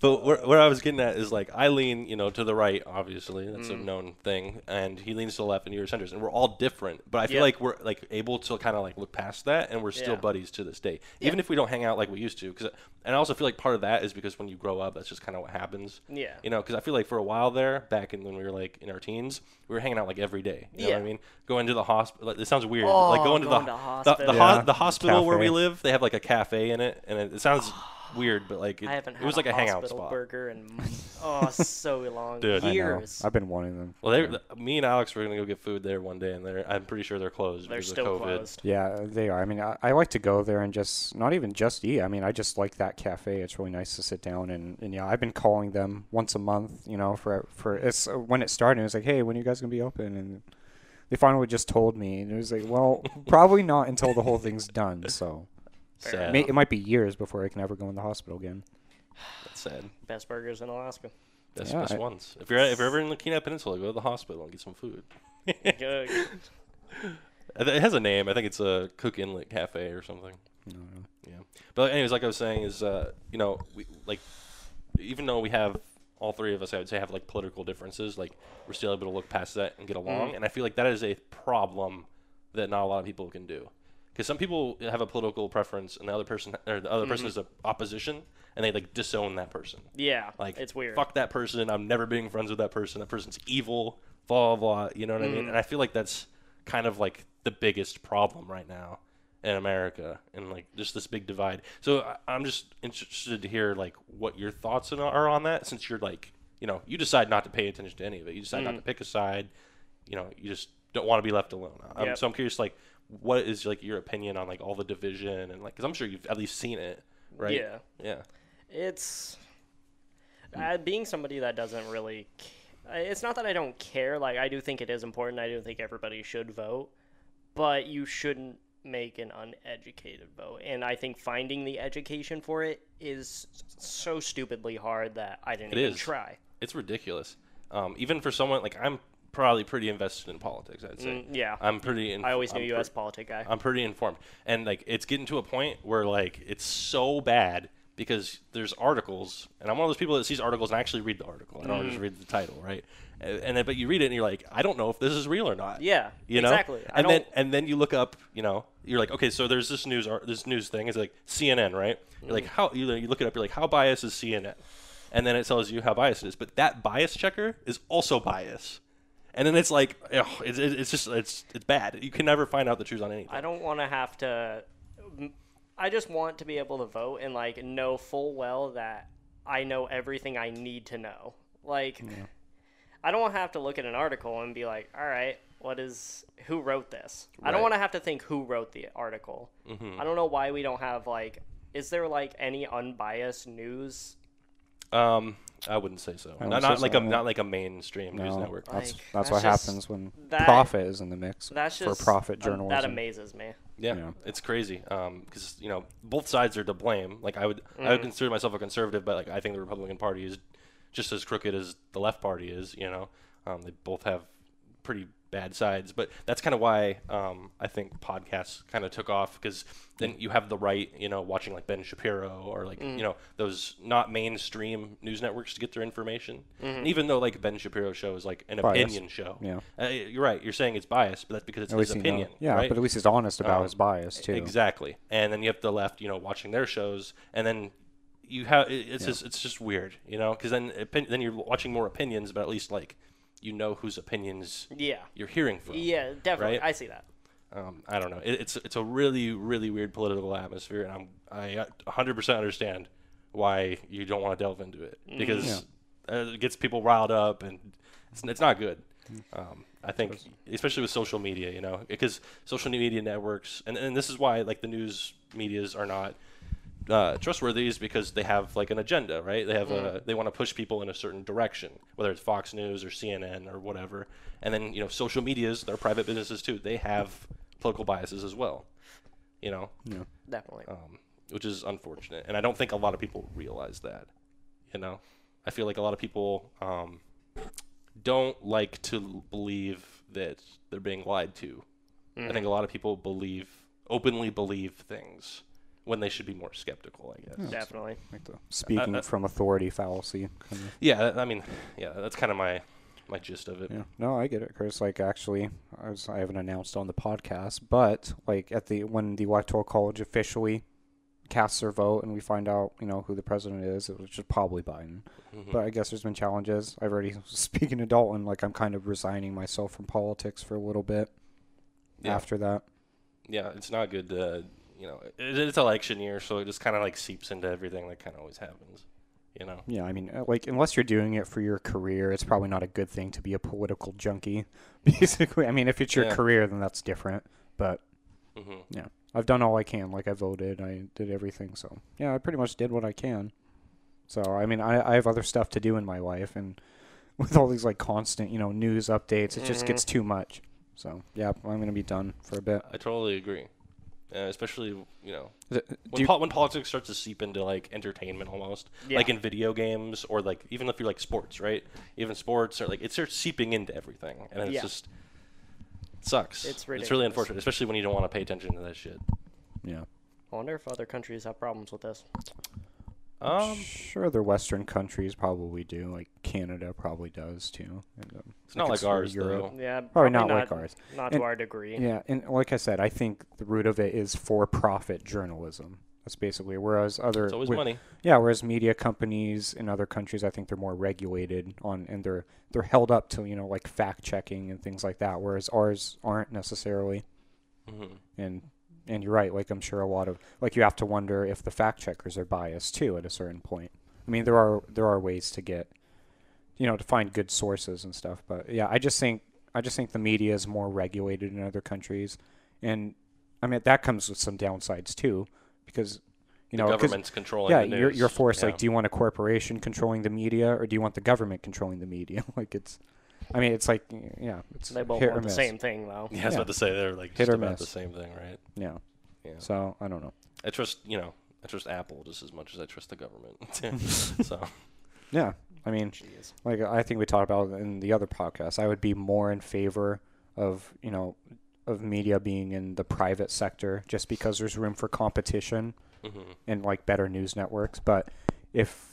[SPEAKER 1] But where, where I was getting at is like I lean, you know, to the right. Obviously, that's
[SPEAKER 2] Mm.
[SPEAKER 1] a known thing, and he leans to the left, and you're centers, and we're all different. But I feel
[SPEAKER 2] Yep.
[SPEAKER 1] like we're like able to kind of like look past that, and we're still
[SPEAKER 2] Yeah.
[SPEAKER 1] buddies to this day, even if we don't hang out like we used to. Because, and I also feel like part of that is because when you grow up, that's just kind of what happens.
[SPEAKER 2] Yeah.
[SPEAKER 1] You know, because I feel like for a while there, back in when we were like in our teens, we were hanging out like every day. You know what I
[SPEAKER 2] Yeah.
[SPEAKER 1] mean? Going to the hospital. Like, it sounds weird.
[SPEAKER 2] Oh,
[SPEAKER 1] like going to
[SPEAKER 2] going
[SPEAKER 1] the the,
[SPEAKER 2] to
[SPEAKER 1] the,
[SPEAKER 2] hospital.
[SPEAKER 1] ho-
[SPEAKER 3] Yeah.
[SPEAKER 1] the hospital where we
[SPEAKER 3] Cafe.
[SPEAKER 1] live. They have like a cafe in it, and it, it
[SPEAKER 2] <sighs>
[SPEAKER 1] sounds. Weird, but like it,
[SPEAKER 2] I haven't had
[SPEAKER 1] it was like a, hangout
[SPEAKER 2] hospital
[SPEAKER 1] spot.
[SPEAKER 2] burger
[SPEAKER 1] <laughs>
[SPEAKER 2] in oh so long
[SPEAKER 1] Dude. I know.
[SPEAKER 2] years.
[SPEAKER 3] I've been wanting them.
[SPEAKER 1] Well, they, th- me and Alex were gonna go get food there one day, and they're I'm pretty sure they're closed
[SPEAKER 2] They're
[SPEAKER 1] because
[SPEAKER 2] still
[SPEAKER 1] of COVID.
[SPEAKER 2] closed.
[SPEAKER 3] Yeah, uh, they are. I mean, I, I like to go there and just not even just eat. I mean, I just like that cafe. It's really nice to sit down and, and yeah, I've been calling them once a month. You know, for for it's uh, when it started. It was like, hey, when are you guys gonna be open? And they finally just told me, and it was like, well,
[SPEAKER 2] <laughs>
[SPEAKER 3] probably not until the whole thing's done. So
[SPEAKER 1] Sad.
[SPEAKER 3] May, it might be years before I can ever go in the hospital again.
[SPEAKER 1] That's sad.
[SPEAKER 2] Best burgers in Alaska.
[SPEAKER 1] That's
[SPEAKER 3] Yeah,
[SPEAKER 1] best
[SPEAKER 3] I-
[SPEAKER 1] ones. If you're if you're ever in the Kenai Peninsula, go to the hospital and get some food. <laughs>
[SPEAKER 2] Good.
[SPEAKER 1] I th- It has a name. I think it's a Cook Inlet Cafe or something.
[SPEAKER 3] No, no.
[SPEAKER 1] Yeah. But anyways, like I was saying, is uh, you know, we, like even though we have all three of us, I would say have like political differences, like we're still able to look past that and get along. And I feel like that is a problem that not a lot of people can do, because some people have a political preference and the other person or the other person is the opposition, and they like disown that person.
[SPEAKER 2] Yeah,
[SPEAKER 1] Like
[SPEAKER 2] it's weird.
[SPEAKER 1] Fuck that
[SPEAKER 2] Mm.
[SPEAKER 1] person. I'm never being friends with that person. That person's evil. Blah blah. blah you know what I mean? And I feel like that's kind of like the biggest problem right now in America and like just this big divide. So I, I'm just interested to hear like what your thoughts on- are on that since you're like, you know, you decide not to pay attention to any of it. You decide
[SPEAKER 2] Mm.
[SPEAKER 1] not to pick a side. You know, you just don't want to be left alone. Um,
[SPEAKER 2] Yep.
[SPEAKER 1] So I'm curious like what is like your opinion on like all the division and like cuz I'm sure you've at least seen it, right?
[SPEAKER 2] Yeah.
[SPEAKER 1] Yeah.
[SPEAKER 2] It's uh, being somebody that doesn't really. c- uh, It's not that I don't care. Like I do think it is important. I do think everybody should vote, but you shouldn't make an uneducated vote. And I think finding the education for it is s- so stupidly hard that I didn't
[SPEAKER 1] It
[SPEAKER 2] even
[SPEAKER 1] is.
[SPEAKER 2] try.
[SPEAKER 1] It's ridiculous. Um, even for someone like I'm probably pretty invested in politics, I'd say.
[SPEAKER 2] Mm, yeah,
[SPEAKER 1] I'm pretty. Inf-
[SPEAKER 2] I always knew
[SPEAKER 1] I'm
[SPEAKER 2] you
[SPEAKER 1] pre-
[SPEAKER 2] as a politic guy.
[SPEAKER 1] I'm pretty informed, and like it's getting to a point where like it's so bad because there's articles, and I'm one of those people that sees articles and actually read the article. I don't
[SPEAKER 2] Mm-hmm.
[SPEAKER 1] just read the title, right? And, and then- but you read it and you're like, I don't know if this is real or not.
[SPEAKER 2] Yeah,
[SPEAKER 1] You know?
[SPEAKER 2] exactly. I
[SPEAKER 1] And then
[SPEAKER 2] don't-
[SPEAKER 1] and then you look up, you know, you're like, okay, so there's this news ar- this news thing. It's like CNN, right? You're
[SPEAKER 2] Mm-hmm.
[SPEAKER 1] like, how you, you look it up. You're like, how biased is CNN? And then it tells you how biased it is. But that bias checker is also bias. And then it's like, ugh, it's, it's it's just it's it's bad. You can never find out the truth on anything.
[SPEAKER 2] I don't want to have to. I just want to be able to vote and like know full well that I know everything I need to know. Like, I don't want to have to look at an article and be like, "All right, what is who wrote this?" I don't
[SPEAKER 1] Right.
[SPEAKER 2] want to have to think who wrote the article.
[SPEAKER 1] Mm-hmm.
[SPEAKER 2] I don't know why we don't have like. Is there like any unbiased news?
[SPEAKER 1] Um, I wouldn't say so.
[SPEAKER 3] wouldn't
[SPEAKER 1] Not,
[SPEAKER 3] say
[SPEAKER 1] not
[SPEAKER 3] so,
[SPEAKER 1] like a
[SPEAKER 3] no.
[SPEAKER 1] not like a mainstream news
[SPEAKER 3] No,
[SPEAKER 1] network.
[SPEAKER 3] That's,
[SPEAKER 2] Like,
[SPEAKER 3] that's
[SPEAKER 2] that's
[SPEAKER 3] what
[SPEAKER 2] just-
[SPEAKER 3] happens when
[SPEAKER 2] that-
[SPEAKER 3] profit is in the mix
[SPEAKER 2] That's
[SPEAKER 3] for
[SPEAKER 2] just
[SPEAKER 3] profit
[SPEAKER 2] um,
[SPEAKER 3] journalism.
[SPEAKER 2] that amazes me.
[SPEAKER 1] Yeah,
[SPEAKER 3] Yeah.
[SPEAKER 1] it's crazy. Um, because you know both sides are to blame. Like I would, I would consider myself a conservative, but like I think the Republican Party is just as crooked as the left party is. You know, um, they both have pretty bad sides. But that's kind of why um, I think podcasts kind of took off because
[SPEAKER 3] Mm.
[SPEAKER 1] then you have the right, you know, watching like Ben Shapiro or like you know those not mainstream news networks to get their information. And even though like Ben Shapiro show is like an
[SPEAKER 3] Biased.
[SPEAKER 1] opinion show,
[SPEAKER 3] Yeah.
[SPEAKER 1] uh, you're right. You're saying it's biased, but that's because it's
[SPEAKER 3] At
[SPEAKER 1] his
[SPEAKER 3] least he know-
[SPEAKER 1] opinion.
[SPEAKER 3] yeah,
[SPEAKER 1] right?
[SPEAKER 3] but at least he's honest about
[SPEAKER 1] Um,
[SPEAKER 3] his bias too.
[SPEAKER 1] Exactly. And then you have the left, you know, watching their shows, and then you have it- it's just it's just weird, you know, because then opin- then you're watching more opinions, but at least like you know whose opinions
[SPEAKER 2] Yeah,
[SPEAKER 1] you're hearing from.
[SPEAKER 2] yeah, definitely.
[SPEAKER 1] Right?
[SPEAKER 2] I see that.
[SPEAKER 1] Um, I don't know. It, it's it's a really really weird political atmosphere, and I'm I uh, 100% understand why you don't want to delve into it because uh, it gets people riled up, and it's it's not good. Um, I think especially with social media, you know, because social media networks, and, and this is why like the news medias are not uh, trustworthy is because they have like an agenda, right? They have a they want to push people in a certain direction, whether it's Fox News or CNN or whatever. And then you know, social medias, they're private businesses too. They have political biases as well, you know,
[SPEAKER 2] Definitely.
[SPEAKER 3] Oh.
[SPEAKER 1] um, which is unfortunate. And I don't think a lot of people realize that, you know. I feel like a lot of people um, don't like to believe that they're being lied to.
[SPEAKER 2] Mm-hmm.
[SPEAKER 1] I think a lot of people believe openly believe things when they should be more skeptical. I guess.
[SPEAKER 2] definitely.
[SPEAKER 3] Like the speaking
[SPEAKER 1] uh,
[SPEAKER 3] from authority fallacy. Kind of.
[SPEAKER 1] Yeah, that- I mean, yeah, that's kind of my my gist of it.
[SPEAKER 3] Yeah. No, I get it, Chris. Like, actually, I, was, I haven't announced on the podcast, but like at the when the Electoral College officially casts their vote and we find out, you know, who the president is, it was just probably Biden.
[SPEAKER 1] Mhm.
[SPEAKER 3] But I guess there's been challenges. I've already <laughs> speaking to Dalton, like I'm kind of resigning myself from politics for a little bit.
[SPEAKER 1] Yeah.
[SPEAKER 3] After that,
[SPEAKER 1] yeah, it's not good. To, you know, it, it's election year, so it just kind of like seeps into everything. That kind of always happens. You know.
[SPEAKER 3] yeah, I mean, uh, like unless you're doing it for your career, it's probably not a good thing to be a political junkie. <laughs> Basically, I mean, if it's your
[SPEAKER 1] Yeah.
[SPEAKER 3] career, then that's different. But
[SPEAKER 1] hmm
[SPEAKER 3] yeah, I've done all I can. Like I voted, I did everything. So yeah, I pretty much did what I can. So I mean, I, I have other stuff to do in my life, and <laughs> with all these like constant, you know, news updates, it just gets too much. So yeah, I'm gonna be done for a bit.
[SPEAKER 1] I totally agree. Uh, especially you know
[SPEAKER 3] Is it-
[SPEAKER 1] when
[SPEAKER 3] do you-
[SPEAKER 1] po- when politics starts to seep into like entertainment almost,
[SPEAKER 2] Yeah.
[SPEAKER 1] like in video games or like even if you like sports, right? Even sports or like it starts seeping into everything, and it's
[SPEAKER 2] Yeah.
[SPEAKER 1] just it sucks.
[SPEAKER 2] It's
[SPEAKER 1] It's really
[SPEAKER 2] ridiculous.
[SPEAKER 1] unfortunate, especially when you don't want to pay attention to that shit.
[SPEAKER 3] yeah.
[SPEAKER 2] I wonder if other countries have problems with this.
[SPEAKER 1] Um,
[SPEAKER 3] sure, the Western countries probably do. Like Canada probably does too. And, um,
[SPEAKER 1] it's not
[SPEAKER 3] like
[SPEAKER 1] like,
[SPEAKER 3] it's for
[SPEAKER 1] ours
[SPEAKER 3] Europe.
[SPEAKER 1] though.
[SPEAKER 2] Yeah,
[SPEAKER 3] Probably not like ours.
[SPEAKER 2] Not
[SPEAKER 3] And-
[SPEAKER 2] to our degree.
[SPEAKER 3] Yeah, and like I said, I think the root of it is for-profit journalism. That's basically whereas other
[SPEAKER 1] It's always
[SPEAKER 3] whe-
[SPEAKER 1] money.
[SPEAKER 3] yeah, whereas media companies in other countries, I think they're more regulated on and they're they're held up to you know like fact checking and things like that. Whereas ours aren't necessarily.
[SPEAKER 1] Mhm.
[SPEAKER 3] And and you're right. Like I'm sure a lot of like you have to wonder if the fact checkers are biased too at a certain point. I mean there are there are ways to get you know to find good sources and stuff. But yeah, I just think I just think the media is more regulated in other countries, and I mean that comes with some downsides too because. You know,
[SPEAKER 1] the
[SPEAKER 3] Oh, 'cause-
[SPEAKER 1] government's controlling.
[SPEAKER 3] yeah,
[SPEAKER 1] the news.
[SPEAKER 3] you're, you're forced.
[SPEAKER 1] Yeah. <laughs>
[SPEAKER 3] Like, do you want a corporation controlling the media, or do you want the government controlling the media? <laughs> like, it's, I mean, it's like, yeah, it's
[SPEAKER 2] They both
[SPEAKER 3] hit or
[SPEAKER 2] want the
[SPEAKER 3] miss.
[SPEAKER 2] same thing, though.
[SPEAKER 1] yeah, I was
[SPEAKER 3] yeah.
[SPEAKER 1] about to say they're like
[SPEAKER 3] Hit
[SPEAKER 1] just
[SPEAKER 3] or
[SPEAKER 1] about
[SPEAKER 3] miss.
[SPEAKER 1] the same thing, right?
[SPEAKER 3] Yeah.
[SPEAKER 1] Yeah.
[SPEAKER 3] So I don't know.
[SPEAKER 1] I trust you know I trust Apple just as much as I trust the
[SPEAKER 3] <laughs>
[SPEAKER 1] government. <laughs> so
[SPEAKER 3] Yeah, I mean,
[SPEAKER 2] Jeez.
[SPEAKER 3] like I think we talked about in the other podcast. I would be more in favor of you know of media being in the private sector just because there's room for competition
[SPEAKER 1] mhm.
[SPEAKER 3] and like better news networks. But if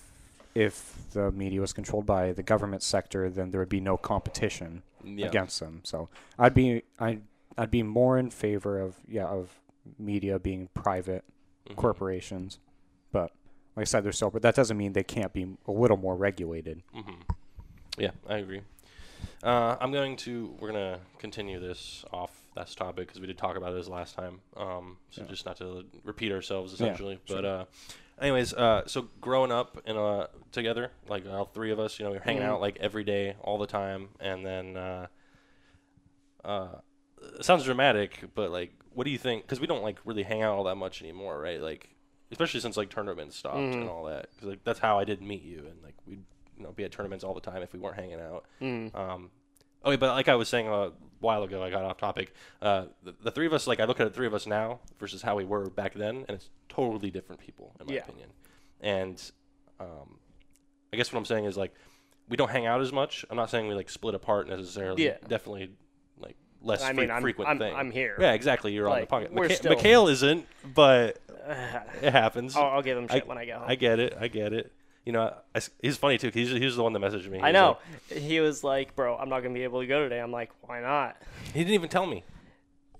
[SPEAKER 3] if the media was controlled by the government sector, then there would be no competition.
[SPEAKER 1] yeah,
[SPEAKER 3] against them. So I'd be I I'd be more in favor of yeah of media being private
[SPEAKER 1] Mhm.
[SPEAKER 3] corporations, but like I said, they're still. But that doesn't mean they can't be a little more regulated.
[SPEAKER 1] Mhm. Yeah, I agree. Uh, I'm going to. We're gonna continue this off this topic because we did talk about this last time. Um, so
[SPEAKER 3] Yeah.
[SPEAKER 1] just not to repeat ourselves,
[SPEAKER 3] Yeah,
[SPEAKER 1] essentially. but uh, anyways, uh, so growing up and uh, together, like all three of us, you know, we were
[SPEAKER 3] Mm-hmm.
[SPEAKER 1] hanging
[SPEAKER 2] Mhm.
[SPEAKER 1] out like every day, all the time, and then. Uh, uh, it sounds dramatic, but like, what do you think? Because we don't like really hang out all that much anymore, right? Like, especially since like tournaments stopped and
[SPEAKER 2] Mhm.
[SPEAKER 1] all that. Because like that's how I did meet you, and like we'd you know be at tournaments all the time if we weren't hanging out.
[SPEAKER 2] Mm.
[SPEAKER 1] Um, okay, but like I was saying a while ago, I got off topic. Uh, the, the three of us, like I look at the three of us now versus how we were back then, and it's totally different people in my
[SPEAKER 2] Yeah.
[SPEAKER 1] opinion. And um, I guess what I'm saying is like we don't hang out as much. I'm not saying we like split apart necessarily.
[SPEAKER 2] Yeah.
[SPEAKER 1] definitely like less
[SPEAKER 2] I
[SPEAKER 1] fre-
[SPEAKER 2] mean, I'm,
[SPEAKER 1] frequent
[SPEAKER 2] I'm,
[SPEAKER 1] thing.
[SPEAKER 2] I'm here.
[SPEAKER 1] yeah, exactly. You're
[SPEAKER 2] Like,
[SPEAKER 1] on the podcast.
[SPEAKER 2] we're
[SPEAKER 1] Micha-
[SPEAKER 2] still-
[SPEAKER 1] Mikhail isn't, but
[SPEAKER 2] <sighs>
[SPEAKER 1] it happens.
[SPEAKER 2] I'll, I'll give him
[SPEAKER 1] I-
[SPEAKER 2] shit when I go home.
[SPEAKER 1] I get it. I get it. You know, I s he's funny too. 'cause He's he's the one that messaged me. He
[SPEAKER 2] I
[SPEAKER 1] was
[SPEAKER 2] know. He was like, bro, I'm not going to be able to go today. I'm like, why not?
[SPEAKER 1] like- he didn't even tell me.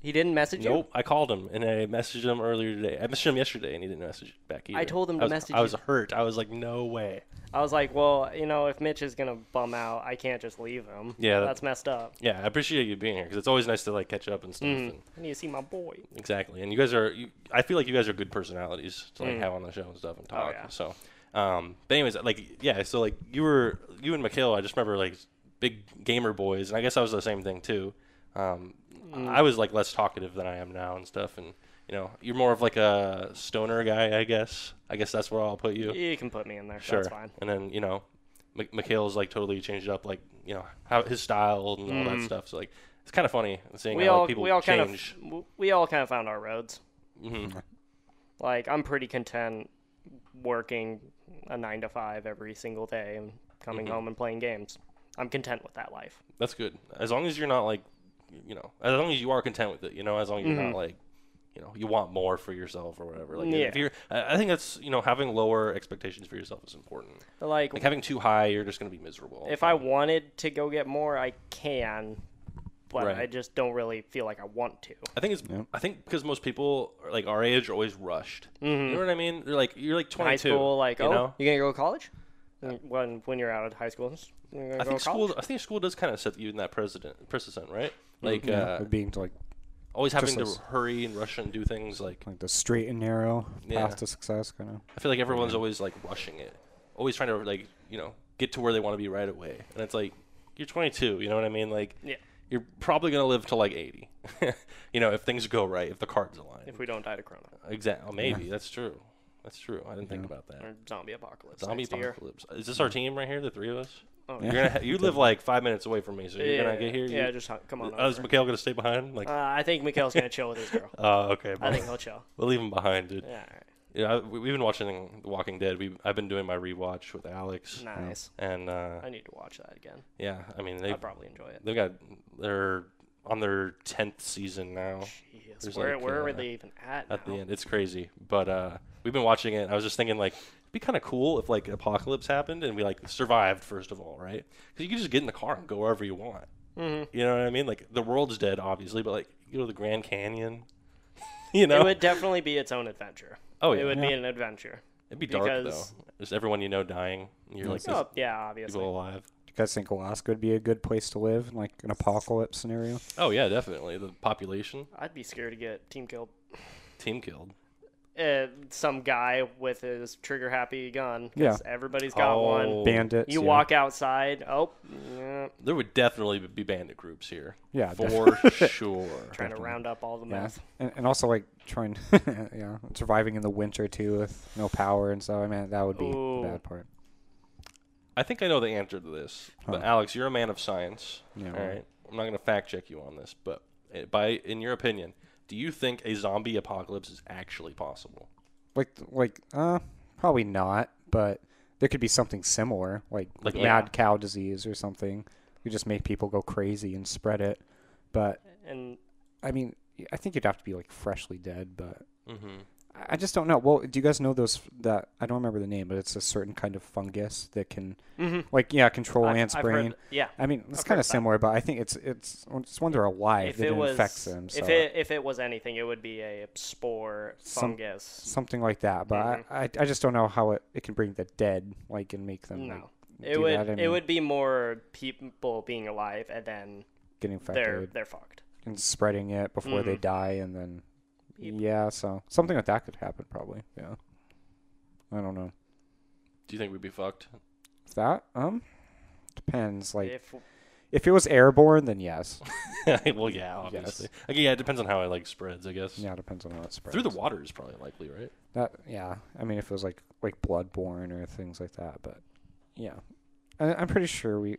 [SPEAKER 2] He didn't message you?
[SPEAKER 1] Nope. I called him and I messaged him earlier today. I messaged him yesterday and he didn't message back either.
[SPEAKER 2] told him to
[SPEAKER 1] I was,
[SPEAKER 2] message
[SPEAKER 1] I was
[SPEAKER 2] you.
[SPEAKER 1] hurt. I was like, no way.
[SPEAKER 2] I was like, well, you know, if Mitch is going to bum out, I can't just leave him.
[SPEAKER 1] Yeah, that-
[SPEAKER 2] That's messed up.
[SPEAKER 1] Yeah, I appreciate you being here because it's always nice to like catch up and stuff.
[SPEAKER 2] Mm.
[SPEAKER 1] And,
[SPEAKER 2] I need to see my boy.
[SPEAKER 1] exactly. And you guys are. You, I feel like you guys are good personalities to like
[SPEAKER 2] Mm.
[SPEAKER 1] have on the show and stuff and talk.
[SPEAKER 2] yeah.
[SPEAKER 1] So, um, but anyways, like yeah, so like you were you and Mikhail. I just remember like big gamer boys, and I guess I was the same thing too. Um,
[SPEAKER 2] Mm.
[SPEAKER 1] I was like less talkative than I am now and stuff, and. You know, you're more of like a stoner guy, I guess. I guess that's where I'll put you.
[SPEAKER 2] You can put me in there.
[SPEAKER 1] Sure.
[SPEAKER 2] That's fine.
[SPEAKER 1] And then you know, M- Mikhail's like totally changed up, like you know how his style and all that
[SPEAKER 2] Mm.
[SPEAKER 1] stuff. So like, it's kind of funny seeing
[SPEAKER 2] We
[SPEAKER 1] how like,
[SPEAKER 2] all,
[SPEAKER 1] people
[SPEAKER 2] we all kind of,
[SPEAKER 1] change.
[SPEAKER 2] w- we all kind of found our roads.
[SPEAKER 1] Mhm.
[SPEAKER 2] Like, I'm pretty content working a nine to five every single day and coming
[SPEAKER 1] Mm-hmm.
[SPEAKER 2] home and playing games. I'm content with that life.
[SPEAKER 1] That's good. As long as you're not like, you know, as long as you are content with it, you know, as long as you're
[SPEAKER 2] Mhm.
[SPEAKER 1] not like, you know, you want more for yourself or whatever. Like, if
[SPEAKER 2] Yeah.
[SPEAKER 1] you're, I I think that's you know having lower expectations for yourself is important.
[SPEAKER 2] But like,
[SPEAKER 1] Like having too high, you're just gonna be miserable. all the
[SPEAKER 2] if I
[SPEAKER 1] time.
[SPEAKER 2] wanted to go get more, I can, but
[SPEAKER 1] Right.
[SPEAKER 2] I just don't really feel like I want to.
[SPEAKER 1] I think it's,
[SPEAKER 3] Yep.
[SPEAKER 1] I think because most people are, like our age are always rushed. You
[SPEAKER 2] Mm-hmm.
[SPEAKER 1] know what I mean? They're like, you're like 22.
[SPEAKER 2] High school, like,
[SPEAKER 1] you
[SPEAKER 2] oh,
[SPEAKER 1] know?
[SPEAKER 2] you gonna go to college? When when you're out of high school, you're gonna
[SPEAKER 1] I
[SPEAKER 2] go
[SPEAKER 1] think
[SPEAKER 2] to college.
[SPEAKER 1] school. I think school does kind of set you in that precedent, precedent, right? Like
[SPEAKER 3] Yeah,
[SPEAKER 1] uh,
[SPEAKER 3] of being like
[SPEAKER 1] always having
[SPEAKER 3] Mm-hmm. just
[SPEAKER 1] to
[SPEAKER 3] those-
[SPEAKER 1] hurry and rush and do things. Like
[SPEAKER 3] like the straight and narrow
[SPEAKER 1] Yeah.
[SPEAKER 3] path to success, kind of.
[SPEAKER 1] I feel like everyone's always like rushing it, always trying to like you know get to where they want to be right away. And it's like you're 22. You know what I mean? Like
[SPEAKER 2] Yeah.
[SPEAKER 1] you're probably gonna live to like 80. <laughs> you know, if things go right, if the cards align.
[SPEAKER 2] If we don't die to corona
[SPEAKER 1] exactly. Oh, maybe that's true. That's true. I didn't think
[SPEAKER 3] Yeah.
[SPEAKER 1] about that.
[SPEAKER 2] or zombie apocalypse.
[SPEAKER 1] Zombie
[SPEAKER 2] next year. Mm.
[SPEAKER 1] apocalypse. Is this our team right here? The three of
[SPEAKER 2] <laughs>
[SPEAKER 1] us.
[SPEAKER 2] Oh,
[SPEAKER 3] Yeah.
[SPEAKER 1] You're gonna ha- you live like five minutes away from me, so you're
[SPEAKER 2] yeah,
[SPEAKER 1] gonna get here.
[SPEAKER 2] Yeah,
[SPEAKER 1] You- Oh,
[SPEAKER 2] just hu- come on.
[SPEAKER 1] is
[SPEAKER 2] over.
[SPEAKER 1] Mikhail gonna stay behind? Like,
[SPEAKER 2] Uh, I think Mikhail's gonna chill with his girl.
[SPEAKER 1] oh, okay. bro.
[SPEAKER 2] I think
[SPEAKER 1] <laughs>
[SPEAKER 2] he'll chill.
[SPEAKER 1] We'll leave him behind, dude.
[SPEAKER 2] Yeah, all
[SPEAKER 1] Yeah, I, we- we've been watching The Walking Dead. We I've been doing my rewatch with Alex,
[SPEAKER 2] right. nice.
[SPEAKER 1] and uh,
[SPEAKER 2] I need to watch that again.
[SPEAKER 1] yeah, I mean they
[SPEAKER 2] I'd probably enjoy it.
[SPEAKER 1] they've got they're on their tenth season now.
[SPEAKER 2] Jeez,
[SPEAKER 1] There's
[SPEAKER 2] where
[SPEAKER 1] like,
[SPEAKER 2] where
[SPEAKER 1] uh,
[SPEAKER 2] are they even at?
[SPEAKER 1] At the
[SPEAKER 2] now?
[SPEAKER 1] end, it's crazy, but uh, we've been watching it. and I was just thinking like it'd be kind of cool if like apocalypse happened and we like survived first of all, right? Because you can just get in the car and go wherever you want.
[SPEAKER 2] Mhm.
[SPEAKER 1] You know what I mean? Like the world's dead, obviously, but like you go to the Grand Canyon. <laughs> you know,
[SPEAKER 2] It would definitely be its own adventure.
[SPEAKER 1] oh
[SPEAKER 2] it
[SPEAKER 1] yeah,
[SPEAKER 2] would be
[SPEAKER 3] Yeah.
[SPEAKER 2] an adventure.
[SPEAKER 1] it'd be dark
[SPEAKER 2] because-
[SPEAKER 1] though. There's everyone you know dying. and You're like
[SPEAKER 2] Oh,
[SPEAKER 1] there's
[SPEAKER 2] yeah,
[SPEAKER 1] people
[SPEAKER 2] obviously.
[SPEAKER 1] alive.
[SPEAKER 3] Do you guys think Alaska would be a good place to live, in like an apocalypse scenario?
[SPEAKER 1] Oh yeah, definitely the population
[SPEAKER 2] I'd be scared to get team killed.
[SPEAKER 1] team killed.
[SPEAKER 2] Uh, some guy with his trigger happy gun. 'cause
[SPEAKER 3] Yeah.
[SPEAKER 2] Everybody's got
[SPEAKER 1] Oh.
[SPEAKER 2] one.
[SPEAKER 3] Bandits.
[SPEAKER 2] You
[SPEAKER 3] yeah.
[SPEAKER 2] walk outside. Oh, yeah,
[SPEAKER 1] There would definitely be bandit groups here.
[SPEAKER 3] Yeah,
[SPEAKER 1] for
[SPEAKER 3] <laughs>
[SPEAKER 1] sure.
[SPEAKER 2] trying to round up all the
[SPEAKER 3] Yeah,
[SPEAKER 2] meth.
[SPEAKER 3] and, and also like trying, <laughs> yeah, surviving in the winter too with no power and so. I mean, that would be
[SPEAKER 2] Ooh.
[SPEAKER 3] the bad part.
[SPEAKER 1] I think I know the answer to this, but
[SPEAKER 3] Huh.
[SPEAKER 1] Alex, you're a man of science.
[SPEAKER 3] Yeah.
[SPEAKER 1] All right, I'm not going to fact check you on this, but uh, by in your opinion, do you think a zombie apocalypse is actually possible?
[SPEAKER 3] Like, like, uh, probably not, but there could be something similar, like,
[SPEAKER 1] Like-
[SPEAKER 3] mad cow disease or something. You just make people go crazy and spread it. But
[SPEAKER 2] And
[SPEAKER 3] I mean, I think you'd have to be like freshly dead, but
[SPEAKER 1] Mm-hmm.
[SPEAKER 3] I I just don't know. Well, do you guys know those? That I don't remember the name, but it's a certain kind of fungus that can,
[SPEAKER 2] Mhm.
[SPEAKER 3] like, yeah, control
[SPEAKER 2] I've-
[SPEAKER 3] ants'
[SPEAKER 2] I've heard
[SPEAKER 3] brain.
[SPEAKER 2] th- yeah.
[SPEAKER 3] I mean, it's
[SPEAKER 2] I've
[SPEAKER 3] kind
[SPEAKER 2] heard
[SPEAKER 3] of
[SPEAKER 2] that.
[SPEAKER 3] similar, but I think it's it's it's when they're alive
[SPEAKER 2] If
[SPEAKER 3] that
[SPEAKER 2] it
[SPEAKER 3] it
[SPEAKER 2] was,
[SPEAKER 3] infects them. So
[SPEAKER 2] if it if it was anything, it would be a spore
[SPEAKER 3] Some-
[SPEAKER 2] fungus.
[SPEAKER 3] something like that. But I, I I just don't know how it, it can bring the dead like and make them like,
[SPEAKER 2] Mm-hmm. no, it
[SPEAKER 3] do
[SPEAKER 2] would
[SPEAKER 3] that, I
[SPEAKER 2] it
[SPEAKER 3] mean.
[SPEAKER 2] would be more people being alive and then
[SPEAKER 3] get
[SPEAKER 2] they're
[SPEAKER 3] infected
[SPEAKER 2] they're fucked.
[SPEAKER 3] and spreading it before they die, and then
[SPEAKER 2] Mm-hmm. Yep.
[SPEAKER 3] yeah, so something like that could happen probably. Yeah, I don't know
[SPEAKER 1] Do you think we'd be fucked? <laughs>
[SPEAKER 3] if that um depends. Like
[SPEAKER 2] if
[SPEAKER 3] if it was airborne,
[SPEAKER 1] <laughs>
[SPEAKER 3] then yes.
[SPEAKER 1] well, yeah, obviously. Okay, yeah, it depends on how it like spreads, I guess.
[SPEAKER 3] yeah, it depends on how it spreads.
[SPEAKER 1] Through the water is probably likely, right?
[SPEAKER 3] That yeah, I mean if it was like like Bloodborne or things like that, but yeah, I, I'm pretty sure we.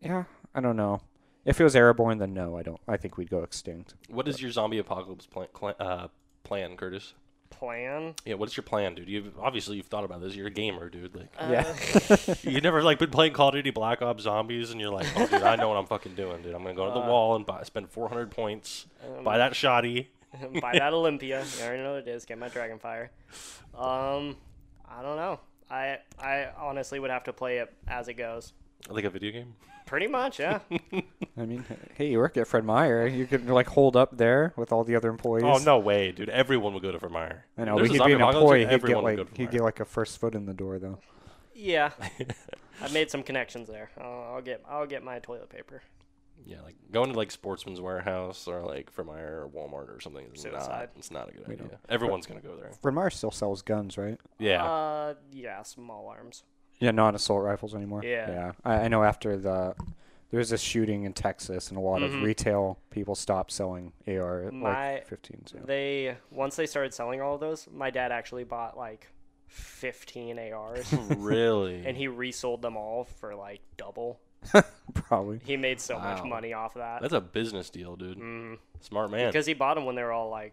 [SPEAKER 3] Yeah, I don't know. If it was airborne, then no, I don't. I think we'd go extinct.
[SPEAKER 1] What is your zombie apocalypse plan, cla uh, plan, Curtis?
[SPEAKER 2] plan,
[SPEAKER 1] Yeah, what's your plan, dude? You've obviously you've thought about this. You're a gamer, dude. Like
[SPEAKER 3] yeah,
[SPEAKER 1] you've never like been playing Call of Duty Black Ops Zombies, and you're like, oh, dude, I know what I'm fucking doing, dude. I'm gonna go to the wall and buy, spend 400 points, buy that shoddy. <laughs>
[SPEAKER 2] Uh, <laughs> buy that Olympia. You already know what it is. Get my Dragonfire. Um, I don't know. I I honestly would have to play it as it goes.
[SPEAKER 1] Like a video game.
[SPEAKER 2] Pretty much,
[SPEAKER 3] <laughs>
[SPEAKER 2] yeah.
[SPEAKER 3] I mean, hey, you work at Fred Meyer. You could like hold up there with all the other employees.
[SPEAKER 1] Oh no way, dude! Everyone would go to Fort Meyer.
[SPEAKER 3] I know.
[SPEAKER 1] There's
[SPEAKER 3] we
[SPEAKER 1] a
[SPEAKER 3] could be
[SPEAKER 1] zombie
[SPEAKER 3] an
[SPEAKER 1] apocalypse,
[SPEAKER 3] employee. He'd get
[SPEAKER 1] Everyone would
[SPEAKER 3] like
[SPEAKER 1] go
[SPEAKER 3] he'd
[SPEAKER 1] to
[SPEAKER 3] get like a first foot in the door though. <laughs>
[SPEAKER 2] yeah,
[SPEAKER 1] Fort Myer.
[SPEAKER 2] I made some connections there. I'll, I'll get I'll get my toilet paper.
[SPEAKER 1] yeah, like going to like Sportsman's Warehouse or like Fort Meyer or Walmart or something. It's not.
[SPEAKER 2] Suicide.
[SPEAKER 1] It's not a good
[SPEAKER 3] We
[SPEAKER 1] idea.
[SPEAKER 3] don't.
[SPEAKER 1] Everyone's gonna go there.
[SPEAKER 3] Fred Meyer still sells guns, right?
[SPEAKER 1] Yeah.
[SPEAKER 2] Uh, yeah, small arms.
[SPEAKER 3] Yeah, not assault rifles anymore.
[SPEAKER 2] Yeah.
[SPEAKER 3] Yeah. I, I know after the there was this shooting in Texas and a lot of retail people stopped selling AR
[SPEAKER 2] Mm-hmm. My-
[SPEAKER 3] like 15s. Yeah.
[SPEAKER 2] They once they started selling all of those, my dad actually bought like 15 ARs
[SPEAKER 1] <laughs> <laughs>
[SPEAKER 3] <laughs>
[SPEAKER 1] really?
[SPEAKER 2] and he resold them all for like double.
[SPEAKER 3] Probably.
[SPEAKER 2] He made so much
[SPEAKER 1] Wow.
[SPEAKER 2] money off of that
[SPEAKER 1] That's a business deal, dude.
[SPEAKER 3] Mm.
[SPEAKER 2] Mhm.
[SPEAKER 1] Smart man.
[SPEAKER 2] because he bought them when they were all like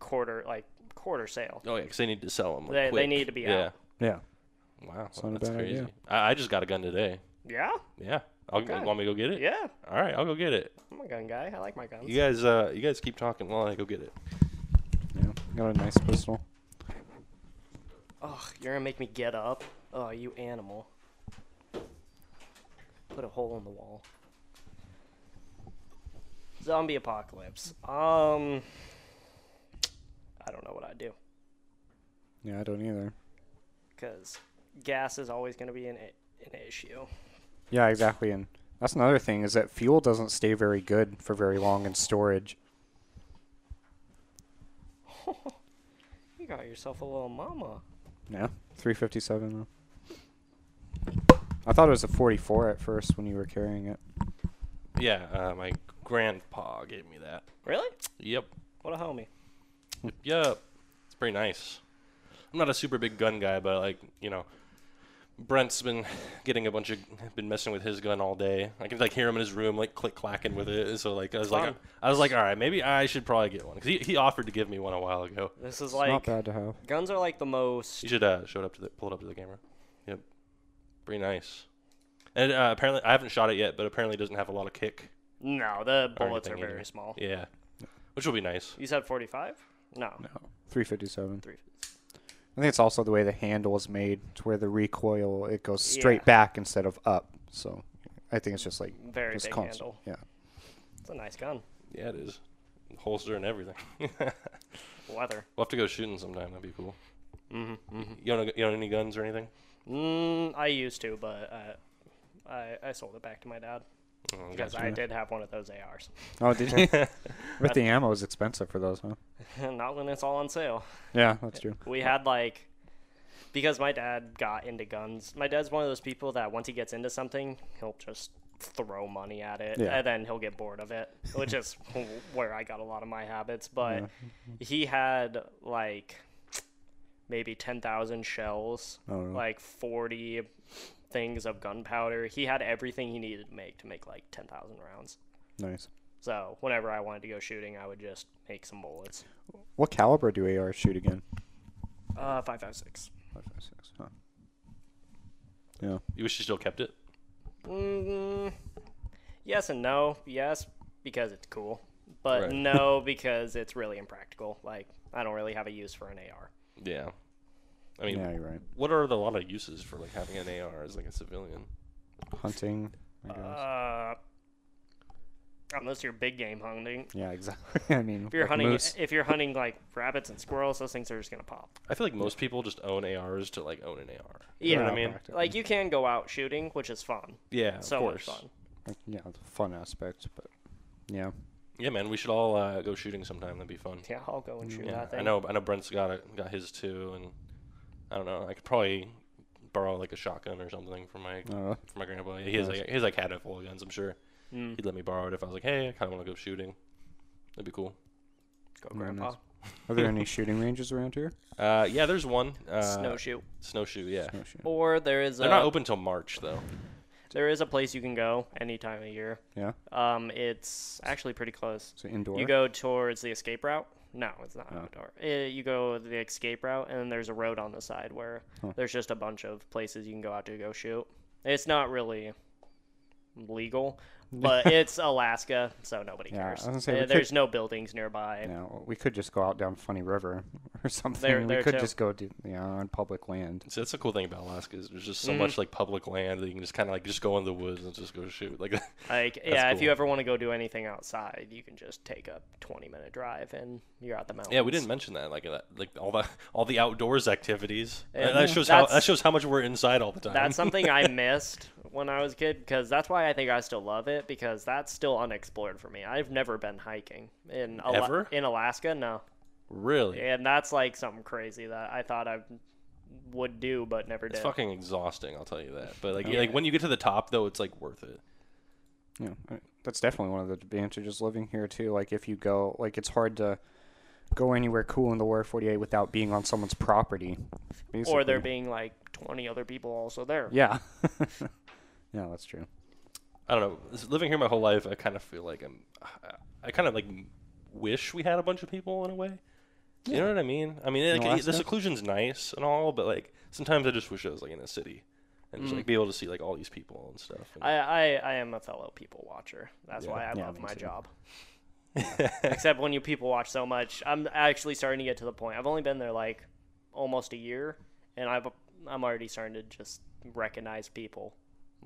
[SPEAKER 2] quarter like quarter sale.
[SPEAKER 1] oh yeah, 'cause they need to sell them. Like,
[SPEAKER 2] They- they
[SPEAKER 1] quick.
[SPEAKER 2] need to be
[SPEAKER 1] yeah.
[SPEAKER 2] out.
[SPEAKER 3] Yeah.
[SPEAKER 1] Wow,
[SPEAKER 3] not a
[SPEAKER 1] that's
[SPEAKER 3] bad
[SPEAKER 1] crazy.
[SPEAKER 3] idea.
[SPEAKER 1] I, I just got a gun today.
[SPEAKER 2] Yeah,
[SPEAKER 1] Yeah. I'll,
[SPEAKER 2] Okay.
[SPEAKER 1] Want me to go get it?
[SPEAKER 2] yeah.
[SPEAKER 1] All right, I'll go get it.
[SPEAKER 2] I'm a gun guy. I like my guns.
[SPEAKER 1] You guys, uh, you guys keep talking while I go get it.
[SPEAKER 3] Yeah. Got a nice pistol.
[SPEAKER 2] Ugh, you're gonna make me get up. Oh, you animal. Put a hole in the wall. Zombie apocalypse. Um, I don't know what I'd do
[SPEAKER 3] Yeah, I don't either.
[SPEAKER 2] because gas is always gonna be an i- an issue.
[SPEAKER 3] Yeah, exactly. And that's another thing is that fuel doesn't stay very good for very long in storage.
[SPEAKER 2] You got yourself a little mama.
[SPEAKER 3] Yeah. 357 though. I thought it was a 44 at first when you were carrying it.
[SPEAKER 1] Yeah, uh, my grandpa gave me that.
[SPEAKER 2] Really?
[SPEAKER 1] Yep.
[SPEAKER 2] What a homie.
[SPEAKER 1] Yep. It's pretty nice. I'm not a super big gun guy, but like, you know, Brent's been getting a bunch of been messing with his gun all day. I can like hear him in his room like click clacking with it. and So like I was like
[SPEAKER 2] Fun.
[SPEAKER 1] I was like, all right, maybe I should probably get one because he, he offered to give me one a while ago.
[SPEAKER 2] This is
[SPEAKER 3] It's not
[SPEAKER 2] like
[SPEAKER 3] bad to have.
[SPEAKER 2] guns are like the most.
[SPEAKER 1] You should uh show it up to the pull it up to the camera. Yep, pretty nice. And uh, apparently I haven't shot it yet, but apparently it doesn't have a lot of kick.
[SPEAKER 2] No, the bullets are
[SPEAKER 1] anything
[SPEAKER 2] very
[SPEAKER 1] either.
[SPEAKER 2] small.
[SPEAKER 1] Yeah, which will be nice.
[SPEAKER 2] You said 45? No.
[SPEAKER 3] No. 357.
[SPEAKER 2] Three.
[SPEAKER 3] I think it's also the way the handle is made. It's where the recoil it goes straight
[SPEAKER 2] Yeah.
[SPEAKER 3] back instead of up. So I think it's just like
[SPEAKER 2] Very
[SPEAKER 3] just
[SPEAKER 2] big
[SPEAKER 3] constant.
[SPEAKER 2] handle.
[SPEAKER 3] Yeah.
[SPEAKER 2] It's a nice gun.
[SPEAKER 1] Yeah, it is. holster and everything. <laughs> we'll
[SPEAKER 2] Weather.
[SPEAKER 1] have to go shooting sometime. That'd be cool.
[SPEAKER 2] Mm-hmm.
[SPEAKER 1] You own, a, you own any guns or anything?
[SPEAKER 2] Mm, I used to, but uh, I I sold it back to my dad
[SPEAKER 1] Oh,
[SPEAKER 2] because I did have one of those ARs.
[SPEAKER 3] Oh, did you? But the ammo is expensive for those,
[SPEAKER 2] <laughs>
[SPEAKER 3] huh?
[SPEAKER 2] Not when it's all on sale.
[SPEAKER 3] Yeah, that's true.
[SPEAKER 2] We had like because my dad got into guns. My dad's one of those people that once he gets into something, he'll just throw money at it
[SPEAKER 3] Yeah.
[SPEAKER 2] and then he'll get bored of it, which is
[SPEAKER 3] <laughs>
[SPEAKER 2] where I got a lot of my habits, but he had like maybe 10,000 shells,
[SPEAKER 3] Oh, really?
[SPEAKER 2] like 40 things of gunpowder. He had everything he needed to make to make like 10,000 rounds.
[SPEAKER 3] Nice.
[SPEAKER 2] So, whenever I wanted to go shooting, I would just make some bullets.
[SPEAKER 3] What caliber do AR shoot again?
[SPEAKER 2] Uh 556.
[SPEAKER 3] Five, five, six, huh? Yeah.
[SPEAKER 1] You wish you still kept it?
[SPEAKER 2] Mm, yes and no. Yes, because it's cool. But
[SPEAKER 1] Right. <laughs>
[SPEAKER 2] no, because it's really impractical. Like, I don't really have a use for an AR.
[SPEAKER 1] Yeah. I mean,
[SPEAKER 3] yeah, you're right.
[SPEAKER 1] what are the lot of uses for like having an AR as like a civilian?
[SPEAKER 3] Hunting. I guess.
[SPEAKER 2] Uh, unless you're big game hunting.
[SPEAKER 3] yeah, exactly. <laughs> I mean,
[SPEAKER 2] If you're
[SPEAKER 3] like
[SPEAKER 2] hunting,
[SPEAKER 3] moose.
[SPEAKER 2] if you're hunting like rabbits and squirrels, those things are just gonna pop.
[SPEAKER 1] I feel like most people just own ARs to like own an AR. You
[SPEAKER 2] Yeah,
[SPEAKER 1] know what I
[SPEAKER 3] Yeah,
[SPEAKER 1] mean?
[SPEAKER 3] practice.
[SPEAKER 2] like you can go out shooting, which is fun.
[SPEAKER 1] Yeah, of
[SPEAKER 2] so
[SPEAKER 1] course.
[SPEAKER 2] much fun.
[SPEAKER 3] like, yeah, the fun aspects, but yeah,
[SPEAKER 1] Yeah, man, we should all uh, go shooting sometime. That'd be fun.
[SPEAKER 2] Yeah, I'll go and shoot
[SPEAKER 1] Yeah,
[SPEAKER 2] that thing.
[SPEAKER 1] I know. I know. Brent's got it. Got his too, and I don't know. I could probably borrow like a shotgun or something from my
[SPEAKER 3] uh,
[SPEAKER 1] from my grandpa. He has
[SPEAKER 3] Nice.
[SPEAKER 1] like he has like had it full of guns. I'm sure
[SPEAKER 2] Mm,
[SPEAKER 1] he'd let me borrow it if I was like, hey, I kind of want to go shooting. That'd be cool.
[SPEAKER 2] go,
[SPEAKER 3] Mm,
[SPEAKER 2] grandpa.
[SPEAKER 3] are
[SPEAKER 2] <laughs>
[SPEAKER 3] there any shooting ranges around here?
[SPEAKER 1] Uh, yeah, there's one. Uh,
[SPEAKER 2] Snowshoe.
[SPEAKER 1] Snowshoe. Yeah,
[SPEAKER 3] No shooting.
[SPEAKER 2] Or there is
[SPEAKER 1] they're not
[SPEAKER 2] a
[SPEAKER 1] open till March though.
[SPEAKER 2] there is a place you can go any time of year.
[SPEAKER 3] Yeah,
[SPEAKER 2] Um, it's actually pretty close.
[SPEAKER 3] so indoor.
[SPEAKER 2] You go towards the escape route. No, it's not
[SPEAKER 3] Oh.
[SPEAKER 2] outdoor. Eh, you go the escape route, and then there's a road on the side where
[SPEAKER 3] Huh.
[SPEAKER 2] there's just a bunch of places you can go out to go shoot. It's not really
[SPEAKER 3] <laughs>
[SPEAKER 2] legal, but it's Alaska, so nobody
[SPEAKER 3] Yeah, I
[SPEAKER 2] cares.
[SPEAKER 3] was gonna say, we
[SPEAKER 2] Eh,
[SPEAKER 3] could-
[SPEAKER 2] there's no buildings nearby.
[SPEAKER 3] No, we could just go out down Funny River <laughs> or something.
[SPEAKER 2] There- there
[SPEAKER 3] we could
[SPEAKER 2] too.
[SPEAKER 3] just go to yeah on public land.
[SPEAKER 1] So that's the cool thing about Alaska is there's just so much like public land that you can just kind of like just go in the woods and just go shoot. Like, <laughs>
[SPEAKER 2] Like, yeah, if you
[SPEAKER 1] cool.
[SPEAKER 2] ever want to go do anything outside, you can just take a 20 minute drive and you're out the mountains.
[SPEAKER 1] yeah, we didn't mention that. Like, that, like all the all the outdoors activities.
[SPEAKER 2] Yeah.
[SPEAKER 1] That- that shows how that
[SPEAKER 2] That's-
[SPEAKER 1] shows how much we're inside all the time. <laughs>
[SPEAKER 2] That's something I missed when I was a kid because that's why I think I still love it because that's still unexplored for me. I've never been hiking in Ala-
[SPEAKER 1] Ever?
[SPEAKER 2] in Alaska, no,
[SPEAKER 1] really.
[SPEAKER 2] and that's like something crazy that I thought I would do but never
[SPEAKER 1] It's
[SPEAKER 2] did.
[SPEAKER 1] fucking exhausting, I'll tell you that. But like, like when you get to the top, though, it's like worth it.
[SPEAKER 3] Yeah, I- that's definitely one of the advantages living here too. Like if you go, like it's hard to go anywhere cool in the Lower 48 without being on someone's property.
[SPEAKER 2] or there
[SPEAKER 3] basically.
[SPEAKER 2] being like 20 other people also there.
[SPEAKER 3] yeah, <laughs> yeah, that's true.
[SPEAKER 1] I don't know. s- Living here my whole life, I kind of feel like I'm. I- I kind of like wish we had a bunch of people in a way. You know what I mean? I mean, like,
[SPEAKER 3] Alaska?
[SPEAKER 1] the seclusion's nice and all, but like sometimes I just wish I was like in a city and just like be able to see like all these people and stuff. And-
[SPEAKER 2] I, I, I am a fellow people watcher. That's why I
[SPEAKER 3] Yeah,
[SPEAKER 2] love
[SPEAKER 3] me
[SPEAKER 2] my
[SPEAKER 3] too.
[SPEAKER 2] job. Except when you people watch so much, I'm actually starting to get to the point. I've only been there like almost a year, and I've I'm already starting to just recognize people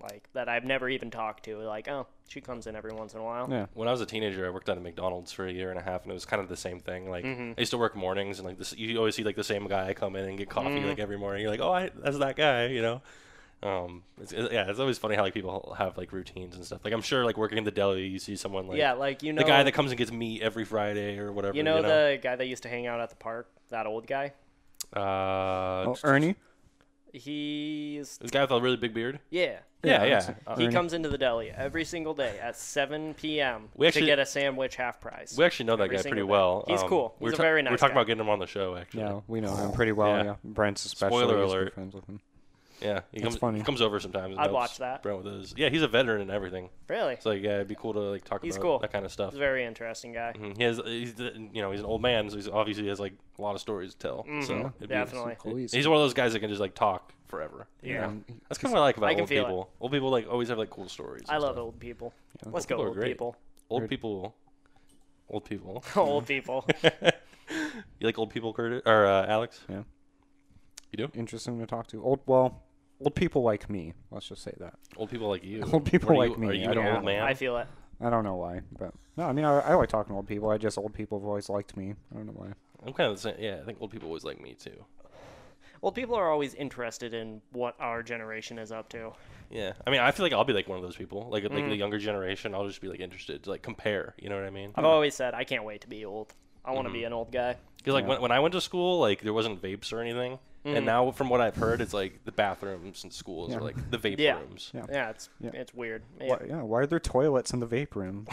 [SPEAKER 2] like that I've never even talked to. Like, oh, she comes in every once in a while.
[SPEAKER 3] Yeah,
[SPEAKER 1] when I was a teenager, I worked at a McDonald's for a year and a half, and it was kind of the same thing. Like
[SPEAKER 2] Mm-hmm.
[SPEAKER 1] I used to work mornings, and like this, you always see like the same guy come in and get coffee
[SPEAKER 2] Mm-hmm.
[SPEAKER 1] like every morning. You're like, oh, I, that's that guy, you know. Um, it's, it- yeah, it's always funny how like people have like routines and stuff. Like I'm sure like working in the deli, you see someone like
[SPEAKER 2] yeah, like you know
[SPEAKER 1] the guy that comes and gets meat every Friday or whatever.
[SPEAKER 2] you know, the guy that used to hang out at the park, that old guy.
[SPEAKER 1] uh,
[SPEAKER 3] oh, Ernie.
[SPEAKER 2] He's
[SPEAKER 1] the guy with a really big beard.
[SPEAKER 2] yeah.
[SPEAKER 1] Yeah,
[SPEAKER 3] that's
[SPEAKER 1] yeah.
[SPEAKER 3] it.
[SPEAKER 1] Uh,
[SPEAKER 2] He
[SPEAKER 3] Ernie.
[SPEAKER 2] comes into the deli every single day at 7 p.m.
[SPEAKER 1] We actually-
[SPEAKER 2] to get a sandwich half price.
[SPEAKER 1] we actually know that
[SPEAKER 2] Every
[SPEAKER 1] guy
[SPEAKER 2] single
[SPEAKER 1] pretty
[SPEAKER 2] day.
[SPEAKER 1] well. Um,
[SPEAKER 2] He's cool.
[SPEAKER 1] we We're
[SPEAKER 2] He's a
[SPEAKER 1] ta-
[SPEAKER 2] very
[SPEAKER 1] We're
[SPEAKER 2] nice
[SPEAKER 1] talking
[SPEAKER 2] guy.
[SPEAKER 1] about getting him on the show actually.
[SPEAKER 3] Yeah, we know him pretty well.
[SPEAKER 1] Yeah.
[SPEAKER 3] Yeah, Brent's especially.
[SPEAKER 1] Spoiler
[SPEAKER 3] he's good
[SPEAKER 1] alert.
[SPEAKER 3] Friends with him.
[SPEAKER 1] Yeah, he
[SPEAKER 3] That's
[SPEAKER 1] comes,
[SPEAKER 3] funny.
[SPEAKER 1] He comes over sometimes. and
[SPEAKER 2] I'd
[SPEAKER 1] helps
[SPEAKER 2] watch that.
[SPEAKER 1] Brent with his. Yeah, he's a veteran and everything.
[SPEAKER 2] Really?
[SPEAKER 1] So like, yeah, it'd be cool to like talk
[SPEAKER 2] He's
[SPEAKER 1] about
[SPEAKER 2] cool.
[SPEAKER 1] that kind of stuff.
[SPEAKER 2] He's a very interesting guy.
[SPEAKER 3] Mm-hmm.
[SPEAKER 1] Mhm. He has, he's, the- you know, he's an old man, so he's obviously has like a lot of stories to tell. So it'd be-
[SPEAKER 2] Mm-hmm. Definitely.
[SPEAKER 3] Cool, he's-
[SPEAKER 1] he's one of those guys that can just like talk forever. you
[SPEAKER 2] Yeah.
[SPEAKER 3] Um,
[SPEAKER 1] know? that's kind of what I like about
[SPEAKER 2] I can
[SPEAKER 1] old
[SPEAKER 2] feel it.
[SPEAKER 1] people. Old people like always have like cool stories.
[SPEAKER 2] I
[SPEAKER 1] and
[SPEAKER 2] love
[SPEAKER 1] stuff.
[SPEAKER 2] old people.
[SPEAKER 3] Yeah.
[SPEAKER 2] Let's
[SPEAKER 1] People are
[SPEAKER 2] go, old
[SPEAKER 1] great.
[SPEAKER 2] people. <laughs>
[SPEAKER 1] Old people, old people.
[SPEAKER 3] Mm-hmm.
[SPEAKER 2] old
[SPEAKER 3] <laughs>
[SPEAKER 2] people.
[SPEAKER 1] You like old people, Curtis or uh, Alex?
[SPEAKER 3] Yeah.
[SPEAKER 1] You do?
[SPEAKER 3] Interesting to talk to. Old, well, old people like me. Let's just say that.
[SPEAKER 1] Old people like you.
[SPEAKER 3] <laughs> Old people
[SPEAKER 1] What are
[SPEAKER 3] like
[SPEAKER 1] you-
[SPEAKER 3] me,
[SPEAKER 1] Are you
[SPEAKER 3] I
[SPEAKER 1] an
[SPEAKER 3] don't
[SPEAKER 1] old
[SPEAKER 3] know.
[SPEAKER 1] man?
[SPEAKER 2] I feel it.
[SPEAKER 3] I don't know why, but no, I mean, I, I like talking to old people. I just old people have always liked me. I don't know why.
[SPEAKER 1] I'm kind of the same. Yeah, I think old people always like me too.
[SPEAKER 2] Well, people are always interested in what our generation is up to.
[SPEAKER 1] Yeah, I mean, I feel like I'll be like one of those people, like like
[SPEAKER 2] Mm-hmm.
[SPEAKER 1] the younger generation. I'll just be like interested to like compare. You know what I mean?
[SPEAKER 3] Mm.
[SPEAKER 2] I've always said I can't wait to be old. I want to
[SPEAKER 3] Mm-hmm.
[SPEAKER 2] be an old guy.
[SPEAKER 1] Because like when, when I went to school, like there wasn't vapes or anything, and now from what I've heard, it's like the bathrooms in schools are like the vape
[SPEAKER 2] Yeah.
[SPEAKER 1] rooms. <laughs>
[SPEAKER 3] Yeah.
[SPEAKER 2] Yeah, it's
[SPEAKER 3] Yeah.
[SPEAKER 2] it's weird.
[SPEAKER 3] Why,
[SPEAKER 2] I
[SPEAKER 3] yeah, why are there toilets in the
[SPEAKER 1] <laughs>
[SPEAKER 3] vape room?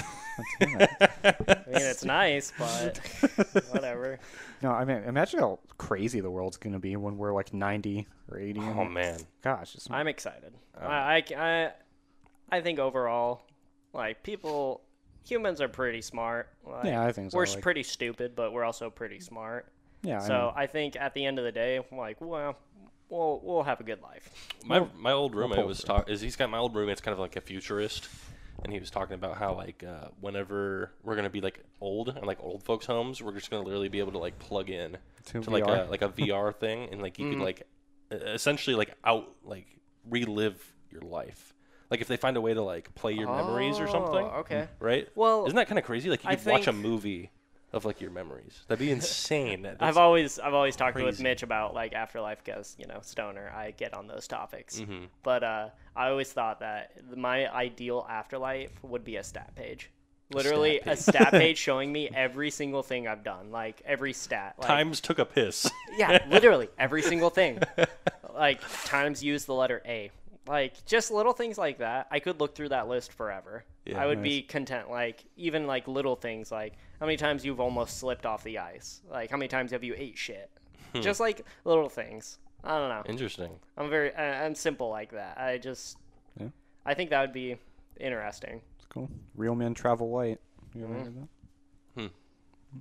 [SPEAKER 2] mean,
[SPEAKER 3] <laughs>
[SPEAKER 2] it's nice, but whatever.
[SPEAKER 3] no, I mean, imagine how crazy the world's gonna be when we're like 90 or 80.
[SPEAKER 1] Oh man,
[SPEAKER 3] gosh, it's
[SPEAKER 2] I'm excited.
[SPEAKER 3] Oh.
[SPEAKER 2] I, I c- I- I think overall, like people, humans are pretty smart. Like,
[SPEAKER 3] Yeah, I think so,
[SPEAKER 2] we're s-
[SPEAKER 3] like-
[SPEAKER 2] pretty stupid, but we're also pretty smart.
[SPEAKER 3] yeah. I
[SPEAKER 2] So I think at the end of the day, I'm like, well, we'll we'll have a good life.
[SPEAKER 1] my my old roommate
[SPEAKER 3] pull
[SPEAKER 1] was talk is he's got my old roommate's kind of like a futurist, and he was talking about how like uh, whenever we're gonna be like old and like old folks homes, we're just gonna literally be able to like plug in
[SPEAKER 3] To
[SPEAKER 1] to, like a
[SPEAKER 3] VR.
[SPEAKER 1] like a VR thing, and like you
[SPEAKER 2] Mm.
[SPEAKER 1] could like e- essentially like out like relive your life. Like if they find a way to like play your memories or something,
[SPEAKER 2] Oh, okay.
[SPEAKER 1] right?
[SPEAKER 2] Well,
[SPEAKER 1] isn't that kind of crazy? Like you
[SPEAKER 2] I
[SPEAKER 1] could watch a
[SPEAKER 2] think-
[SPEAKER 1] movie of like your memories. That'd be
[SPEAKER 2] <laughs>
[SPEAKER 1] insane. That's-
[SPEAKER 2] I've always I've always talked with
[SPEAKER 1] crazy.
[SPEAKER 2] Mitch about like afterlife because you know stoner I get on those topics, but uh, I always thought that th- my ideal afterlife would be a stat page, literally a stat page, <laughs> showing me every single thing I've done, like every stat, like,
[SPEAKER 1] Times took a piss. <laughs>
[SPEAKER 2] yeah, literally every single thing, like times use the letter A, like just little things like that. I could look through that list forever. I would be content, like even like little things like how many times you've almost slipped off the ice, like how many times have you ate shit,
[SPEAKER 1] Hmm.
[SPEAKER 2] just like little things. I don't know.
[SPEAKER 1] Interesting.
[SPEAKER 2] I'm very I- I'm simple like that. I just
[SPEAKER 3] Yeah.
[SPEAKER 2] I think that would be interesting.
[SPEAKER 3] It's cool. Real men travel light. You ever
[SPEAKER 1] Mm-hmm.
[SPEAKER 3] heard of that?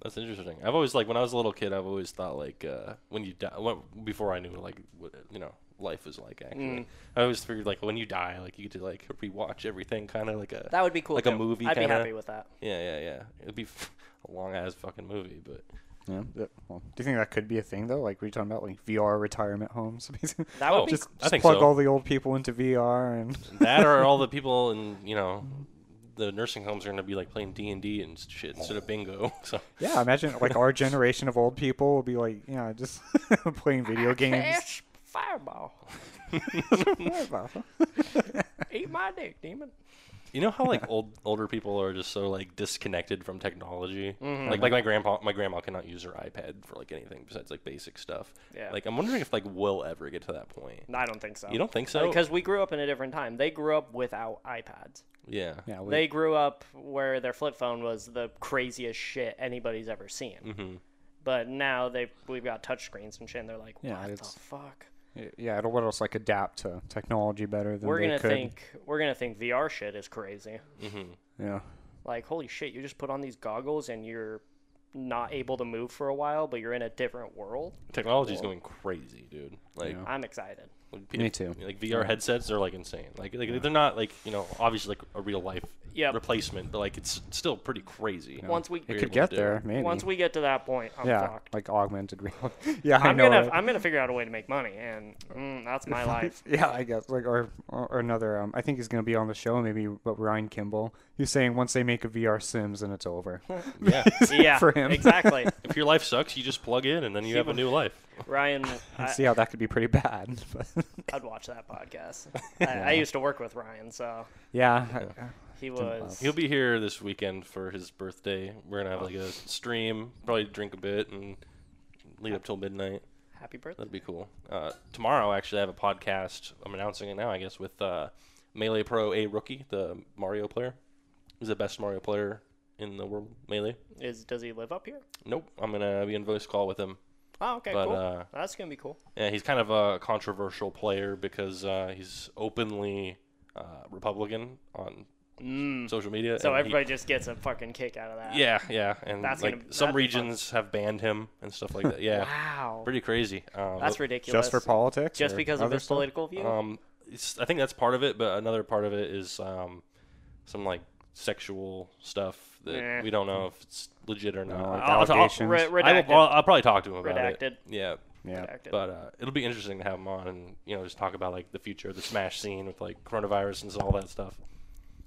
[SPEAKER 1] That's interesting. I've always like when I was a little kid, I've always thought like uh, when you die, when, before I knew like what you know life was like. Actually, I always figured like when you die, like you get to like rewatch everything, kind of like a
[SPEAKER 2] That would be cool.
[SPEAKER 1] like a
[SPEAKER 2] too.
[SPEAKER 1] movie
[SPEAKER 2] I'd
[SPEAKER 1] kinda.
[SPEAKER 2] be happy with that.
[SPEAKER 1] yeah, yeah, yeah. It'd be f- <laughs> a long ass fucking movie, but
[SPEAKER 3] Yeah. yeah. Well, do you think that could be a thing though? Like we're talking about like VR retirement homes. <laughs>
[SPEAKER 2] That would
[SPEAKER 1] Oh,
[SPEAKER 2] be
[SPEAKER 3] just
[SPEAKER 1] I think
[SPEAKER 3] plug
[SPEAKER 1] so.
[SPEAKER 3] all the old people into VR and
[SPEAKER 1] that or all the people in you know the nursing homes are gonna be like playing D and D and shit instead of bingo. <laughs> So
[SPEAKER 3] yeah, imagine
[SPEAKER 1] <laughs>
[SPEAKER 3] like our generation of old people will be like, yeah, just <laughs> playing video games.
[SPEAKER 2] <laughs>
[SPEAKER 3] <laughs>
[SPEAKER 2] Cash fireball. Eat my dick, demon.
[SPEAKER 1] You know how
[SPEAKER 3] <laughs>
[SPEAKER 1] like old older people are just so like disconnected from technology.
[SPEAKER 2] Mm-hmm.
[SPEAKER 1] Like like my grandpa my grandma cannot use her iPad for like anything besides like basic stuff.
[SPEAKER 2] Yeah.
[SPEAKER 1] Like I'm wondering if like we'll ever get to that point.
[SPEAKER 2] I don't think so.
[SPEAKER 1] You don't think so?
[SPEAKER 2] because we grew up in a different time. They grew up without iPads.
[SPEAKER 1] yeah.
[SPEAKER 3] yeah, we,
[SPEAKER 2] They grew up where their flip phone was the craziest shit anybody's ever seen.
[SPEAKER 3] Mm-hmm.
[SPEAKER 2] But now they we've got touchscreens and shit, and they're like,
[SPEAKER 3] Yeah,
[SPEAKER 2] what
[SPEAKER 3] it's-
[SPEAKER 2] the fuck?
[SPEAKER 3] yeah, it'll let us like adapt to technology better than
[SPEAKER 2] We're
[SPEAKER 3] they
[SPEAKER 2] gonna
[SPEAKER 3] could.
[SPEAKER 2] think we're gonna think VR shit is crazy.
[SPEAKER 3] Yeah,
[SPEAKER 2] Like, holy shit, you just put on these goggles and you're not able to move for a while, but you're in a different world.
[SPEAKER 1] Technology's going crazy, dude. Like
[SPEAKER 3] Yeah.
[SPEAKER 2] I'm excited.
[SPEAKER 1] like,
[SPEAKER 3] Me
[SPEAKER 1] if-
[SPEAKER 3] too.
[SPEAKER 1] Like VR headsets are like insane. Like, like they're not like, you know, obviously like a real life
[SPEAKER 2] Yep.
[SPEAKER 1] replacement, but like it's still pretty crazy.
[SPEAKER 2] Once we
[SPEAKER 3] it
[SPEAKER 1] We're
[SPEAKER 3] could
[SPEAKER 1] able to
[SPEAKER 3] get
[SPEAKER 1] do
[SPEAKER 3] there
[SPEAKER 1] it.
[SPEAKER 3] maybe.
[SPEAKER 2] once we get to that point, I'm
[SPEAKER 3] yeah,
[SPEAKER 2] fucked.
[SPEAKER 3] like augmented reality. <laughs> yeah, I
[SPEAKER 2] I'm
[SPEAKER 3] know.
[SPEAKER 2] gonna
[SPEAKER 3] right?
[SPEAKER 2] I'm gonna figure out a way to make money, and mm, that's
[SPEAKER 3] <laughs>
[SPEAKER 2] my life.
[SPEAKER 3] Yeah, I guess like or or or another. Um, I think he's gonna be on the show. Maybe, but Ryan Kimball. He's saying once they make a VR Sims and
[SPEAKER 1] <laughs>
[SPEAKER 3] it's over. <laughs>
[SPEAKER 1] Yeah.
[SPEAKER 2] Yeah,
[SPEAKER 3] For him. <laughs>
[SPEAKER 2] exactly.
[SPEAKER 1] if your life sucks, you just plug in and then you have a new life. <laughs>
[SPEAKER 2] Ryan, I,
[SPEAKER 3] See how that could be pretty bad. <laughs> but-
[SPEAKER 2] I'd watch that podcast. I, I used to work with Ryan, so
[SPEAKER 3] yeah, I-
[SPEAKER 2] he was.
[SPEAKER 1] He'll be here this weekend for his birthday. We're gonna have like a stream, probably drink a bit and lead up till midnight.
[SPEAKER 2] Happy birthday!
[SPEAKER 1] That'd be cool. Uh, tomorrow, actually, I have a podcast. I'm announcing it now, I guess, with uh, Melee Pro A Rookie, the Mario player. He's the best Mario player in the world, Melee.
[SPEAKER 2] Is does he live up here?
[SPEAKER 1] Nope, I'm gonna be in voice call with him.
[SPEAKER 2] Oh, okay,
[SPEAKER 1] But,
[SPEAKER 2] cool.
[SPEAKER 1] uh,
[SPEAKER 2] that's gonna be cool.
[SPEAKER 1] Yeah, he's kind of a controversial player because uh, he's openly uh, Republican on social media.
[SPEAKER 2] Mm. Hmm. So
[SPEAKER 1] and he-
[SPEAKER 2] everybody just gets a fucking kick out of that.
[SPEAKER 1] Yeah, yeah, and
[SPEAKER 2] That's
[SPEAKER 1] like
[SPEAKER 2] gonna- that'd be
[SPEAKER 1] some
[SPEAKER 2] fun.
[SPEAKER 1] regions have banned him and stuff like that. Yeah,
[SPEAKER 2] Wow,
[SPEAKER 1] pretty crazy. Um,
[SPEAKER 2] that's ridiculous.
[SPEAKER 3] just for politics.
[SPEAKER 2] Just
[SPEAKER 3] or
[SPEAKER 2] because of
[SPEAKER 3] other
[SPEAKER 2] his
[SPEAKER 3] stuff?
[SPEAKER 2] political view.
[SPEAKER 1] um, it's, I think that's part of it, but another part of it is um, some like sexual stuff that
[SPEAKER 2] Eh.
[SPEAKER 1] we don't know if it's legit or not. I'll,
[SPEAKER 3] like
[SPEAKER 1] I'll, I'll,
[SPEAKER 2] Oh,
[SPEAKER 3] allegations.
[SPEAKER 2] Re-
[SPEAKER 1] I
[SPEAKER 2] redacted.
[SPEAKER 1] will, I'll, I'll probably talk to him about
[SPEAKER 2] Redacted.
[SPEAKER 1] it. Yeah,
[SPEAKER 3] Yeah.
[SPEAKER 2] redacted.
[SPEAKER 1] but uh, it'll be interesting to have him on and you know just talk about like the future of the Smash scene with like coronavirus and all that stuff.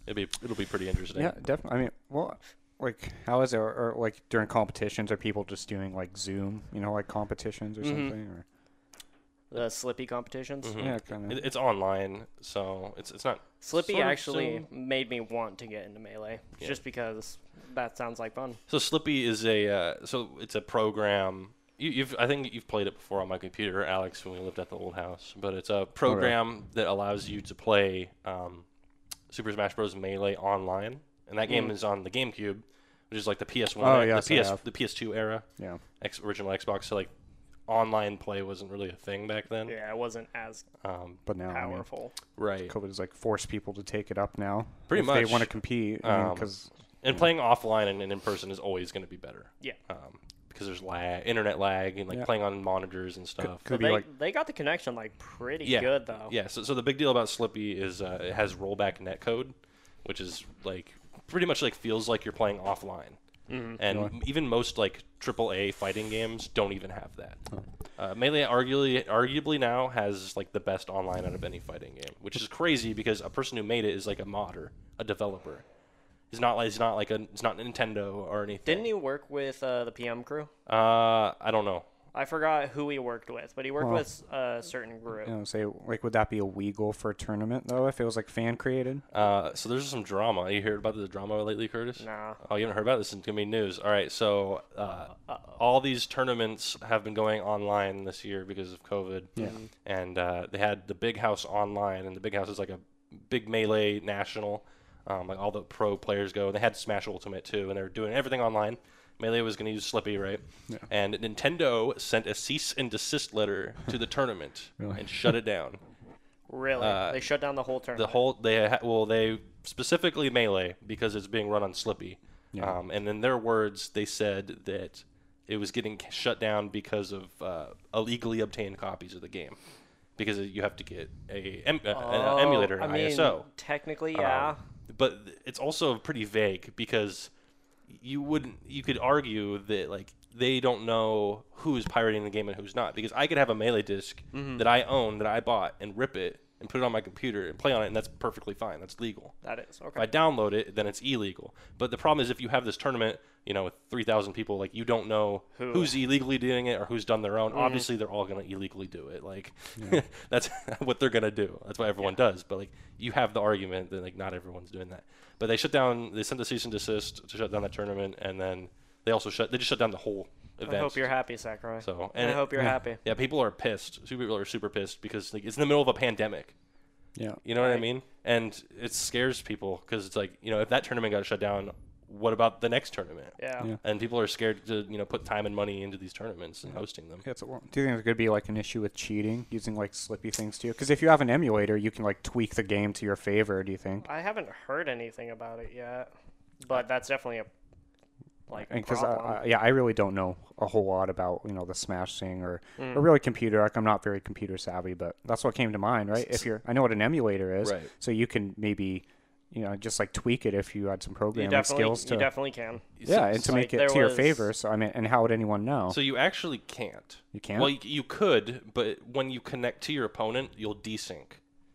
[SPEAKER 1] It'll be it'll be pretty interesting.
[SPEAKER 3] Yeah, definitely. I mean, well, like how is it? Or, or like during competitions, are people just doing like Zoom? You know, like competitions or
[SPEAKER 1] Mhm.
[SPEAKER 3] something? Or
[SPEAKER 2] The Slippy competitions.
[SPEAKER 1] Mhm.
[SPEAKER 3] yeah, kind of.
[SPEAKER 1] It, it's online, so it's it's not.
[SPEAKER 2] Slippy
[SPEAKER 1] Sort of
[SPEAKER 2] actually made me want to get into melee
[SPEAKER 1] Yeah.
[SPEAKER 2] just because that sounds like fun.
[SPEAKER 1] So Slippy is a uh, so it's a program. You, you've I think you've played it before on my computer, Alex, when we lived at the old house. But it's a program that allows you to play um, Super Smash Bros. Melee online, and that game
[SPEAKER 2] Mm.
[SPEAKER 1] is on the GameCube, which is like the PS1,
[SPEAKER 3] Hmm. Oh,
[SPEAKER 1] the
[SPEAKER 3] yes, I
[SPEAKER 1] PS,
[SPEAKER 3] have.
[SPEAKER 1] the PS2 era,
[SPEAKER 3] Yeah.
[SPEAKER 1] ex- original Xbox. So like online play wasn't really a thing back then.
[SPEAKER 2] Yeah, it wasn't as
[SPEAKER 1] Um,
[SPEAKER 3] But now, I mean,
[SPEAKER 2] powerful.
[SPEAKER 1] right.
[SPEAKER 3] COVID has like forced people to take it up now.
[SPEAKER 1] Pretty
[SPEAKER 3] if They
[SPEAKER 1] much.
[SPEAKER 3] want to compete
[SPEAKER 1] Um,
[SPEAKER 3] because
[SPEAKER 1] And playing offline and, and in person is always going to be better.
[SPEAKER 2] Yeah.
[SPEAKER 1] Um, because there's lag, internet lag, and like
[SPEAKER 3] Yeah.
[SPEAKER 1] playing on monitors and stuff.
[SPEAKER 3] could
[SPEAKER 2] But they,
[SPEAKER 3] be like
[SPEAKER 2] they got the connection like pretty
[SPEAKER 1] Yeah.
[SPEAKER 2] good though.
[SPEAKER 1] Yeah, so, so the big deal about Slippy is uh, it has rollback netcode, which is like pretty much like feels like you're playing offline.
[SPEAKER 2] Mm-hmm.
[SPEAKER 1] And m- even most like AAA fighting games don't even have that. Uh, Melee arguably arguably now has like the best online out of any fighting game, which is crazy because a person who made it is like a modder, a developer. He's not like he's not like a it's not Nintendo or anything.
[SPEAKER 2] Didn't he work with uh, the PM crew?
[SPEAKER 1] Uh, I don't know.
[SPEAKER 2] I forgot who he worked with, but he worked
[SPEAKER 3] Well-
[SPEAKER 2] with uh, a certain group.
[SPEAKER 3] you know, say like would that be illegal for a tournament though if it was like fan created?
[SPEAKER 1] Uh, so there's some drama. You heard about the drama lately, Curtis?
[SPEAKER 2] Nah.
[SPEAKER 1] Oh, you haven't heard about this? It's gonna be news. All right, so uh, all these tournaments have been going online this year because of COVID. Yeah. And uh, they had the Big House online, and the Big House is like a big melee national. Um, like all the pro players go. They had Smash Ultimate too, and they were doing everything online. Melee was gonna use Slippy, right? Yeah. And Nintendo sent a cease and desist letter to the <laughs> tournament and shut it down.
[SPEAKER 2] Really?
[SPEAKER 1] Uh,
[SPEAKER 2] they shut down the whole
[SPEAKER 1] The
[SPEAKER 2] tournament.
[SPEAKER 1] whole they ha- well they specifically melee because it's being run on Slippy.
[SPEAKER 3] Yeah.
[SPEAKER 1] Um, and in their words, they said that it was getting c- shut down because of uh, illegally obtained copies of the game, because you have to get a em- uh,
[SPEAKER 2] Oh,
[SPEAKER 1] an emulator an
[SPEAKER 2] I mean,
[SPEAKER 1] ISO.
[SPEAKER 2] Technically,
[SPEAKER 1] Um,
[SPEAKER 2] yeah.
[SPEAKER 1] but th- it's also pretty vague because you wouldn't you could argue that like they don't know who's pirating the game and who's not because I could have a melee disk that I own that I bought and rip it and put it on my computer and play on it and that's perfectly fine. That's legal.
[SPEAKER 2] that is
[SPEAKER 1] If I
[SPEAKER 2] okay.
[SPEAKER 1] download it, then it's illegal. But the problem is if you have this tournament, you know, with 3,000 people, like you don't know
[SPEAKER 2] Who- Mm-hmm.
[SPEAKER 1] who's illegally doing it or who's done their own. Obviously, they're all going to illegally do it. Like <laughs> that's what they're going to do. That's what everyone does. But like you have the argument that like not everyone's doing that. But they shut down. They sent the cease and desist to shut down that tournament, and then they also shut. They just shut down the whole event.
[SPEAKER 2] I hope you're happy, Sakurai.
[SPEAKER 1] so
[SPEAKER 2] and
[SPEAKER 1] and
[SPEAKER 2] I
[SPEAKER 1] <laughs>
[SPEAKER 2] hope you're
[SPEAKER 3] yeah.
[SPEAKER 2] happy.
[SPEAKER 1] yeah, people are pissed. Super people are super pissed because like it's in the middle of a pandemic.
[SPEAKER 3] Yeah.
[SPEAKER 1] You know what I
[SPEAKER 2] Right.
[SPEAKER 1] mean? And it scares people because it's like, you know, if that tournament got shut down, what about the next tournament?
[SPEAKER 2] Yeah.
[SPEAKER 3] Yeah.
[SPEAKER 1] And people are scared to, you know, put time and money into these tournaments and hosting them.
[SPEAKER 3] Yeah, it's a, well, do you think there's going to be like an issue with cheating using like slippy things too? Because if you have an emulator, you can like tweak the game to your favor. Do you think?
[SPEAKER 2] I haven't heard anything about it yet, but that's definitely a like
[SPEAKER 3] Because
[SPEAKER 2] problem.
[SPEAKER 3] I, I, yeah, I really don't know a whole lot about you know the Smash thing or,
[SPEAKER 1] Mm.
[SPEAKER 3] or really computer. Like I'm not very computer savvy, but that's what came to mind. Right?
[SPEAKER 1] <laughs>
[SPEAKER 3] If you're, I know what an emulator is,
[SPEAKER 1] Right.
[SPEAKER 3] so you can maybe you know just like tweak it if you had some
[SPEAKER 2] you
[SPEAKER 3] programming
[SPEAKER 2] definitely,
[SPEAKER 3] skills to
[SPEAKER 2] you definitely can.
[SPEAKER 3] yeah,
[SPEAKER 1] So-
[SPEAKER 3] and to
[SPEAKER 1] so,
[SPEAKER 2] like,
[SPEAKER 3] make
[SPEAKER 2] there
[SPEAKER 3] it to your
[SPEAKER 2] was-
[SPEAKER 3] favor. So I mean, and how would anyone know?
[SPEAKER 1] so you actually can't.
[SPEAKER 3] You can't?
[SPEAKER 1] Well, you, you could, but when you connect to your opponent, you'll desync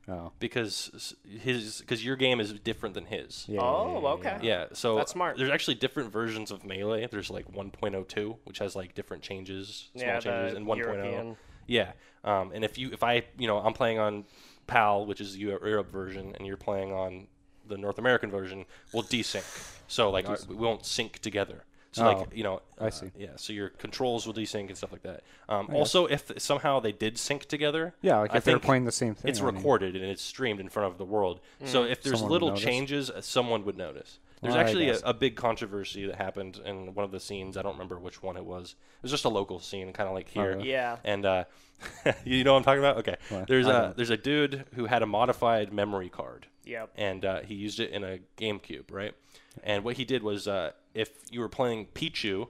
[SPEAKER 3] oh,
[SPEAKER 1] because s- his because your game is different than his.
[SPEAKER 3] yeah.
[SPEAKER 2] oh, okay.
[SPEAKER 1] Yeah, so
[SPEAKER 2] That's smart.
[SPEAKER 1] There's actually different versions of Melee. There's like 1.02, which has like different changes, small
[SPEAKER 2] Yeah, the
[SPEAKER 1] changes, and 1.0.
[SPEAKER 2] European.
[SPEAKER 1] Yeah, um, and if you if I you know I'm playing on PAL, which is the Eu- Europe version, and you're playing on the North American version, we'll desync. So like our- we won't sync together. So
[SPEAKER 3] Oh,
[SPEAKER 1] like you know,
[SPEAKER 3] I
[SPEAKER 1] uh,
[SPEAKER 3] see.
[SPEAKER 1] yeah, so your controls will desync and stuff like that. Um, also, if somehow they did sync together,
[SPEAKER 3] Yeah, like
[SPEAKER 1] I
[SPEAKER 3] if they're
[SPEAKER 1] think
[SPEAKER 3] playing the same thing.
[SPEAKER 1] it's
[SPEAKER 3] I mean,
[SPEAKER 1] recorded and it's streamed in front of the world. So if there's
[SPEAKER 3] Someone would
[SPEAKER 1] little
[SPEAKER 3] notice.
[SPEAKER 1] changes, uh, someone would notice. There's
[SPEAKER 3] Well, I
[SPEAKER 1] actually a,
[SPEAKER 3] guess.
[SPEAKER 1] a big controversy that happened in one of the scenes. I don't remember which one it was. It was just a local scene, kind of like here.
[SPEAKER 3] Oh, really?
[SPEAKER 2] Yeah.
[SPEAKER 1] And uh, <laughs> you know what I'm talking about? Okay.
[SPEAKER 3] What?
[SPEAKER 1] There's
[SPEAKER 3] I
[SPEAKER 1] a
[SPEAKER 3] don't.
[SPEAKER 1] there's a dude who had a modified memory card
[SPEAKER 2] Yep.
[SPEAKER 1] and uh, he used it in a GameCube, right? And what he did was, uh, if you were playing Pichu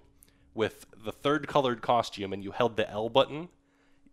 [SPEAKER 1] with the third colored costume and you held the L button,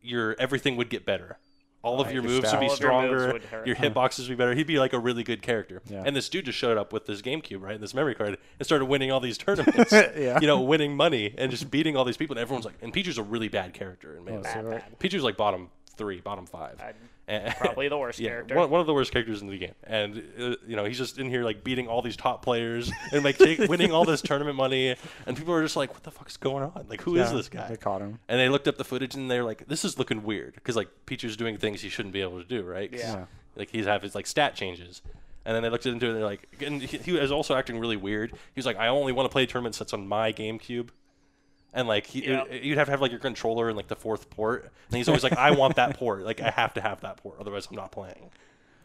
[SPEAKER 1] your everything would get better. All of your
[SPEAKER 3] your
[SPEAKER 1] moves would be
[SPEAKER 2] stats. All of your moves
[SPEAKER 1] stronger.
[SPEAKER 2] would hurt.
[SPEAKER 1] Your hitboxes would be better. He'd be like a really good character.
[SPEAKER 3] Yeah.
[SPEAKER 1] And this dude just showed up with this GameCube, right, and this memory card, and started winning all these
[SPEAKER 2] <laughs>
[SPEAKER 1] tournaments.
[SPEAKER 3] Yeah.
[SPEAKER 1] You know, winning money and just beating all these
[SPEAKER 2] Oh,
[SPEAKER 1] people. And everyone's like, and Pichu's a really bad character in Melee.
[SPEAKER 3] so-
[SPEAKER 2] Bad, bad.
[SPEAKER 3] Right.
[SPEAKER 1] Pichu's like bottom three, bottom 5
[SPEAKER 2] I'd
[SPEAKER 1] <laughs> And-
[SPEAKER 2] Probably the worst
[SPEAKER 1] yeah,
[SPEAKER 2] character.
[SPEAKER 1] one, one of the worst characters in the game, and uh, you know he's just in here like beating all these top players and like take, winning all this tournament money, and people are just like, "What the fuck is going on? Like, who is
[SPEAKER 3] Yeah,
[SPEAKER 1] this guy?"
[SPEAKER 3] They caught him.
[SPEAKER 1] And they looked up the footage and they're like, "This is looking weird," because like Pichu's doing things he shouldn't be able to do, right? 'Cause,
[SPEAKER 2] Yeah.
[SPEAKER 1] Like he's have his like stat changes, and then they looked into it and they're like, and he, he was also acting really weird. He was like, "I only want to play tournaments that's on my GameCube." And like he,
[SPEAKER 2] Yeah.
[SPEAKER 1] you'd have to have like your controller in like the fourth port, and he's always like, "I want that port. Like I have to have that port, otherwise I'm not playing."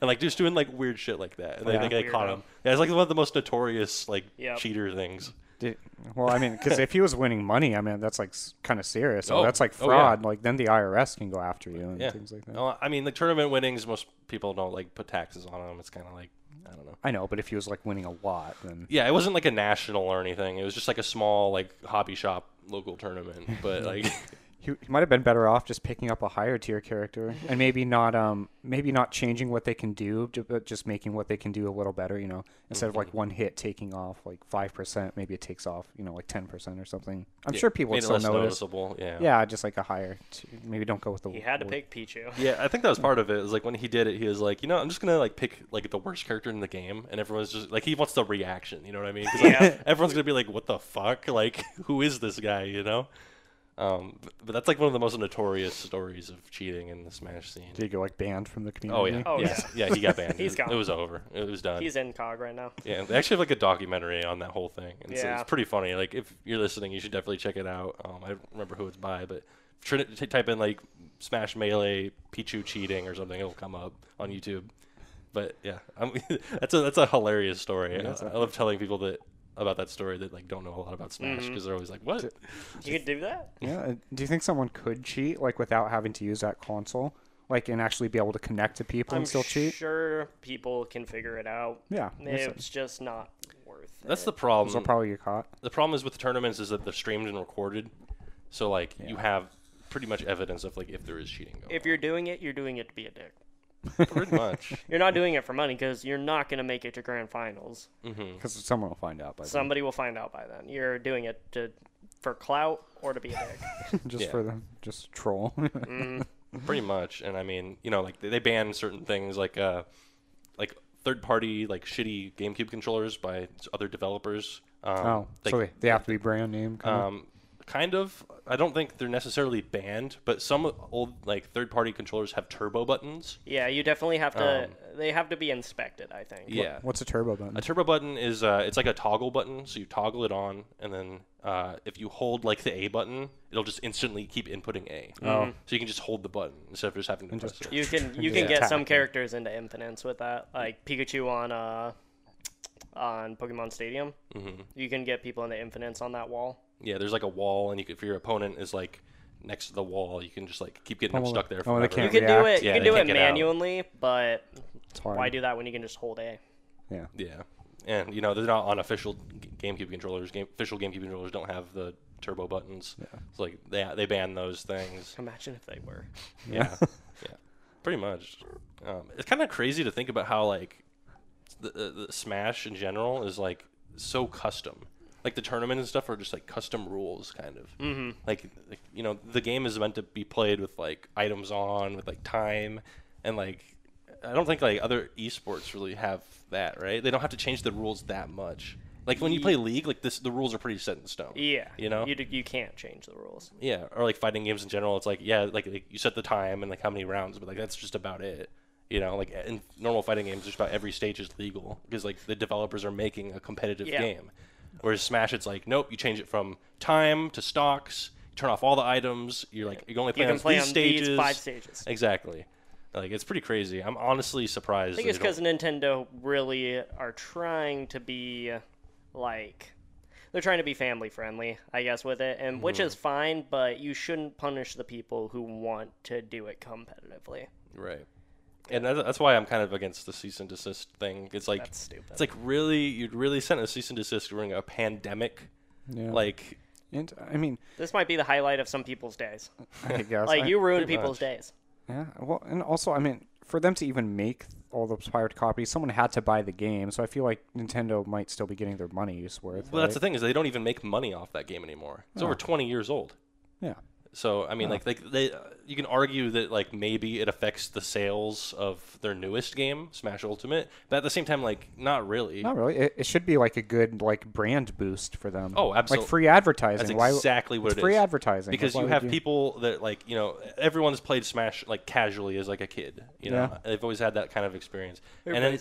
[SPEAKER 1] And like just doing like weird shit like that, and they,
[SPEAKER 3] Yeah.
[SPEAKER 1] they, they caught
[SPEAKER 2] Weirdo.
[SPEAKER 1] him. Yeah, it's like one of the most notorious like
[SPEAKER 2] Yep.
[SPEAKER 1] cheater things.
[SPEAKER 3] Did, well, I mean, because if he was winning money, I mean, that's like kind
[SPEAKER 1] <laughs>
[SPEAKER 3] of serious. So
[SPEAKER 1] Oh,
[SPEAKER 3] that's like
[SPEAKER 1] oh, yeah.
[SPEAKER 3] fraud. Like then the IRS can go after you and
[SPEAKER 1] Yeah,
[SPEAKER 3] things like that.
[SPEAKER 1] No, I mean the tournament winnings, most people don't like put taxes on them. It's kind of like I don't know.
[SPEAKER 3] I know, but if he was like winning a lot, then
[SPEAKER 1] Yeah, it wasn't like a national or anything. It was just like a small like hobby shop local
[SPEAKER 3] <laughs>
[SPEAKER 1] tournament. But like,
[SPEAKER 3] he, he might have been better off just picking up a higher tier character
[SPEAKER 1] <laughs>
[SPEAKER 3] and maybe not um maybe not changing what they can do, ju- but just making what they can do a little better. You know, instead
[SPEAKER 1] Mm-hmm.
[SPEAKER 3] of like one hit taking off like five percent, maybe it takes off you know like ten percent or something. I'm sure people
[SPEAKER 1] made
[SPEAKER 3] would
[SPEAKER 1] it
[SPEAKER 3] still
[SPEAKER 1] less
[SPEAKER 3] notice.
[SPEAKER 1] noticeable. Yeah.
[SPEAKER 3] Yeah, just like a higher. Tier. Maybe don't go with the.
[SPEAKER 2] He had to
[SPEAKER 3] wo-
[SPEAKER 2] pick Pichu.
[SPEAKER 1] Yeah, I think that was part of it. Is like when he did it, he was like, you know, I'm just gonna like pick like the worst character in the game, and everyone's just like, he wants the reaction. You know what I mean? 'Cause, like,
[SPEAKER 2] Yeah.
[SPEAKER 1] everyone's gonna be like, what the fuck? Like, <laughs> who is this guy? You know? Um, but, but that's like one of the most notorious stories of cheating in the Smash scene.
[SPEAKER 3] Did he go like banned from the community?
[SPEAKER 1] Oh yeah,
[SPEAKER 2] Oh,
[SPEAKER 1] yeah, yeah. He got banned.
[SPEAKER 2] <laughs> He's
[SPEAKER 1] it, was-
[SPEAKER 2] gone.
[SPEAKER 1] it was over. It was done.
[SPEAKER 2] He's in cog right now.
[SPEAKER 1] Yeah, they actually have like a documentary on that whole thing. And so
[SPEAKER 2] Yeah.
[SPEAKER 1] it's pretty funny. Like if you're listening, you should definitely check it out. Um, I don't remember who it's by, but try to t- type in like Smash Melee Pichu cheating or something. It'll come up on YouTube. But yeah, <laughs> I'm, that's a that's a hilarious story. I, I love telling people that about that story that like don't know a lot about Smash
[SPEAKER 2] Mm-hmm.
[SPEAKER 1] because they're always like, "What?
[SPEAKER 2] You could do that?
[SPEAKER 3] Yeah. uh, Do you think someone could cheat like without having to use that console, like and actually be able to connect to people
[SPEAKER 2] I'm
[SPEAKER 3] and still cheat?
[SPEAKER 2] sure people can figure it out.
[SPEAKER 3] Yeah, makes
[SPEAKER 2] It's just not worth it.
[SPEAKER 1] That's the
[SPEAKER 3] So
[SPEAKER 1] problem."
[SPEAKER 3] probably get caught.
[SPEAKER 1] the problem is with the tournaments is that they're streamed and recorded, so like you have pretty much evidence of like if there is cheating going.
[SPEAKER 2] if you're doing it, you're doing it to be a dick.
[SPEAKER 1] on. pretty much.
[SPEAKER 2] You're not doing it for money because you're not going to make it to grand finals.
[SPEAKER 1] Mm-hmm.
[SPEAKER 3] Because someone will find out by then.
[SPEAKER 2] Somebody will find out by then. You're doing it to for clout or to be a dick.
[SPEAKER 3] <laughs> just
[SPEAKER 1] Yeah. Mm-hmm.
[SPEAKER 3] for them, just troll.
[SPEAKER 1] <laughs> pretty much and i mean you know like they, they ban certain things like uh like third party like shitty gamecube controllers by other developers um,
[SPEAKER 3] <laughs> oh,
[SPEAKER 1] like,
[SPEAKER 3] so they, they have to be brand name. Kind of.
[SPEAKER 1] um kind of i don't think they're necessarily banned but some old like third party controllers have turbo buttons
[SPEAKER 2] yeah, you definitely have to. they have to be inspected, I think.
[SPEAKER 1] Um, yeah
[SPEAKER 3] What's a turbo button?
[SPEAKER 1] a turbo button is uh, it's like a toggle button so you toggle it on and then uh, if you hold like the a button it'll just instantly keep inputting a
[SPEAKER 3] Mm-hmm.
[SPEAKER 1] oh. so you can just hold the button instead of just having to press
[SPEAKER 3] just
[SPEAKER 1] it.
[SPEAKER 2] You can
[SPEAKER 1] <laughs>
[SPEAKER 2] you
[SPEAKER 3] Just
[SPEAKER 2] can get
[SPEAKER 3] attack
[SPEAKER 2] some
[SPEAKER 3] them.
[SPEAKER 2] characters into infinites with that, like Pikachu on uh on Pokemon Stadium. Mm-hmm. You can get people into infinites on that wall.
[SPEAKER 1] Yeah, there's like a wall, and you can, if your opponent is like next to the wall, you can just like keep getting them
[SPEAKER 3] Oh,
[SPEAKER 1] stuck there.
[SPEAKER 3] oh,
[SPEAKER 1] forever.
[SPEAKER 3] they can't
[SPEAKER 2] You can do
[SPEAKER 3] React.
[SPEAKER 2] it.
[SPEAKER 1] Yeah,
[SPEAKER 2] you can
[SPEAKER 1] they
[SPEAKER 2] do it
[SPEAKER 1] can't get out.
[SPEAKER 2] manually, but
[SPEAKER 3] It's hard.
[SPEAKER 2] why do that when you can just hold A?
[SPEAKER 3] Yeah.
[SPEAKER 1] Yeah, and you know they're not on official G- GameCube controllers. Game, official GameCube controllers don't have the turbo buttons. It's like they they ban those things.
[SPEAKER 2] Imagine if they were.
[SPEAKER 1] <laughs> Yeah, yeah, pretty much. Um, it's kind of crazy to think about how like the, the, the Smash in general is like so custom. Like the tournament and stuff are just like custom rules, kind of. Mm-hmm. Like, like you know, the game is meant to be played with like items on, with like time, and like I don't think like other esports really have that, right? They don't have to change the rules that much. Like when you play League, like this, the rules are pretty set in stone.
[SPEAKER 2] Yeah.
[SPEAKER 1] you know,
[SPEAKER 2] you d- you can't change the rules.
[SPEAKER 1] yeah, or like fighting games in general, it's like yeah, like, like, you set the time and like how many rounds, but like that's just about it. You know, like in normal fighting games, just about every stage is legal because like the developers are making a competitive
[SPEAKER 2] Yeah.
[SPEAKER 1] game. Whereas Smash, it's like nope, you change it from time to stocks, you turn off all the items, you're like you only play
[SPEAKER 2] you
[SPEAKER 1] on
[SPEAKER 2] can play
[SPEAKER 1] these
[SPEAKER 2] on
[SPEAKER 1] stages.
[SPEAKER 2] these five stages.
[SPEAKER 1] Exactly, like it's pretty crazy. I'm honestly surprised.
[SPEAKER 2] I think
[SPEAKER 1] that
[SPEAKER 2] it's
[SPEAKER 1] they don't-
[SPEAKER 2] because Nintendo really are trying to be like they're trying to be family friendly, I guess, with it, and which
[SPEAKER 1] Mm-hmm.
[SPEAKER 2] is fine. But you shouldn't punish the people who want to do it competitively.
[SPEAKER 1] Right. And that's, that's why I'm kind of against the cease and desist thing. It's like
[SPEAKER 2] That's stupid.
[SPEAKER 1] It's like really, you'd really send a cease and desist during a pandemic.
[SPEAKER 3] <laughs> Yeah.
[SPEAKER 1] Like,
[SPEAKER 3] And I mean,
[SPEAKER 2] This might be the highlight of some people's days.
[SPEAKER 1] <laughs>
[SPEAKER 3] I guess.
[SPEAKER 2] Like
[SPEAKER 3] I-
[SPEAKER 2] you ruined people's days.
[SPEAKER 3] Yeah. Well, and also, I mean, for them to even make all those pirate copies, someone had to buy the game. So I feel like Nintendo might still be getting their money's worth.
[SPEAKER 1] well, that's the
[SPEAKER 3] right? Oh.
[SPEAKER 1] thing is they don't even make money off that game anymore. It's over 20 years old.
[SPEAKER 3] yeah.
[SPEAKER 1] So I mean, like, like they, you can argue that like maybe it affects the sales of their newest game, Smash Ultimate, but at the same time, like, not really.
[SPEAKER 3] Not really. It, it should be like a good like brand boost for them.
[SPEAKER 1] Oh, absolute-
[SPEAKER 3] Like free advertising.
[SPEAKER 1] That's
[SPEAKER 3] Why?
[SPEAKER 1] exactly what
[SPEAKER 3] it's
[SPEAKER 1] it is.
[SPEAKER 3] free advertising.
[SPEAKER 1] because
[SPEAKER 3] Why
[SPEAKER 1] you
[SPEAKER 3] would
[SPEAKER 1] have people that like you know everyone's played Smash like casually as like a kid. You know,
[SPEAKER 3] Yeah.
[SPEAKER 1] they've always had that kind of experience.
[SPEAKER 2] Everybody's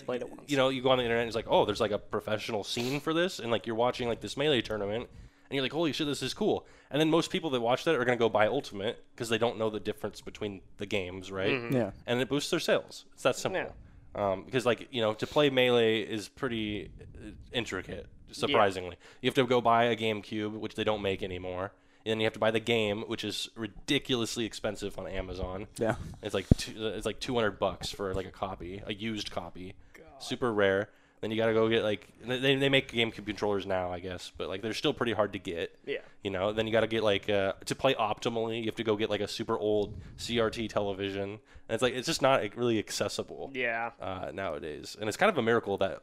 [SPEAKER 1] and then,
[SPEAKER 2] played it once.
[SPEAKER 1] You know, you go on the internet and it's like, oh, there's like a professional scene for this, and like you're watching like this melee tournament, and you're like, holy shit, this is cool. And then most people that watch that are gonna go buy Ultimate because they don't know the difference between the games, right?
[SPEAKER 3] Mm-hmm. Yeah.
[SPEAKER 1] And it boosts their sales. It's that simple.
[SPEAKER 2] Yeah.
[SPEAKER 1] Um, because like you know, to play melee is pretty uh, intricate. Surprisingly, you have to go buy a GameCube, which they don't make anymore, and then you have to buy the game, which is ridiculously expensive on Amazon.
[SPEAKER 3] Yeah.
[SPEAKER 1] it's like two, uh, it's like two hundred bucks for like a copy, a used copy, super rare. Then you got to go get like they they make GameCube controllers now, I guess, but like they're still pretty hard to get.
[SPEAKER 2] Yeah.
[SPEAKER 1] You know, then you got to get like uh, to play optimally. You have to go get like a super old CRT television, and it's like it's just not like, really accessible
[SPEAKER 2] Yeah.
[SPEAKER 1] uh, nowadays, and it's kind of a miracle that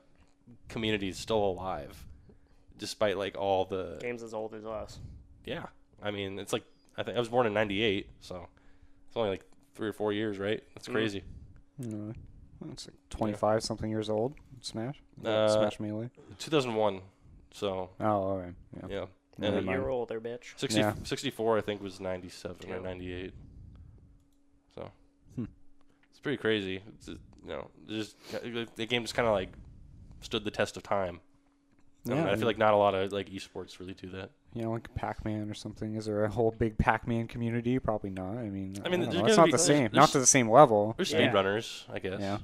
[SPEAKER 1] community is still alive, despite like all the
[SPEAKER 2] Games as old as us.
[SPEAKER 1] yeah. I mean, it's like I think I was born in '98, so it's only like three or four years, right? That's
[SPEAKER 3] Mm.
[SPEAKER 1] crazy.
[SPEAKER 3] No. It's like 25 something years old. Smash. Is that
[SPEAKER 1] Uh,
[SPEAKER 3] Smash Melee.
[SPEAKER 1] 2001, so
[SPEAKER 3] Oh, all right. Yeah.
[SPEAKER 1] yeah,
[SPEAKER 3] Never
[SPEAKER 1] and
[SPEAKER 3] mind.
[SPEAKER 2] You're older, bitch.
[SPEAKER 1] 60,
[SPEAKER 3] Yeah.
[SPEAKER 1] 64 I think was '97 or
[SPEAKER 2] Yeah.
[SPEAKER 1] '98. So
[SPEAKER 3] Hmm.
[SPEAKER 1] it's pretty crazy. It's, uh, you know, just the game just kind of like stood the test of time. I, don't
[SPEAKER 3] Yeah,
[SPEAKER 1] know, I
[SPEAKER 3] I
[SPEAKER 1] feel like not a lot of like esports really do that.
[SPEAKER 3] You know, like Pac-Man or something. Is there a whole big Pac-Man community? Probably not. I mean,
[SPEAKER 1] I mean, there's
[SPEAKER 3] don't know.
[SPEAKER 1] gotta
[SPEAKER 3] it's not
[SPEAKER 1] be-
[SPEAKER 3] the
[SPEAKER 1] there's-
[SPEAKER 3] same.
[SPEAKER 1] there's-
[SPEAKER 3] Not to the same level.
[SPEAKER 1] There's
[SPEAKER 2] Yeah.
[SPEAKER 1] speedrunners, I guess.
[SPEAKER 3] Yeah.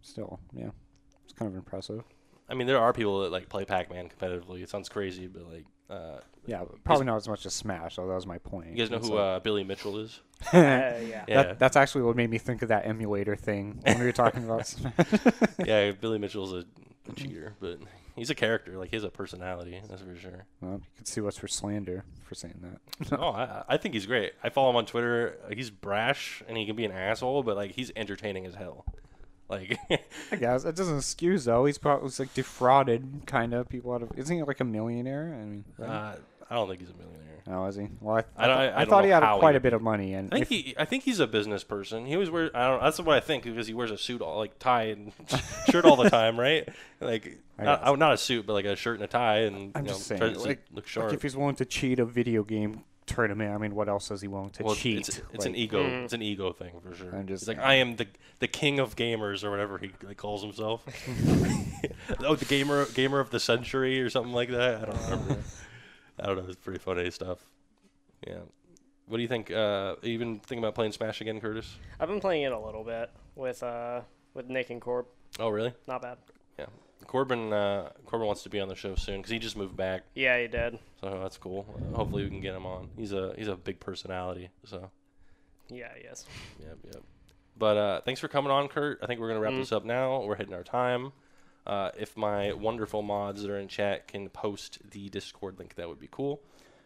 [SPEAKER 3] Still, yeah. It's kind of impressive.
[SPEAKER 1] I mean, there are people that like play Pac-Man competitively. It sounds crazy, but like, uh,
[SPEAKER 3] Yeah, but probably not as much as Smash. Though that was my point.
[SPEAKER 1] you guys know
[SPEAKER 3] It's
[SPEAKER 1] who
[SPEAKER 3] like-
[SPEAKER 1] uh, Billy Mitchell is?
[SPEAKER 3] <laughs>
[SPEAKER 2] Uh, yeah.
[SPEAKER 1] <laughs> Yeah,
[SPEAKER 3] That, that's actually what made me think of that emulator thing when we were talking
[SPEAKER 1] <laughs>
[SPEAKER 3] about Smash.
[SPEAKER 1] <laughs>
[SPEAKER 3] <laughs>
[SPEAKER 1] yeah. Billy Mitchell's a, a cheater, but he's a character. Like, he has a personality. That's for sure.
[SPEAKER 3] Well, you can see what's for slander for saying that. <laughs>
[SPEAKER 1] oh, I, I think he's great. I follow him on Twitter. Uh, He's brash and he can be an asshole, but like, he's entertaining as hell. Like, <laughs>
[SPEAKER 3] I guess that doesn't excuse though. He's probably he's, like defrauded kind of people out of. Isn't he like a millionaire? I mean,
[SPEAKER 1] uh,
[SPEAKER 3] right?
[SPEAKER 1] I don't think he's a millionaire.
[SPEAKER 3] oh, is he? Well, I,
[SPEAKER 1] I don't- I- I don't
[SPEAKER 3] thought
[SPEAKER 1] know
[SPEAKER 3] he had
[SPEAKER 1] how he
[SPEAKER 3] quite a
[SPEAKER 1] would
[SPEAKER 3] bit of money, and
[SPEAKER 1] I think
[SPEAKER 3] if-
[SPEAKER 1] he, I think he's a business person. He always wears. I don't. That's what I think because he wears a suit, all like tie
[SPEAKER 3] <laughs>
[SPEAKER 1] and shirt all the time, right? Like
[SPEAKER 3] I
[SPEAKER 1] not,
[SPEAKER 3] guess.
[SPEAKER 1] oh, not a suit, but like a shirt and a tie, and
[SPEAKER 3] I'm
[SPEAKER 1] you know,
[SPEAKER 3] just saying,
[SPEAKER 1] tries to
[SPEAKER 3] like,
[SPEAKER 1] look
[SPEAKER 3] like,
[SPEAKER 1] sharp.
[SPEAKER 3] if he's willing to cheat a video game tournament, I mean, what else is he willing to
[SPEAKER 1] Well, it's-
[SPEAKER 3] cheat?
[SPEAKER 1] It's, it's an e
[SPEAKER 3] Like,
[SPEAKER 1] ego. It's an ego thing for sure.
[SPEAKER 3] I'm just
[SPEAKER 1] He's like
[SPEAKER 3] saying.
[SPEAKER 1] I am the the king of gamers or whatever he like, calls
[SPEAKER 3] <laughs>
[SPEAKER 1] himself. <laughs> oh, the gamer gamer of the century or something like that. I don't remember. I don't know. It's pretty funny stuff. Yeah. What do you think? Uh, you even thinking about playing Smash again, Curtis?
[SPEAKER 2] I've been playing it a little bit with uh with Nick and Corb.
[SPEAKER 1] Oh, really?
[SPEAKER 2] Not bad.
[SPEAKER 1] Yeah, Corbin. Uh, Corbin wants to be on the show soon because he just moved back,
[SPEAKER 2] Yeah, he did.
[SPEAKER 1] so that's cool. Uh, hopefully, we can get him on. He's a he's a big personality. So,
[SPEAKER 2] Yeah, yes.
[SPEAKER 1] yep, yep. But uh, thanks for coming on, Kurt. I think we're gonna wrap
[SPEAKER 2] Mm-hmm.
[SPEAKER 1] this up now. We're hitting our time. Uh, if my wonderful mods that are in chat can post the Discord link, that would be cool.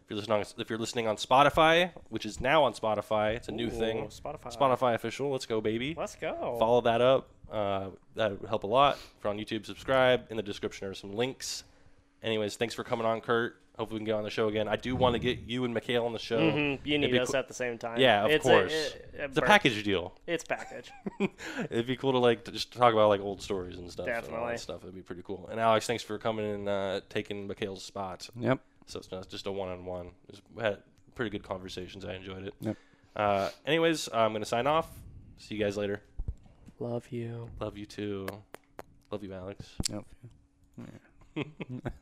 [SPEAKER 1] If you're listening, on, if you're listening on Spotify, which is now on Spotify, it's a new
[SPEAKER 2] Ooh,
[SPEAKER 1] thing.
[SPEAKER 2] Spotify.
[SPEAKER 1] Spotify official. Let's go, baby.
[SPEAKER 2] Let's go.
[SPEAKER 1] follow that up. Uh, that would help a lot. If you're on YouTube, subscribe. In the description are some links. Anyways, thanks for coming on, Kurt. Hopefully we can get on the show again. I do want to get you and Mikhail on the show.
[SPEAKER 2] Mhm, You
[SPEAKER 1] It'd
[SPEAKER 2] need
[SPEAKER 1] be
[SPEAKER 2] us
[SPEAKER 1] cool-
[SPEAKER 2] at the same time.
[SPEAKER 1] Yeah, of
[SPEAKER 2] It's a-
[SPEAKER 1] course.
[SPEAKER 2] it- it
[SPEAKER 1] it's a
[SPEAKER 2] bur-
[SPEAKER 1] package deal.
[SPEAKER 2] It's package.
[SPEAKER 1] It'd be cool to like to just talk about like old stories and stuff. and all that
[SPEAKER 2] Definitely.
[SPEAKER 1] stuff. It'd be pretty cool. And Alex, thanks for coming and uh, taking Mikhail's spot.
[SPEAKER 3] Yep.
[SPEAKER 1] So it's not just a one-on-one. Just had pretty good conversations. I enjoyed it.
[SPEAKER 3] Yep.
[SPEAKER 1] Uh, anyways, I'm gonna sign off. See you guys later.
[SPEAKER 2] Love you.
[SPEAKER 1] Love you too. Love you, Alex.
[SPEAKER 3] Yep.